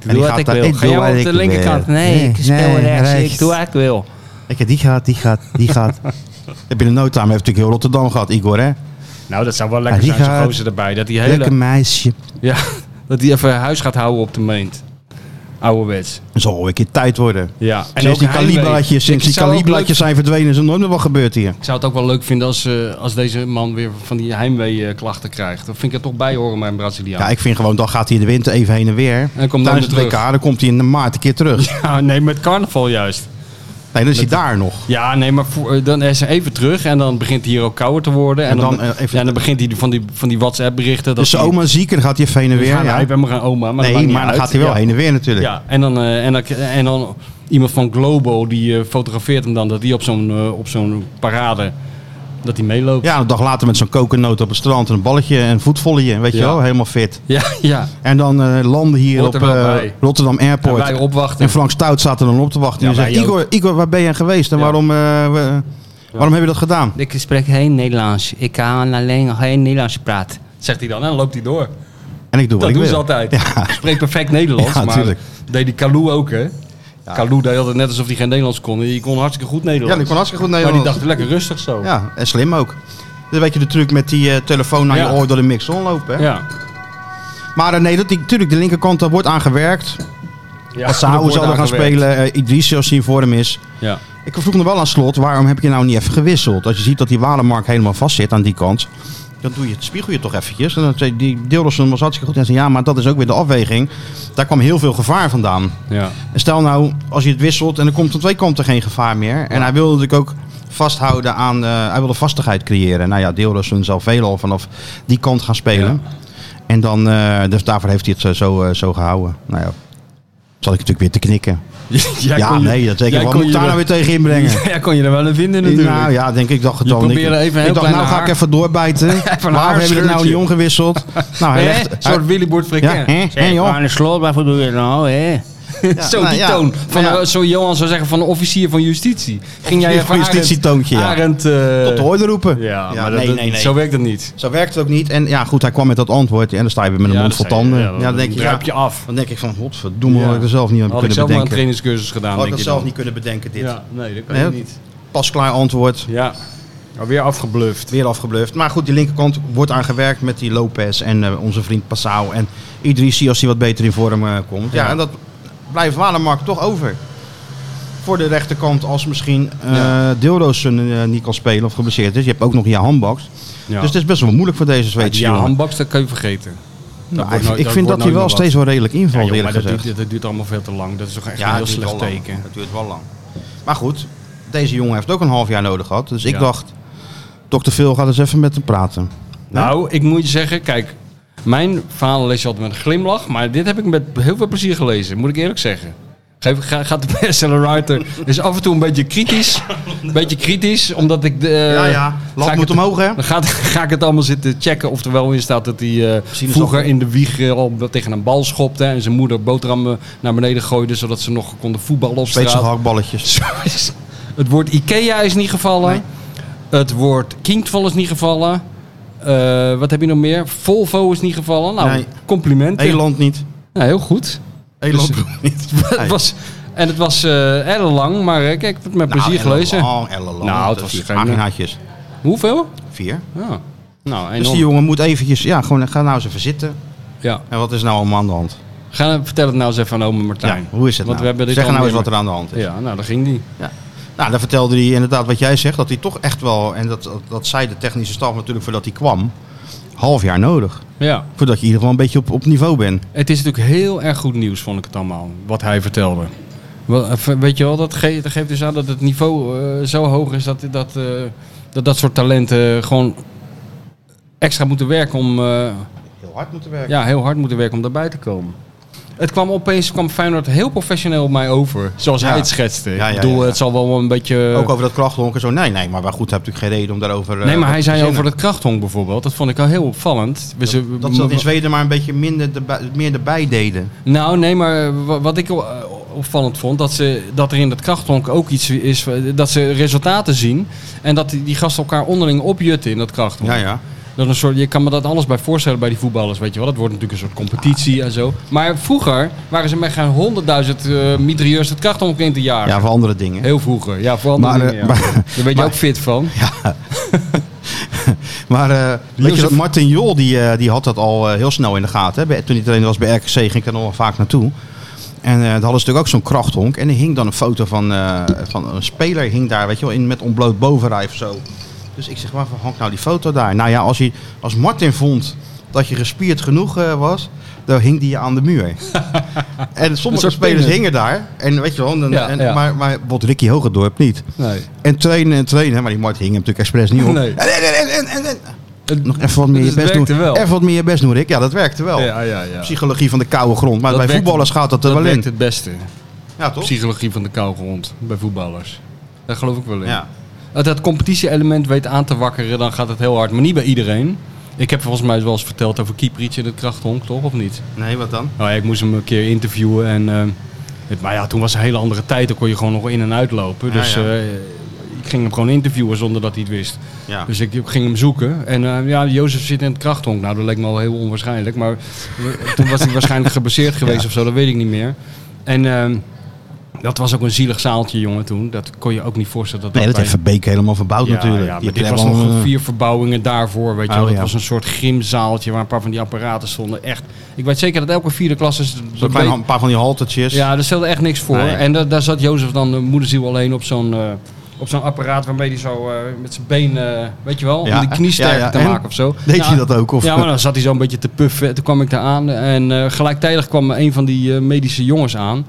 En die gaat daar- ik Ga doe jij wel wat op de ik linkerkant? wil. Nee, ik Nee, speel nee, rechts. rechts. Ik doe wat ik wil. Kijk, die gaat, die gaat, die gaat. Heb je de noodtaam heeft natuurlijk heel Rotterdam gehad, Igor, hè? Nou, dat zou wel Ja, lekker die zijn, zo'n gaat- gozer erbij. Dat die Lekker hele... meisje. Ja, dat hij even huis gaat houden op de meent. Ouderwets. Zal wel een keer tijd worden. Ja. En sinds die heimwee. kalibratjes, sinds Ik die zou ook kalibratjes zijn verdwenen, is er nooit meer wat gebeurd hier. Ik zou het ook wel leuk vinden als, eh, als deze man weer van die heimwee-klachten krijgt. Dat vind ik er toch bij horen bij een Braziliaan. Ja, ik vind gewoon, dan gaat hij in de winter even heen en weer. dan komt hij Tijdens het weer WK, terug. dan komt hij in de maart een keer terug. Ja, nee, met carnaval juist. Nee, dan is hij daar nog. Ja, nee, maar voor- eh, dan is hij even terug en dan begint hij hier ook kouder te worden. En, En dan, dan, eh, even- ja, dan begint hij van die, van die WhatsApp-berichten. dat Dus zijn hij- oma is ziek en dan gaat hij even heen en We weer. gaan, ja. Ik ben maar gaan oma, maar dat Nee, maakt niet maar dan uit. gaat hij wel ja. heen en weer natuurlijk. Ja, en dan, eh, en, dan, en dan iemand van Globo, die eh, fotografeert hem dan, dat die op zo'n eh, op zo'n parade, dat hij meeloopt. Ja, een dag later met zo'n kokennoot op het strand en een balletje en voetvolletje, weet je Ja. wel, helemaal fit. ja. ja. En dan eh, landen hier Hoort op er wel eh, bij. Rotterdam En Airport. wij En, opwachten. Frank Stout staat er dan op te wachten. Ja, en die wij zegt, Igor, Igor, waar ben jij geweest en Ja. waarom, eh, we- waarom heb je dat gedaan? Ik spreek geen Nederlands. Ik kan alleen geen Nederlands praten. Zegt hij dan, en dan loopt hij door. En ik doe wat Dat ik doen ze wil. altijd. Ja. Spreekt perfect Nederlands, Ja, maar tuurlijk. deed die Kalou ook, hè? Kalou deed altijd net alsof hij geen Nederlands kon. Die kon hartstikke goed Nederlands. Ja, ik kon hartstikke goed maar die Nederlands. dacht lekker rustig zo. Ja, en slim ook. Dan weet je de truc met die eh, telefoon naar Ja. je oor door de mixon lopen. Hè? Ja. Maar eh, nee, dat, die, natuurlijk, de linkerkant daar wordt aan gewerkt. Ja, Als Sao zal er gaan spelen, eh Idrissi als hij in vorm is. Ja. Ik vroeg nog wel aan slot, waarom heb je nou niet even gewisseld? Als je ziet dat die Walenmark helemaal vast zit aan die kant. Dan doe je het, spiegel je toch eventjes. En dan zei die Dilderson was hartstikke goed. En zei, ja, maar dat is ook weer de afweging. Daar kwam heel veel gevaar vandaan. Ja. En stel nou, als je het wisselt en er komt van twee kanten geen gevaar meer. En hij wilde natuurlijk ook vasthouden aan, eh, hij wilde vastigheid creëren. Nou ja, Deelrussen zal veelal vanaf die kant gaan spelen. En dan, eh, dus daarvoor heeft hij het zo, zo, eh, zo gehouden. Nou ja, zal ik natuurlijk weer te knikken. Jij ja, kon je- nee, dat zeker. jij Wat kon moet ik je daar nou er- weer tegen inbrengen? Ja, kon je er wel een vinden natuurlijk. Nou ja, denk ik, ik dacht het Je al. Ik, probeerde even een ik heel dacht, klein nou ga haar- ik even doorbijten. een Waarom hebben we het nou haarscheurtje. niet omgewisseld? Nou, hij Hè? legt... Een soort Willy Boert Ja, Frikken. hè? Hè, joh? Aan de slot, waarvoor doe je het nou, hè? Zo, nou die ja. toon. Van, Ja. eh, Zo Johan zou zeggen van een officier van justitie. Ging jij Officier van even Arend- justitietoontje, ja. Arend, eh, Tot de hoorde roepen. Ja, Ja, maar nee, dat, nee, nee. Zo werkt dat niet. Zo werkt het ook niet. En ja, goed, hij kwam met dat antwoord. En dan sta je weer met een mond vol tanden. Ja, dan denk je, ja, je af. dan denk ik van, godverdomme, Ja. had ik er zelf niet aan Had ik kunnen zelf maar een bedenken. trainingscursus gedaan, had ik denk dat je zelf dan. niet kunnen bedenken, dit. Ja, nee, dat kan Nee, je dat- niet. Pasklaar antwoord, Ja, alweer afgebluft. weer afgebluft. Maar goed, die linkerkant wordt aan gewerkt met die Lopez en eh, onze vriend Passau. En Idrissi als hij wat beter in vorm eh, komt. Ja, en dat blijft Walemark toch over. Voor de rechterkant als misschien eh Deelroosen, eh, niet kan spelen of geblesseerd is. Je hebt ook nog Jahan Baks. Ja. Dus het is best wel moeilijk voor deze Zweedse ja, jongen. handbaks, dat kan je vergeten. Nou, wordt ik- nooit- ik dat vind dat wordt hij nooit wel meer steeds wel redelijk invalt, Ja, joh, eerlijk maar dat gezegd. duurt, dat duurt allemaal veel te lang. Dat is toch echt een heel het duurt slecht wel lang. teken. Het duurt wel lang. Maar goed, deze jongen heeft ook een half jaar nodig gehad. Dus ik Ja. dacht, dokter Phil gaat eens even met hem praten. Nou, ik moet je zeggen, kijk, mijn verhaal lees je altijd met een glimlach, maar dit heb ik met heel veel plezier gelezen, moet ik eerlijk zeggen. Geef, ga- gaat de bestsellerwriter is af en toe een beetje kritisch, een beetje kritisch, omdat ik de eh, ja, ja. ga Lat ik moet het- omhoog, hè? dan gaat, ga ik het allemaal zitten checken of er wel in staat dat hij eh, Sinaasappel. vroeger in de wieg eh, al tegen een bal schopte en zijn moeder boterhammen naar beneden gooide zodat ze nog konden voetballen op Zweedse straat. hakballetjes. Zo is- Het woord Ikea is niet gevallen. Het woord Kinkval is niet gevallen. Eh, wat heb je nog meer? Volvo is niet gevallen. Nou, Nee. complimenten. Eland niet. Nou, Nou, heel goed. Eland Dus- niet. het was, en het was eh ellenlang, maar eh, kijk, ik heb het met Nou, plezier gelezen. Ellenlang, ellenlang. Nou, het Dat was is geen- paginaatjes. Hoeveel? Vier. Ja. Nou, enorm. Dus die jongen moet eventjes, ja, gewoon, ga nou eens even zitten. Ja. En wat is nou allemaal aan de hand? Ga, vertel het nou eens even aan oma Ja, Martijn. hoe is het Want nou? we hebben dit Zeg al nou eens wat meer- er aan de hand is. Ja, nou, daar ging die. Ja. Nou, dan vertelde hij inderdaad wat jij zegt, dat hij toch echt wel, en dat, dat, dat zei de technische staf natuurlijk voordat hij kwam, half jaar nodig. Ja. Voordat je in ieder geval een beetje op, op niveau bent. Het is natuurlijk heel erg goed nieuws, vond ik het allemaal, wat hij vertelde. Wel, eh, Weet je wel, dat, ge- dat geeft dus aan dat het niveau eh, zo hoog is dat dat, eh, dat dat soort talenten gewoon extra moeten werken om eh, Heel hard moeten werken. ja, heel hard moeten werken om daarbij te komen. Het kwam opeens kwam Feyenoord heel professioneel op mij over, zoals Ja. hij het schetste. Ja, ja, ik bedoel, ja, ja. het zal wel een beetje. Ook over dat krachtlonken zo. Nee, nee, maar, maar goed, heb natuurlijk geen reden om daarover. eh, nee, maar op hij te zei zinnen. over het krachthong bijvoorbeeld. Dat vond ik al heel opvallend. We- ze- Dat ze dat in Zweden maar een beetje minder erbij, meer erbij deden. Nou, nee, maar eh, wa- wat ik o- eh, opvallend vond, dat, ze, dat er in dat krachthonk ook iets is, eh, dat ze resultaten zien en dat die, die gasten elkaar onderling opjutten in dat krachthonk. Ja, ja. Dat is een soort, je kan me dat alles bij voorstellen bij die voetballers, weet je wel. Dat wordt natuurlijk een soort competitie en zo. Maar vroeger waren ze met geen honderdduizend eh mitrieurs het krachthonk in te jaren. Ja, voor andere dingen. Heel vroeger, ja, voor andere Maar, eh, dingen, ja. maar- Daar weet je ook fit van. Maar eh, weet je Jozef- dat Martin Jol die, eh, die had dat al eh, heel snel in de gaten. Hè? Bij- Toen hij trainer was bij RKC ging ik er nog wel vaak naartoe. En eh daar hadden ze natuurlijk ook zo'n krachthonk. En er hing dan een foto van, eh, van een speler hing daar, weet je wel, in, met ontbloot bovenrijf zo. Dus ik zeg, waarvan hangt nou die foto daar? Nou ja, als, hij, als Martin vond dat je gespierd genoeg eh, was, dan hing die je aan de muur. en sommige soort spelers penis. hingen daar. En weet je wel, en, Ja, en- ja. maar, maar bijvoorbeeld Ricky Hogerdorp niet. Nee. En trainen en trainen, maar die Mart hing hem natuurlijk expres niet op. Nee. En, en, en, en, en, en. Het- Nog even wat meer Dus je het best doen. werkte wel. Even wat meer je best doen, Rick. Ja, dat werkte wel. Ja, ja, ja. Psychologie van de koude grond. Maar Dat bij werkt- voetballers gaat dat er Oh. Dat wel in. werkt het beste. Ja, toch? Psychologie van de kou rond bij voetballers. Daar geloof ik wel in. Ja. Dat het competitie-element weet aan te wakkeren, dan gaat het heel hard. Maar niet bij iedereen. Ik heb volgens mij wel eens verteld over Kieprietje en het krachthonk, toch? Of niet? Nee, wat dan? Nou ja, ik moest hem een keer interviewen. En, eh, het, maar ja, toen was een hele andere tijd. Dan kon je gewoon nog in en uitlopen. Ja, Dus ja. eh, ik ging hem gewoon interviewen zonder dat hij het wist. Ja. Dus ik ging hem zoeken. En eh, ja, Jozef zit in het krachthonk. Nou, dat leek me al heel onwaarschijnlijk. Maar we- toen was hij waarschijnlijk gebaseerd geweest of zo. Dat weet ik niet meer. En ehm, dat was ook een zielig zaaltje, jongen, toen. Dat kon je ook niet voorstellen. Dat Nee, dat bij- heeft Verbeek helemaal verbouwd ja, natuurlijk. Ja, Die maar dit hebben was nog allemaal, eh, vier verbouwingen daarvoor. Weet je Oh, wel. Dat ja. was een soort grimzaaltje waar een paar van die apparaten stonden. Echt, ik weet zeker dat elke vierde klas is... zo'n klein ha- een paar van die haltertjes. Ja, daar stelde echt niks voor. Nee. En da- daar zat Jozef dan, eh, moederziel, alleen op zo'n eh, op zo'n apparaat waarmee hij zo eh, met zijn been, eh, weet je wel, Ja, om die knie sterker ja, ja. te En? maken of zo. Deed Ja, hij dat ook? Of? Ja, maar dan zat hij zo'n beetje te puffen. Toen kwam ik daar aan en eh, gelijktijdig kwam een van die eh, medische jongens aan.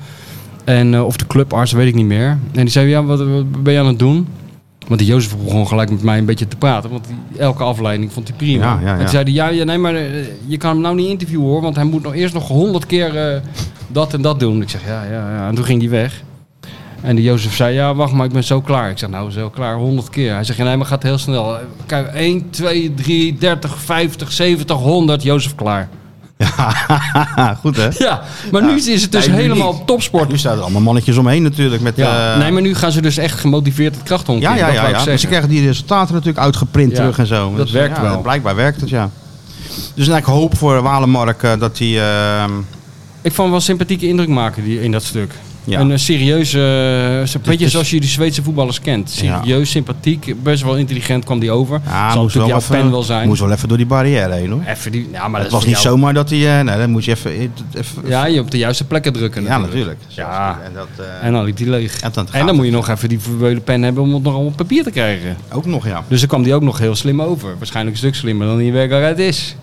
En, eh, of de clubarts, weet ik niet meer. En die zei, ja, wat, wat ben je aan het doen? Want die Jozef begon gelijk met mij een beetje te praten. Want die, elke afleiding vond hij prima. Ja, ja, ja. En toen zei hij, ja, ja, nee, maar eh, je kan hem nou niet interviewen hoor. Want hij moet nog eerst nog honderd keer eh, dat en dat doen. Ik zeg, ja, ja, ja. En toen ging hij weg. En die Jozef zei, ja, wacht maar, ik ben zo klaar. Ik zeg, nou, zo klaar, honderd keer. Hij zegt, ja, nee, maar gaat heel snel. Kijk, 1, 2, 3, 30, 50, 70, 100, Jozef klaar. Ja, goed hè? Ja, maar nu is het dus Nee, nu helemaal niet. topsport. Nu staan er allemaal mannetjes omheen natuurlijk. Met, Ja. eh, nee, maar nu gaan ze dus echt gemotiveerd het krachthonk Ja, in, ja, dat ja. wou ja. ik Dus ze zeggen. krijgen die resultaten natuurlijk uitgeprint Ja, terug en zo. dat Dus, werkt ja, wel. Blijkbaar werkt het, ja. Dus nou, ik hoop voor Walemark eh, dat hij... eh, Ik vond hem wel sympathieke indruk maken die, in dat stuk. Ja. Een eh, serieuze, eh, zo- beetje is- zoals je die Zweedse voetballers kent. Serieus, sympathiek, best wel intelligent kwam die over. ja, Zal moest natuurlijk jouw even- fan wel zijn. Moest wel even door die barrière heen, hoor. Even die, ja, maar het dat was is niet voor jou- zomaar dat hij... eh, nee, dan moet je even... even Ja, je op de juiste plekken drukken ja, natuurlijk. natuurlijk. Ja. En dat... eh, En dan liep die leeg. En dan En gaat dan moet je nog even die verbeulde pen hebben om het nog op papier te krijgen. ook nog, ja. Dus dan kwam die ook nog heel slim over. Waarschijnlijk een stuk slimmer dan die werkelijkheid is.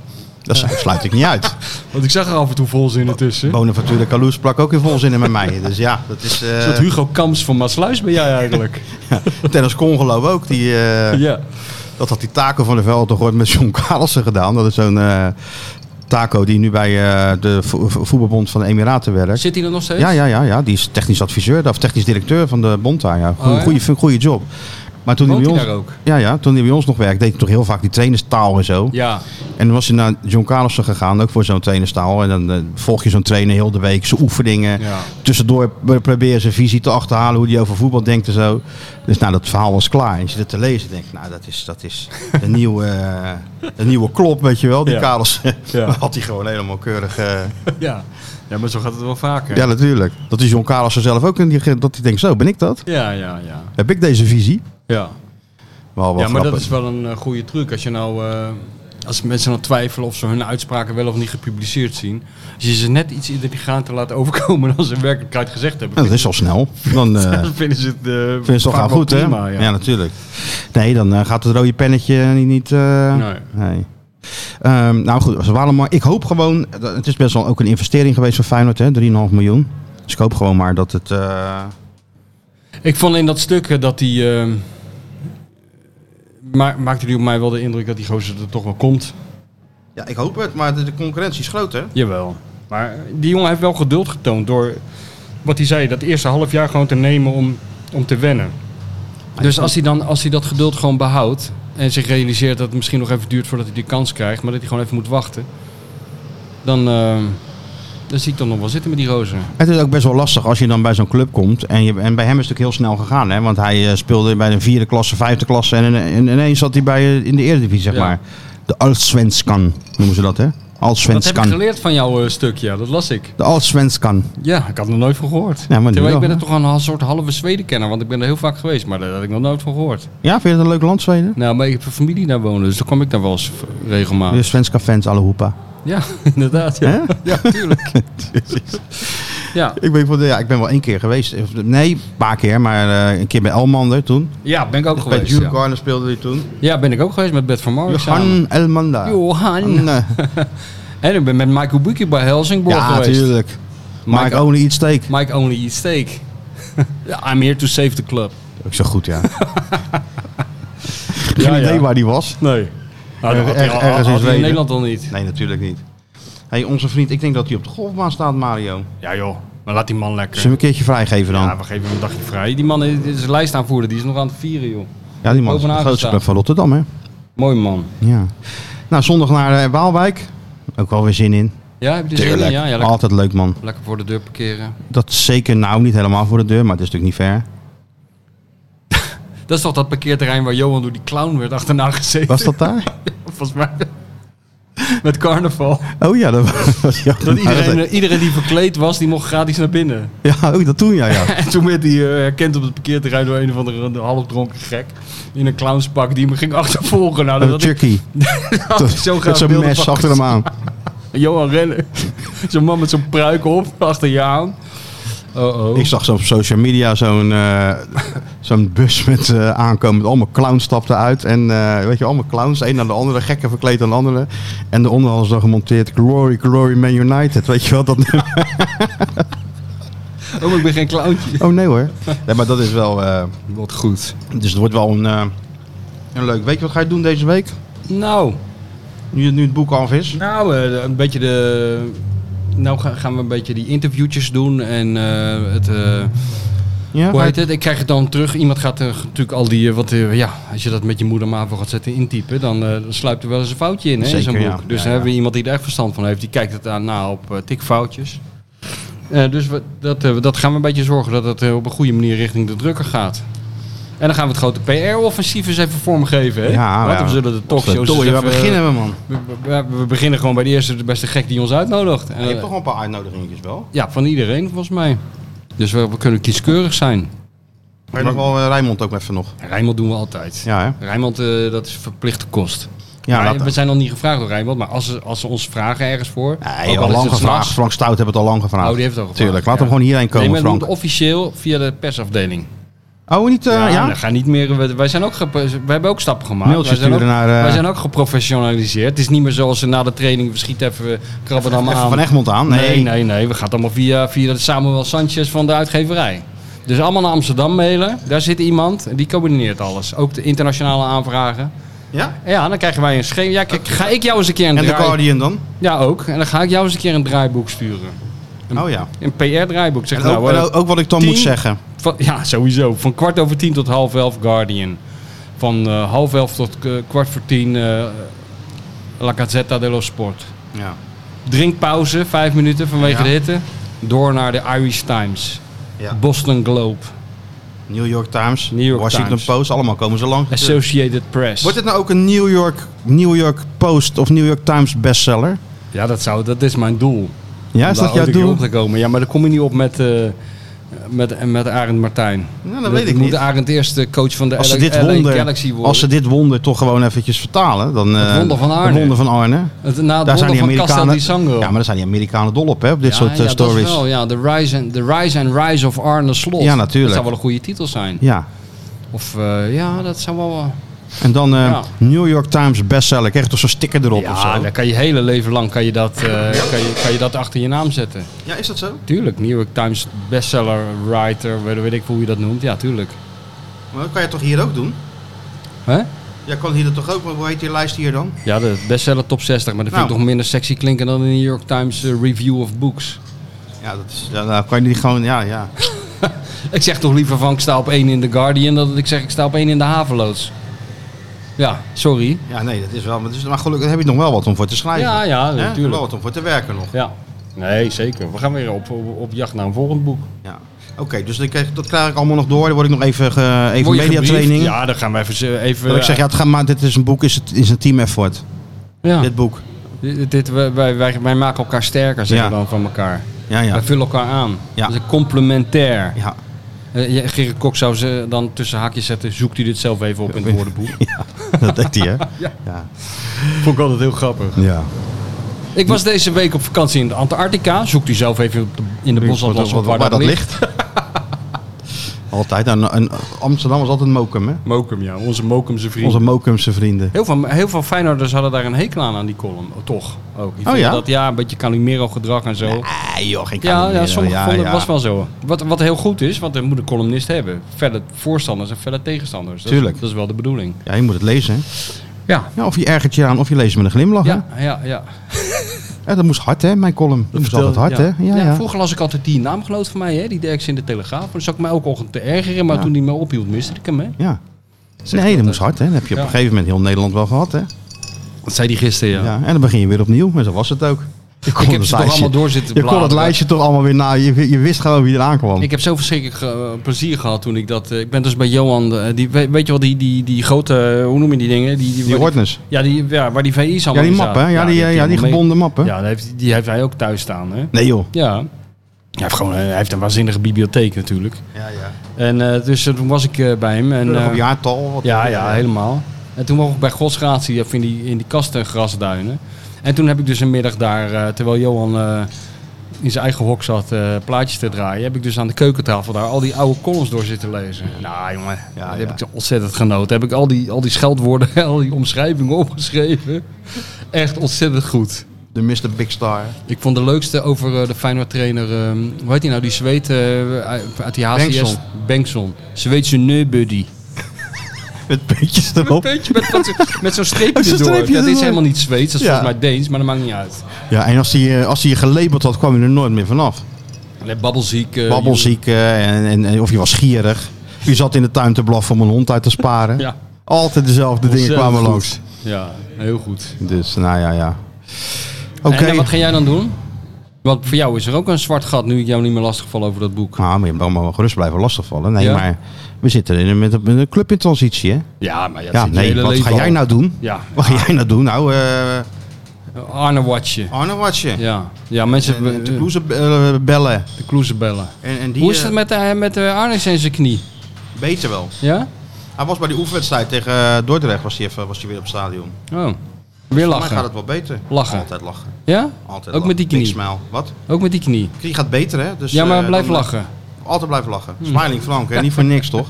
Dat s- sluit ik niet uit. Want ik zag er af en toe volzinnen tussen. Bonaventure Caloes sprak ook in volzinnen met mij. Dus ja, dat is... Een eh soort Hugo Kams van Maasluis ben jij eigenlijk. Tennis Congelo ook. Die, eh, ja. Dat had die taco van de Veld toch ooit met John Carlsen gedaan. Dat is zo'n eh, taco die nu bij eh, de vo- vo- voetbalbond van de Emiraten werkt. Zit hij er nog steeds? Ja, ja, ja, ja, die is technisch adviseur daar, of technisch directeur van de bond daar. Ja. Goeie, Oh, ja? goeie, goeie job. Maar toen Woont bij hij ons, daar ook? Ja, ja, toen hij bij ons nog werkte, deed hij toch heel vaak die trainerstaal en zo. Ja. En dan was hij naar John Carlsen gegaan, ook voor zo'n trainerstaal. En dan eh, volg je zo'n trainer heel de week, zijn oefeningen. Ja. Tussendoor pro- probeer je zijn visie te achterhalen, hoe hij over voetbal denkt en zo. Dus nou, dat verhaal was klaar. En als je dat te lezen denkt, nou, dat is, dat is een, nieuwe, eh, een nieuwe klop, weet je wel. Die Ja. Carlsen Ja. had hij gewoon helemaal keurig... eh, ja. Ja, maar zo gaat het wel vaker. ja, natuurlijk. Dat is John Carlsen zelf ook. En die, dat hij denkt, zo ben ik dat. ja, ja. ja. Heb ik deze visie? ja. Wel, wel Ja, maar dat grappig. is wel een eh, goede truc. Als je nou, eh, als mensen nou twijfelen of ze hun uitspraken wel of niet gepubliceerd zien. Als je ze net iets intelligenter laat overkomen dan ze in werkelijkheid gezegd hebben. Ja, Nou, dat is al snel. Dan eh Dan vinden ze het, eh vind je het toch vaak al wel goed, hè? prima, Ja. ja. natuurlijk. Nee, dan eh, gaat het rode pennetje niet... niet eh, Nee. nee. Ehm, nou goed, Walemar, ik hoop gewoon... dat- Het is best wel ook een investering geweest voor Feyenoord, hè? 3,5 miljoen. Dus ik hoop gewoon maar dat het... eh, Ik vond in dat stuk eh, dat hij... eh, ma- maakte hij op mij wel de indruk dat die gozer er toch wel komt. ja, ik hoop het, maar de, de concurrentie is groot, hè? Jawel. Maar die jongen heeft wel geduld getoond door wat hij zei, dat eerste half jaar gewoon te nemen om, om te wennen. Dus als hij, dan, als hij dat geduld gewoon behoudt en zich realiseert dat het misschien nog even duurt voordat hij die kans krijgt, maar dat hij gewoon even moet wachten, dan, eh, dan zie ik dan nog wel zitten met die rozen. Het is ook best wel lastig als je dan bij zo'n club komt. En, je, en bij hem is het natuurlijk heel snel gegaan. Hè? Want hij eh, speelde bij de vierde klasse, vijfde klasse. En, ine- en ineens zat hij bij, eh, in de eredivisie, zeg Ja. maar. De Allsvenskan noemen ze dat, hè? Dat heb ik Allsvenskan. geleerd van jouw eh, stuk, ja, dat las ik. De Allsvenskan. Ja, ik had er nooit van gehoord. Ja, maar nu Terwijl ik wel, ben er hè? toch een ha- soort halve Zwedenkenner, want ik ben er heel vaak geweest, maar daar had ik nog nooit van gehoord. Ja, vind je het een leuk land, Zweden? Nou, maar ik heb een familie daar wonen, dus dan kom ik daar wel eens v- regelmatig. De Svenska fans, alle hoepa. Ja, inderdaad. Ja, Hè? ja tuurlijk. ja. Ik ben, voor de- ja, ik ben wel één keer geweest. Of- Nee, een paar keer. Maar eh, een keer bij Elmander toen. ja, ben ik ook bij geweest. Jules Ja. Garner speelde hij toen. ja, ben ik ook geweest met Bert van Marwijk samen. Johan Elmander. Johan. Nee. En ik ben met Michael Bucky bij Helsingborg Ja, geweest. tuurlijk. Mike Mike- Only iets steak. Mike only eats steak. Ja, I'm here to save the club. Ook zo goed, ja. Geen Ja, ja. idee waar die was. Nee. Nou, dat had hij Erg- al- ergens in had hij in Zweden. Nederland al niet. Nee, natuurlijk niet. Hey, onze vriend, ik denk dat hij op de golfbaan staat, Mario. Ja joh, maar laat die man lekker. Zullen we een keertje vrijgeven dan? Ja, Ja, we geven hem een dagje vrij. Die man is is een lijst aanvoerder, die is nog aan het vieren joh. die man is de bovenaan grootste gestaan. club van Rotterdam, hè? Mooi man. Ja. Nou, zondag naar eh, Waalwijk. Ook wel weer zin in. Ja, heb je er zin in? Ja, ja lekker, Altijd leuk, man. lekker voor de deur parkeren. Dat is zeker, nou, niet helemaal voor de deur, maar het is natuurlijk niet ver. Dat is toch dat parkeerterrein waar Johan door die clown werd achterna gezeten. Was dat daar? Volgens mij. Met carnaval. Oh ja, dat was ja, Dat iedereen, eh, iedereen die verkleed was, die mocht gratis naar binnen. Ja, ook dat toen, ja, ja. En toen werd hij eh, herkend op het parkeerterrein door een of andere halfdronken gek. In een clownspak die hem ging achtervolgen. Nou, dat Dat had ik, Chucky. had ik zo Met graag zo'n beelden mes van achter hem aan. gezien. Johan rennen. zo'n man met zo'n pruik op, achter je aan. Oh, oh. Ik zag zo op social media zo'n eh, zo'n bus met eh aankomen. met Allemaal clowns stapten uit. En eh, weet je, allemaal clowns. Een naar de andere. Gekken verkleed aan de andere. En de hadden ze dan gemonteerd. Glory, glory, Man United. Weet je wel? Dat, Oh, maar ik ben geen clowntje. oh nee hoor. Nee, maar dat is wel... eh, Wat goed. dus het wordt wel een, eh, een leuk week. Wat ga je doen deze week? Nou, Nu, het- nu het boek af is. nou eh, een beetje de... Nou ga- gaan we een beetje die interviewtjes doen en eh, het... eh, Ja, ga Hoe je- heet het? Ik krijg het dan terug. Iemand gaat eh, natuurlijk al die, eh, wat, eh, ja, als je dat met je moeder maar voor gaat zetten intypen, dan eh, sluipt er wel eens een foutje in, hè, in Zeker, zo'n boek. ja. Dus Ja, dan ja. hebben we iemand die er echt verstand van heeft. Die kijkt het aan na op eh, tikfoutjes. Eh, dus we, dat, eh, dat gaan we een beetje zorgen dat het eh, op een goede manier richting de drukker gaat. En dan gaan we het grote PR-offensief eens even vormgeven. Hè? Ja, nou Want ja. we zullen de Potverdorie, talkshows eens waar even... eh, beginnen we man? we, we- we beginnen gewoon bij de eerste de beste gek die ons uitnodigt. En, Je hebt eh, toch wel een paar uitnodigingetjes wel? ja, van iedereen volgens mij. Dus we, we kunnen kieskeurig zijn. Maar nog wel eh, Rijnmond ook even nog. Rijnmond doen we altijd. Ja, hè? Rijnmond, eh, dat is verplichte kost. Ja, Maar laat- we zijn nog niet gevraagd door Rijnmond, maar als ze, als ze ons vragen ergens voor... Nee, al al lang is het gevraagd. s'nachts- Frank Stout hebben het al lang gevraagd. Oh, die heeft het al gevraagd, Tuurlijk, laat ja. hem gewoon hierheen Nee, komen, maar we doen Frank. het officieel via de persafdeling. Oh, niet, eh, ja? dan gaan niet meer, we- wij, zijn ook gep- wij hebben ook stappen gemaakt. Mailtjes wij zijn ook, sturen naar, eh, wij zijn ook geprofessionaliseerd. Het is niet meer zoals ze na de training, we schieten even, krabben dan maar Even aan. Van Egmond aan? Nee. nee, nee, nee, we gaan het allemaal via, via de Samuel Sanchez van de uitgeverij. Dus allemaal naar Amsterdam mailen. Daar zit iemand, en die coördineert alles. Ook de internationale aanvragen. Ja? Ja, dan krijgen wij een schema. Ja, kijk, ga ik jou eens een keer een En de draai- Guardian dan? Ja, ook. En dan ga ik jou eens een keer een draaiboek sturen. Oh ja. Een PR-draaiboek. Zeg En nou, ook, en eh, ook- ook wat ik dan moet tien? zeggen. van- ja, sowieso. Van kwart over tien tot half elf Guardian. Van eh, half elf tot eh, kwart voor tien eh, La Gazzetta dello Sport. Ja. Drinkpauze, vijf minuten vanwege Ja. de hitte. Door naar de Irish Times. Ja. Boston Globe. New York Times, New York Washington Times. Post, allemaal komen ze lang. Associated Press. Wordt het nou ook een New York, New York Post of New York Times bestseller? Ja, dat, zou, dat is mijn doel. Ja, is Om dat daar jouw ooit een Nou, keer doel? Op te komen. Ja, maar daar kom je niet op met, eh met, met Arend Martijn. Nou, dat weet ik moet niet. Arend eerst de coach van de Als ze, LA, dit Galaxy wonder, worden. als ze dit wonder toch gewoon eventjes vertalen, dan... eh, wonder van Arne. Het wonder van Arne. het, na Daar het zijn wonder die van Castel Amerikanen... di Sangro. Ja, maar daar zijn die Amerikanen dol op, hè, op dit soort eh, ja, dat stories. wel. Ja, the rise, and, the rise and Rise of Arne Slot. Ja, natuurlijk. Dat zou wel een goede titel zijn. Ja, Of eh, ja, dat zou wel... eh, En dan eh, Ja. New York Times bestseller. Krijg je toch zo'n sticker erop of ja, zo? dan kan je hele leven lang kan je dat, eh, kan je, kan je dat achter je naam zetten. Ja, is dat zo? Tuurlijk, New York Times bestseller writer, weet, weet ik hoe je dat noemt. Ja, tuurlijk. Maar dat kan je toch hier ook doen? Hè? Ja, kan hier dat toch ook? Maar hoe heet die lijst hier dan? Ja, de bestseller top 60, maar dat vind Nou. ik toch minder sexy klinken dan de New York Times eh, Review of Books. Ja, dat is, ja, nou, kan je die gewoon... Ja, ja. Ik zeg toch liever van ik sta op 1 in The Guardian dan dat ik zeg ik sta op 1 in de Haveloods. Ja, sorry. ja, nee, dat is wel... Maar, dat is, maar gelukkig heb je nog wel wat om voor te schrijven. Ja, ja, Hè? Wel natuurlijk. wat om voor te werken nog. Ja. Nee, zeker. We gaan weer op, op, op jacht naar een volgend boek. Ja. Oké, dus dan krijg, dat krijg ik allemaal nog door. Dan word ik nog even, ge, even Word je mediatraining. gebriefd? Ja, dan gaan we even... ze- even Dat ik zeg, ja, het gaat, maar dit is een boek, is, het, is een team effort. ja. Dit boek. Dit, dit- wij, wij, wij- wij maken elkaar sterker, zeggen Ja. we dan van elkaar. Ja, ja. Wij vullen elkaar aan. Ja. Dat is een complementair. Ja, Eh, je- Gerrit Kok zou ze dan tussen haakjes zetten. Zoekt u dit zelf even op in het woordenboek. dat deed hij, hè? Ja. Ja. Vond ik altijd heel grappig. ja. Ik was deze week op vakantie in de Antarctica. Zoekt u zelf even op de- in de bosatlas op waar, dat ligt. altijd. En, en Amsterdam was altijd Mokum, hè? Mokum, ja. Onze Mokumse vriend. Onze Mokumse vrienden. Heel, veel, heel veel Feyenoorders hadden daar een hekel aan, aan die column. Oh, toch? Ook. Die Oh, vonden ja? Dat, ja, een beetje Calimero-gedrag en zo. Ah, joh, geen ja, ja, Calimero. sommigen Ja, vonden het ja. was wel zo. Wat, wat heel goed is, want dat moet een columnist hebben. Felle voorstanders en felle tegenstanders. Dat, is- Tuurlijk. Dat is wel de bedoeling. Ja, je moet het lezen, hè? Ja. Ja, of je ergert je aan, of je leest met een glimlach, hè? Ja, ja, ja. Ja, dat moest hard, hè, mijn column. Dat, moest altijd hard, hè? Ja, ja. Vroeger las ik altijd die naamgenoot van mij, hè, die Derks in de Telegraaf. Dan zat ik mij ook ochtend te ergeren, maar Ja. toen die me ophield, miste ik hem. Hè. Ja. Nee, dat moest hard, hè? Dat heb je op Ja. een gegeven moment heel Nederland wel gehad, hè? Dat zei die gisteren, Ja. En dan begin je weer opnieuw, en zo was het ook. Je kon heb het ze toch allemaal door zitten Je kon het bladeren. lijstje toch allemaal weer na. Je, je wist gewoon wie er aankwam. Ik heb zo verschrikkelijk eh, plezier gehad toen ik dat... eh, ik ben dus bij Johan, eh, die, weet, weet je wel, die, die, die grote, eh, hoe noem je die dingen? Die, Die waar ordners. ja, die, ja, waar die VI's Ja, allemaal die in map, hè? zaten. Ja, die, eh, ja, die helemaal gebonden map, hè? mee- Ja, die heeft, die heeft hij ook thuis staan, hè? Nee, joh. Ja. Hij heeft, gewoon, eh, hij heeft een waanzinnige bibliotheek natuurlijk. Ja, ja. En eh, dus eh, toen was ik eh, bij hem. En, Nog eh, op jaartal. Wat ja, ja, helemaal. En toen mocht ik bij Godsgratie even in die, in die kasten grasduinen. En toen heb ik dus een middag daar, eh, terwijl Johan eh, in zijn eigen hok zat eh, plaatjes te draaien, heb ik dus aan de keukentafel daar al die oude columns door zitten lezen. Nou jongen, ja, daar heb ik ontzettend genoten. Heb ik al die, al die scheldwoorden, al die omschrijvingen opgeschreven. Echt ontzettend goed. De Mr. Big Star. Ik vond de leukste over eh, de Feyenoord trainer, ehm, hoe heet hij nou, die Zweed eh, uit die HCS? Bengtsson. Bengtsson. Zweedse neubuddy. Met puntjes Met een erop. puntje, met, met zo'n- met zo'n streepje Met zo'n erdoor. streepje dat is erdoor. helemaal niet Zweeds, dat is Ja. volgens mij Deens, maar dat maakt niet uit. Ja, en als hij, eh, als hij je gelabeld had, kwam je er nooit meer vanaf. Nee, Babbelziek. eh, Babbelziek eh, en, en, en of je was gierig. Je zat in de tuin te blaffen om een hond uit te sparen. Ja. Altijd dezelfde dingen Ontzettend kwamen goed. langs. Ja, heel goed. Dus, nou ja, ja. Oké. En eh, wat ga jij dan doen? Want voor jou is er ook een zwart gat nu ik jou niet meer lastigval over dat boek. Nou, maar je mag wel gerust blijven lastigvallen. Nee, Ja. maar we zitten in, een- met, een, met een club in transitie, hè? Ja, maar ja, Ja, nee, wat ga jij nou doen? Ja, Wat ga jij nou doen? Nou, eh Arne watje. Arne Watje. nou- Ja, ja mensen En, eh, de, De Kloeze eh, bellen. de kloezen bellen. En, en die, Hoe is eh, het met, eh, met eh, Arnes en zijn knie? Beter wel. Ja? Hij was bij die oefenwedstrijd tegen eh, Dordrecht, was hij, even, was hij weer op het stadion. Oh, weer Maar gaat lachen. het wel beter. Lachen. Altijd lachen. Ja? Altijd Ook lachen. met die knie. Big smile. Wat? Ook met die knie. Knie gaat beter, hè? Dus, Ja, maar eh, blijf dan- lachen. Hm. Altijd blijven lachen. Smiling Frank, hè? Niet voor niks, toch?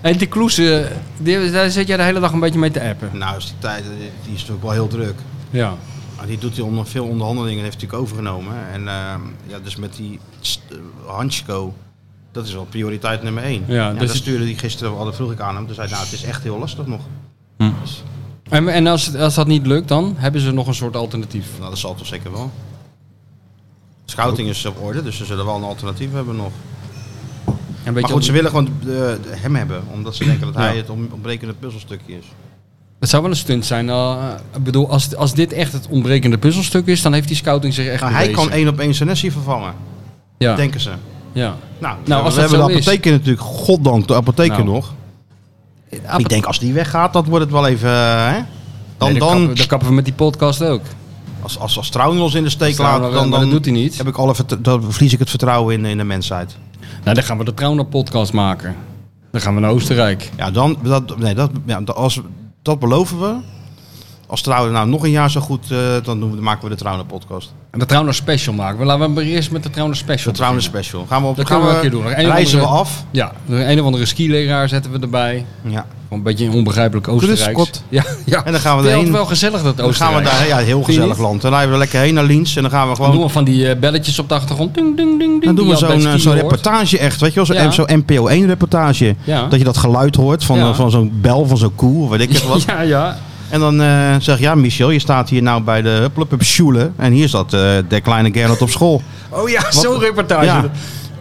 En die kloezen, die- daar zit jij de hele dag een beetje mee te appen. Nou, is die tijd eh, die is natuurlijk wel heel druk. Ja. Maar Ah, die doet hij onder veel onderhandelingen, heeft hij natuurlijk overgenomen. En ehm, ja, dus met die st- eh, Hansko, dat is wel prioriteit nummer één. Ja, Ja, dus dat het- stuurde hij gisteren, al, dat vroeg ik aan hem. Toen zei hij, nou, het is echt heel lastig nog. Dus, En, en als, het- als dat niet lukt, dan hebben ze nog een soort alternatief. nou, dat zal toch zeker wel. Scouting is op orde, dus ze zullen wel een alternatief hebben nog. Een Maar beetje goed, ze op- willen gewoon eh, hem hebben, omdat ze denken dat hij het on- ontbrekende puzzelstukje is. Het zou wel een stunt zijn. eh, ik bedoel, als, als dit echt het ontbrekende puzzelstuk is, dan heeft die scouting zich echt Nou, hij bewezen. kan één op één Senesi vervangen, ja, denken ze. ja. Nou, Nou, als we dat hebben zo de is. apotheker natuurlijk, goddank de apotheker Nou. nog. Ik denk als die weggaat, dan wordt het wel even. eh, Hè? Dan, Nee, dan, kappen, dan kappen we met die podcast ook. als, als, als Trouwen ons in de steek Trouwen, laat, dan, maar dan, dat doet hij niet. Heb ik alle vert- dan verlies ik het vertrouwen in, in de mensheid. Nou, dan gaan we de Trauner podcast maken. Dan gaan we naar Oostenrijk. Ja, dan, dat, nee, dat, ja, dat- als, dat beloven we. Als Trouwen nou nog een jaar zo goed, eh, dan doen we, maken we de Trouwen podcast. En de Trauner special maken. We laten we eerst met de Trauner De special. Trouwen beginnen. special. Gaan we op Dat gaan kunnen we een keer doen. Nog een Reizen we andere- af. Ja, er een of andere skileraar zetten we erbij. Ja. Gewoon Een beetje een onbegrijpelijk Oostenrijk. Trutskot. Ja, ja. En dan gaan we Vind je erheen. het wel gezellig dat Dan gaan Oostenrijk. we daar, ja, heel Vind je gezellig niet? land. Dan rijden we lekker heen naar Liens en dan gaan we Dan gewoon doen we van die eh, belletjes op de achtergrond. Ding, ding, ding, ding, Dan doen we die je al bij zo'n eh, het zo'n skiën hoort. reportage echt, weet je wel, zo'n Ja. zo'n NPO1 reportage. Ja. Dat je dat geluid hoort van, Ja. eh, van zo'n bel, van zo'n koe, of weet ik het wat. Ja, ja. En dan eh, zeg je, ja Michel, je staat hier nou bij de Hupplepup Schule en hier zat eh de kleine Gerrit op school. Oh ja, zo'n reportage. Ja.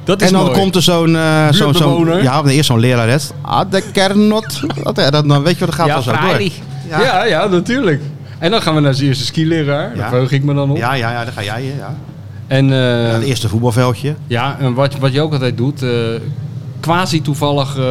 Dat is En dan mooi. komt er zo'n... eh zo'n zo'n Buurtbewoner. ja, eerst zo'n lerares. Ah, de kernot. Dat, eh, dat, dan weet je wat, dat gaat wel zo door. Ja. ja, natuurlijk. En dan gaan we naar zijn eerste skileraar. Ja. Daar verheug ik me dan op. Ja, ja, ja, daar ga jij in, ja. En, eh, Het eerste voetbalveldje. ja, en wat, wat je ook altijd doet, eh, quasi toevallig eh,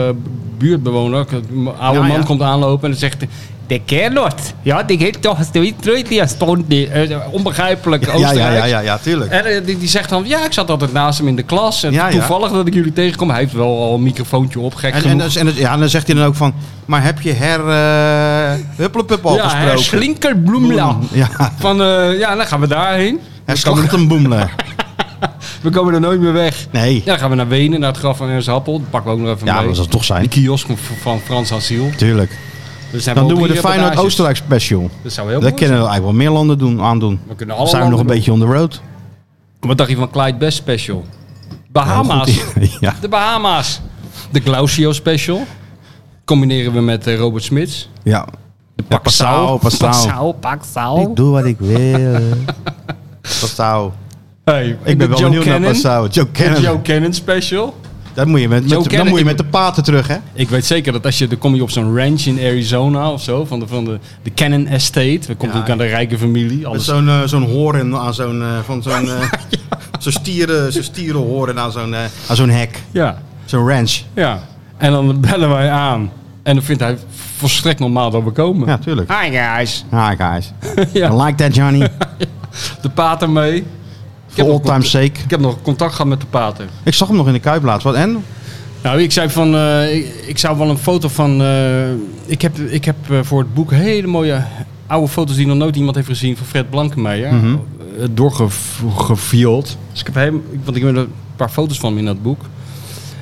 buurtbewoner, een oude Ja, man ja. komt aanlopen en dan zegt... hij, De Gernot, ja, die heeft toch steeds nooit die stond. die, eh, Onbegrijpelijk Ja, Oostenrijk. ja, ja, ja, ja, tuurlijk. En eh, die, die zegt dan, ja, ik zat altijd naast hem in de klas. En Ja, ja. toevallig dat ik jullie tegenkom. Hij heeft wel al een microfoontje op, gek En, en, genoeg. en, en- ja, en dan zegt hij dan ook van, maar heb je her eh Hupplepup al ja, hij gesproken? slinkerbloemla. Ja, Van, eh, ja, dan gaan we daarheen. hij slacht een boemler. We komen er nooit meer weg. Nee. Ja, dan gaan we naar Wenen, naar het graf van Ernst Happel. Dat pakken we ook nog even Ja, mee. maar dat zal toch Die zijn. kiosk van- van Frans Asiel. Tuurlijk. Dus zijn Dan al doen we drie de Feyenoord reportages. Oostenrijk special. Dat zou heel Dat mooi kunnen we eigenlijk wel meer landen doen, aandoen. We kunnen Dan alle zijn we nog een landen beetje on the road. doen. Wat dacht je van Clyde Best special? Bahama's. Ja. de Bahama's. De Glausio special. Combineren we met eh, Robert Smits. ja. De Paksau, Paksau. Paksau, Paksau. Ik doe wat ik wil. Passau. Hey, Ik ben de wel Joe benieuwd naar Cannon. Passau. Joe De Joe Cannon. Cannon special. Dan moet je met, Joe met, dan Cannon, moet je ik- met de paten terug, hè? Ik weet zeker dat als je, dan kom je op zo'n ranch in Arizona of zo, van de, van de, de Cannon Estate. Dan komt Ja. ook aan de rijke familie. Met Alles. zo'n eh, zo'n horen aan zo'n... eh, van zo'n... eh, zo'n stieren, zo'n stierenhoren aan zo'n... eh, aan zo'n hek. Ja, Zo'n ranch. ja. En dan bellen wij aan. En dan vindt hij volstrekt normaal dat we komen. Ja, tuurlijk. Hi guys. Hi guys. Ja. I like that, Johnny. De pater mee. Ik For heb, all nog, time's sake. ik heb nog contact gehad met de pater. Ik zag hem nog in de Kuip laatst. Wat, en? Nou, ik zei van, eh, ik, ik zou wel een foto van, eh, ik heb, Mhm. ik heb eh, voor het boek hele mooie oude foto's die nog nooit iemand heeft gezien van Fred Blankenmeijer. eh, doorgevioeld. Dus ik heb hem, want ik heb een paar foto's van hem in dat boek.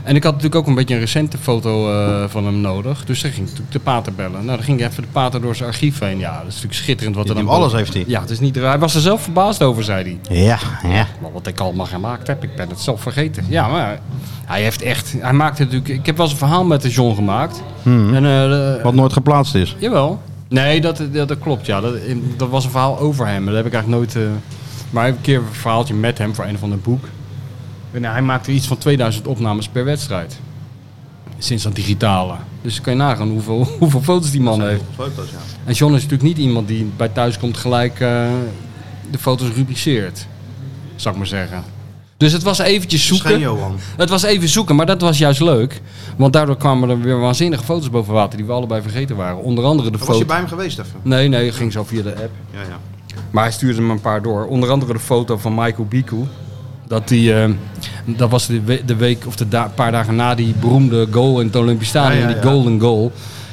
En ik had natuurlijk ook een beetje een recente foto eh, van hem nodig. Dus daar ging ik natuurlijk de pater bellen. Nou, dan ging ik even de pater door zijn archief heen. Ja, dat is natuurlijk schitterend wat er dan... Alles heeft hij. Ja, het is niet... Hij was er zelf verbaasd over, zei hij. Ja, ja. Maar wat ik allemaal gemaakt heb, ik ben het zelf vergeten. Ja, maar hij heeft echt... Hij maakte natuurlijk... Ik heb wel eens een verhaal met de John gemaakt. En, eh, Wat nooit geplaatst is. Jawel. Nee, dat, dat, dat klopt. Ja. Dat, dat was een verhaal over hem. Dat heb ik eigenlijk nooit. eh, maar ik heb een keer een verhaaltje met hem voor een of ander boek. En hij maakte iets van 2000 opnames per wedstrijd. Sinds dat digitale. Dus dan kan je nagaan hoeveel, hoeveel foto's die man heeft. Foto's, ja. En John is natuurlijk niet iemand die bij thuis komt gelijk eh, de foto's rubriceert. Zou ik maar zeggen. Dus het was eventjes zoeken. Schijn Johan. Het was even zoeken, maar dat was juist leuk. Want daardoor kwamen er weer waanzinnige foto's boven water die we allebei vergeten waren. Onder andere de Was je foto. bij hem geweest even? Nee, nee, het ging zo via de app. Ja, ja. Maar hij stuurde me een paar door. Onder andere de foto van Michael Biku. Dat, die, eh, dat was de, we- de week of de da- paar dagen na die beroemde goal in het Olympisch Stadion, Ja, ja, die ja. golden goal.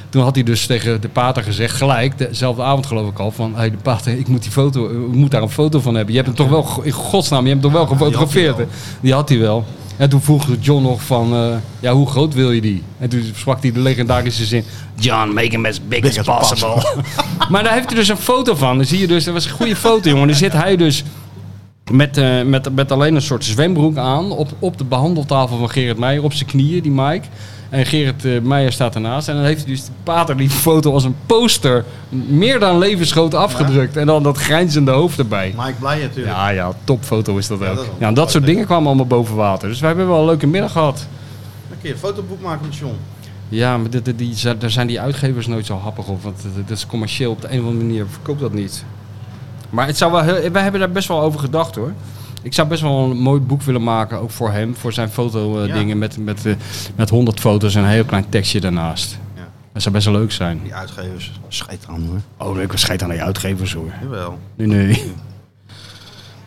Toen had hij dus tegen de pater gezegd, gelijk, dezelfde avond geloof ik al, van hey, de pater, ik moet, die foto, ik moet daar een foto van hebben. Je hebt hem toch wel, ge- in godsnaam, je hebt hem toch wel gefotografeerd. hè? Die had hij wel. En toen vroeg John nog van, eh, ja, hoe groot wil je die? En toen sprak hij de legendarische zin, John, make him as big, as possible. maar daar heeft hij dus een foto van. Dan zie je dus, dat was een goede foto, jongen. Dan zit hij dus met, eh, met, met alleen een soort zwembroek aan op, op de behandeltafel van Gerrit Meijer, op zijn knieën, die Mike. En Gerrit eh, Meijer staat ernaast. En dan heeft hij dus de pater die foto als een poster meer dan levensgroot afgedrukt. En dan dat grijnzende hoofd erbij. Mike blij natuurlijk. Ja, ja, topfoto is dat ook. dat is wel ja, en dat soort dingen kwamen allemaal boven water. Dus we hebben wel een leuke middag gehad. Een keer een fotoboek maken met John. Ja, maar dit- dit- die, zijn- daar zijn die uitgevers nooit zo happig op. Want dat- dat is commercieel op de een of andere manier verkoopt dat niet. Maar het zou wel heel, wij hebben daar best wel over gedacht hoor. Ik zou best wel een mooi boek willen maken, ook voor hem, voor zijn foto eh, Ja. dingen met, met, eh, met 100 foto's en een heel klein tekstje daarnaast. Ja. Dat zou best wel leuk zijn. Die uitgevers, scheid aan hoor. Oh, leuk. Wat schijt aan die uitgevers hoor. Jawel. Nee, nee.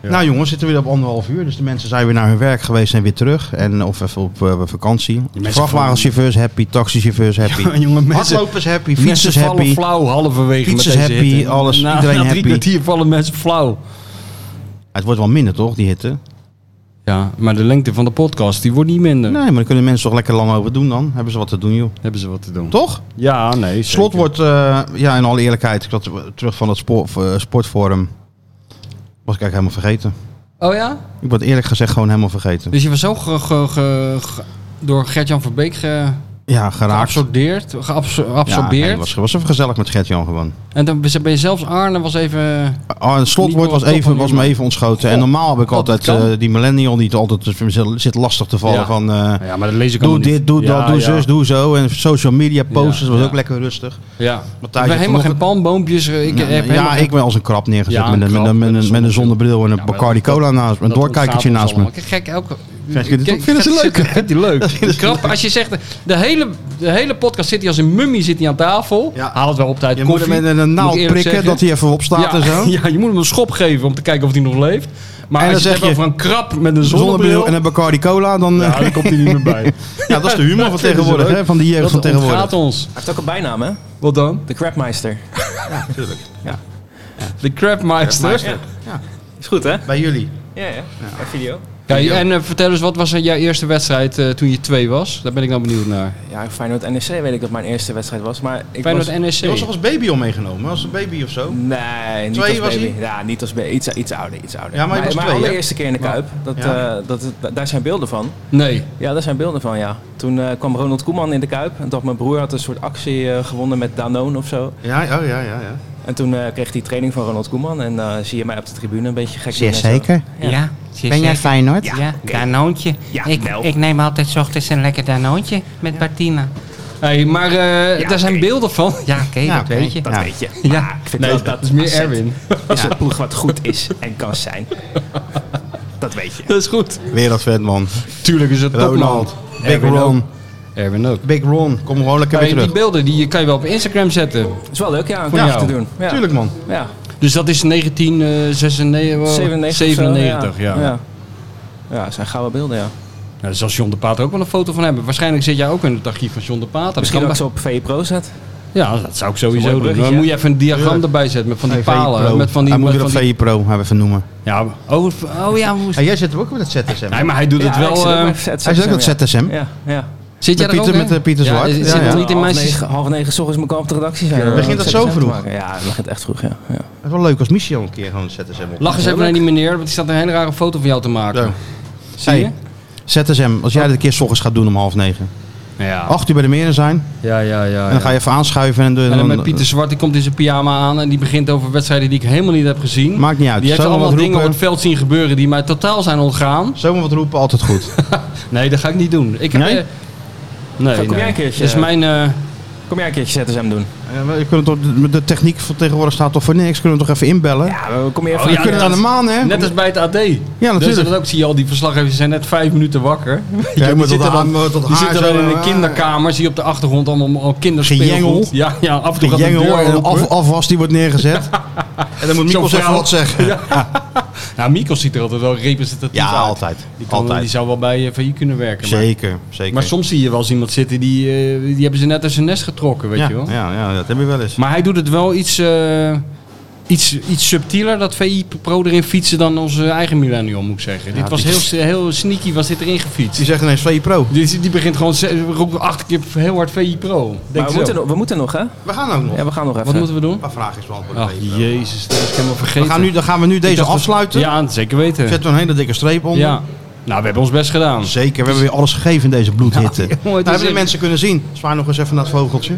Nou jongens, zitten we weer op anderhalf uur. Dus de mensen zijn weer naar hun werk geweest en weer terug. En of even op eh, vakantie. mensen Vrachtwagenchauffeurs happy, taxichauffeurs happy. jongen, Hardlopers happy, Mensen fietsers vallen happy. flauw halverwege Fietsers met deze happy, hitte. alles, Na- iedereen na drie happy. kwartier vallen mensen flauw. Het wordt wel minder toch, die hitte? Ja, maar de lengte van de podcast, die wordt niet minder. Nee, maar dan kunnen mensen toch lekker lang over doen dan. Hebben ze wat te doen joh. Hebben ze wat te doen. Toch? Ja, nee. zeker. Slot wordt, eh, ja in alle eerlijkheid, ik had terug van het spo- eh, sportforum. Was ik eigenlijk helemaal vergeten. Oh ja? Ik word eerlijk gezegd gewoon helemaal vergeten. Dus je was zo ge- ge- ge- ge- door Gert-Jan Verbeek ge- Ja, geraakt. geabsordeerd, geabs- Ja, geabsorbeerd. nee, het was, was even gezellig met Gert-Jan gewoon. En dan ben je zelfs Arne was even... Ah, het slotwoord was, even, was me even ontschoten. en normaal heb ik dat altijd kan. eh, die millennial niet altijd zit- zit lastig te vallen Ja. van... eh, Ja, maar dat lees ik doe dit, doe dat, doe zus, doe zo. En social media posters Ja, was ja. ook lekker rustig. Ja. Ik Matthijs ben heeft helemaal vanochtend- geen palmboompjes. eh, Ik Ja, heb helemaal ja, geen- ik ben als een krap neergezet Ja, met, een, een met, krap een, met met, een, een met een zonnebril en een Ja, maar Bacardi dat- Cola naast me. Een dat doorkijkertje ontgaat ons naast me. allemaal. Gek, elke... Vind je dit ook- Gek- vinden ze Gert- leuk, hè? Vindt hij leuk. Krap, als je zegt... De hele, de hele podcast zit hij als een mummie zit hij aan tafel. Ja. Haal het wel op tijd Je moet koffie. hem met een- een moet ik naald eerlijk prikken zeggen. dat hij even opstaat en zo. Ja, je moet hem een schop geven om te kijken of hij nog leeft. Maar En als je dan het zeg hebt over een krap met een Een zonnebril en een Bacardi Cola, dan... eh, Ja, daar komt hij niet meer bij. ja, dat is de humor van tegenwoordig, hè, van die jeugd van dat tegenwoordig. ontgaat ons. heeft ook een bijnaam, hè? Wat dan? De Crapmeister. De crapmeister. Is goed, hè? Bij jullie. Ja, ja. Een video. Ja, en eh, vertel eens, wat was eh, jouw eerste wedstrijd eh, toen je twee was? Daar ben ik nou benieuwd naar. Ja, Feyenoord NEC weet ik dat mijn eerste wedstrijd was, maar ik Feyenoord was... NSC. Je was toch als baby al meegenomen? Als een baby of zo? Nee, niet Twee als was baby. hij? Ja, niet als baby. Iets, iets ouder, iets ouder. Ja, maar hij was twee, hè? allereerste keer in de Kuip. Dat, Ja. eh, dat, dat- daar zijn beelden van. Nee. Ja, daar zijn beelden van, ja. Toen eh, kwam Ronald Koeman in de Kuip. En dacht mijn broer had een soort actie eh, gewonnen met Danone of zo. Ja, ja, ja, ja. ja. En toen eh, kreeg hij training van Ronald Koeman. En eh, zie je mij op de tribune een beetje gek. doen Zeer en zo. zeker. Ja, zie Ben je jij zeker. Feyenoord? Ja, Danoontje. Ja, ik, nou. ik neem altijd 's ochtends een lekker Danoontje met Martina. Hey, maar eh, daar zijn beelden van. Ja, oké, Ja, dat oké. weet je. Dat Ja. weet je. Ja. Maar ik vind Nee, wel dat is meer AZ Erwin. Is een ploeg wat goed is en kan zijn. Dat weet je. Dat is goed. Weer dat vet man. Tuurlijk is het Ronald. topland. Big Erwin Ron. Erwin ook. Big Ron. Kom gewoon lekker Hey, weer die terug. beelden die kan je wel op Instagram zetten. Dat is wel leuk, ja, om Ja. ja. te doen. Ja. Tuurlijk man. Ja. Dus dat is 1996. 97. of zo, 97 ja. ja. Ja, dat zijn gouden beelden, ja. Nou, daar zal John de Pater ook wel een foto van hebben. Waarschijnlijk zit jij ook in het archief van John de Pater. Misschien Dat dat ik kan ze op VE Pro zet. bij- Ja, dat zou ik Zo'n mooi sowieso doen. bruggetje, Dan hè? moet je even een diagram erbij zetten met van die palen. Met van die, hij moet met weer op van die- VE Pro hebben we even noemen. ja, oh, oh ja, hoe is- En jij zit er ook met het ZSM. nee, maar hij doet het Ja, ik wel. zit ook eh, met het hij zit ook met ja. het ZSM. Ja, ja. Zit jij Met er ook Pieter- in? met, eh, Pieter Zwart. Ja, Ja, zit ja. er niet in mijn half, systeem? negen, half negen 's ochtends moet ik al op de redactie zijn. om Begint dat ZSM zo te vroeg? maken. Ja, dat begint echt vroeg, ja. ja. Het is wel leuk als Michel een keer gewoon het ZSM op. Lach eens even naar die meneer, want die staat een hele rare foto van jou te maken. Ja. Zie je? Hey, ZSM, als jij dit een keer 's ochtends gaat doen om half negen. Ja. Acht uur bij de meren zijn. Oh. En Ja, ja, ja. dan ga je even aanschuiven. En, de- En dan dan- met Pieter Zwart, die komt in zijn pyjama aan en die begint over wedstrijden die ik helemaal niet heb gezien. Maakt niet uit. Die heeft Zomaar allemaal wat dingen op roepen. het veld zien gebeuren die mij totaal zijn ontgaan. Zomaar wat roepen, altijd goed. Nee, dat ga ik niet doen. Ik Nee? eh, nee, Kom jij nee. een keertje? Dat is mijn... eh, Kom jij een keertje ZSM doen? Ja, maar je kunt toch, de- de techniek van tegenwoordig staat toch voor niks. Kunnen we toch even inbellen? Ja, we- kom je even... Oh, je ja, kunt het aan de maan, hè? net als bij het AD. ja, Dus natuurlijk. dat ook, zie je al, die verslaggevers zijn net vijf minuten wakker. Ja, je die moet tot zitten aan- dan, tot die haar zitten zo, dan in een eh, kinderkamer, zie je op de achtergrond allemaal al Gejengel. kinderspeelgoed. Ja, ja, af en De toe gaat de jengel deur en open. af, afwas die wordt neergezet. en dan moet Mikkel Zo'n even vrouw. wat zeggen. Ja, Nou, Mikos ziet er altijd wel representatief uit. Die, kan, die zou wel bij eh, VI kunnen werken. maar- Zeker, zeker. Maar soms zie je wel eens iemand zitten die, eh, die hebben ze net uit zijn nest getrokken, weet ja, je wel. Ja, ja, dat heb je wel eens. Maar hij doet het wel iets, eh, iets, iets subtieler, dat VI Pro erin fietsen, dan onze eigen millennium, moet ik zeggen. dit was die- heel, s- heel sneaky, was dit erin Die gefietst. zegt ineens VE Pro. Die, die begint gewoon ze- roept acht keer heel hard VI Pro. Maar Denk we, zo. moeten, nog- we moeten nog, hè? We gaan ook nog. Ja, we gaan nog even. Wat moeten we doen? Een paar vragen beantwoorden. Ach, jezus, dat is ik helemaal vergeten. we gaan nu, dan gaan we nu deze dacht dat- afsluiten. Ja, zeker weten. Zetten we een hele dikke streep onder. Ja. Nou, we hebben ons best gedaan. Zeker, we hebben weer alles gegeven in deze bloedhitte. Ja, jongen, het nou, is hebben de echt- mensen kunnen zien. Zwaai nog eens even naar het vogeltje.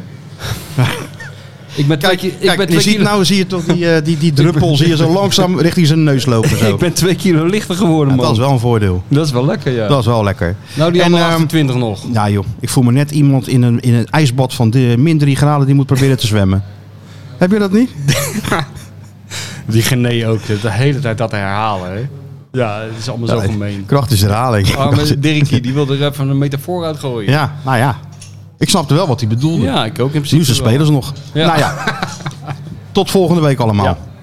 Ik ben Kijk, twee, ki- ik kijk ben je twee ziet kilo, nou zie je toch die, eh, die, die druppel zie je zo langzaam richting zijn neus lopen. Zo. ik ben twee kilo lichter geworden, Ja, man. dat is wel een voordeel. Dat is wel lekker, ja. Dat is wel lekker. Nou, die En, andere ehm, 28 nog. Ja joh, ik voel me net iemand in een, in een ijsbad van de, min 3 graden die moet proberen te zwemmen. Heb je dat niet? Die Gené ook de hele tijd dat herhalen. Hè? Ja, Ah, het is allemaal zo gemeen. Kracht is herhaling. Arme Dirkie, die wilde er even een metafoor uit gooien. Ja, nou ja. Ik snapte wel wat hij bedoelde. Ja, ik ook in principe. Nu zijn wel. spelers nog. Ja. Nou ja. Tot volgende week allemaal. Ja.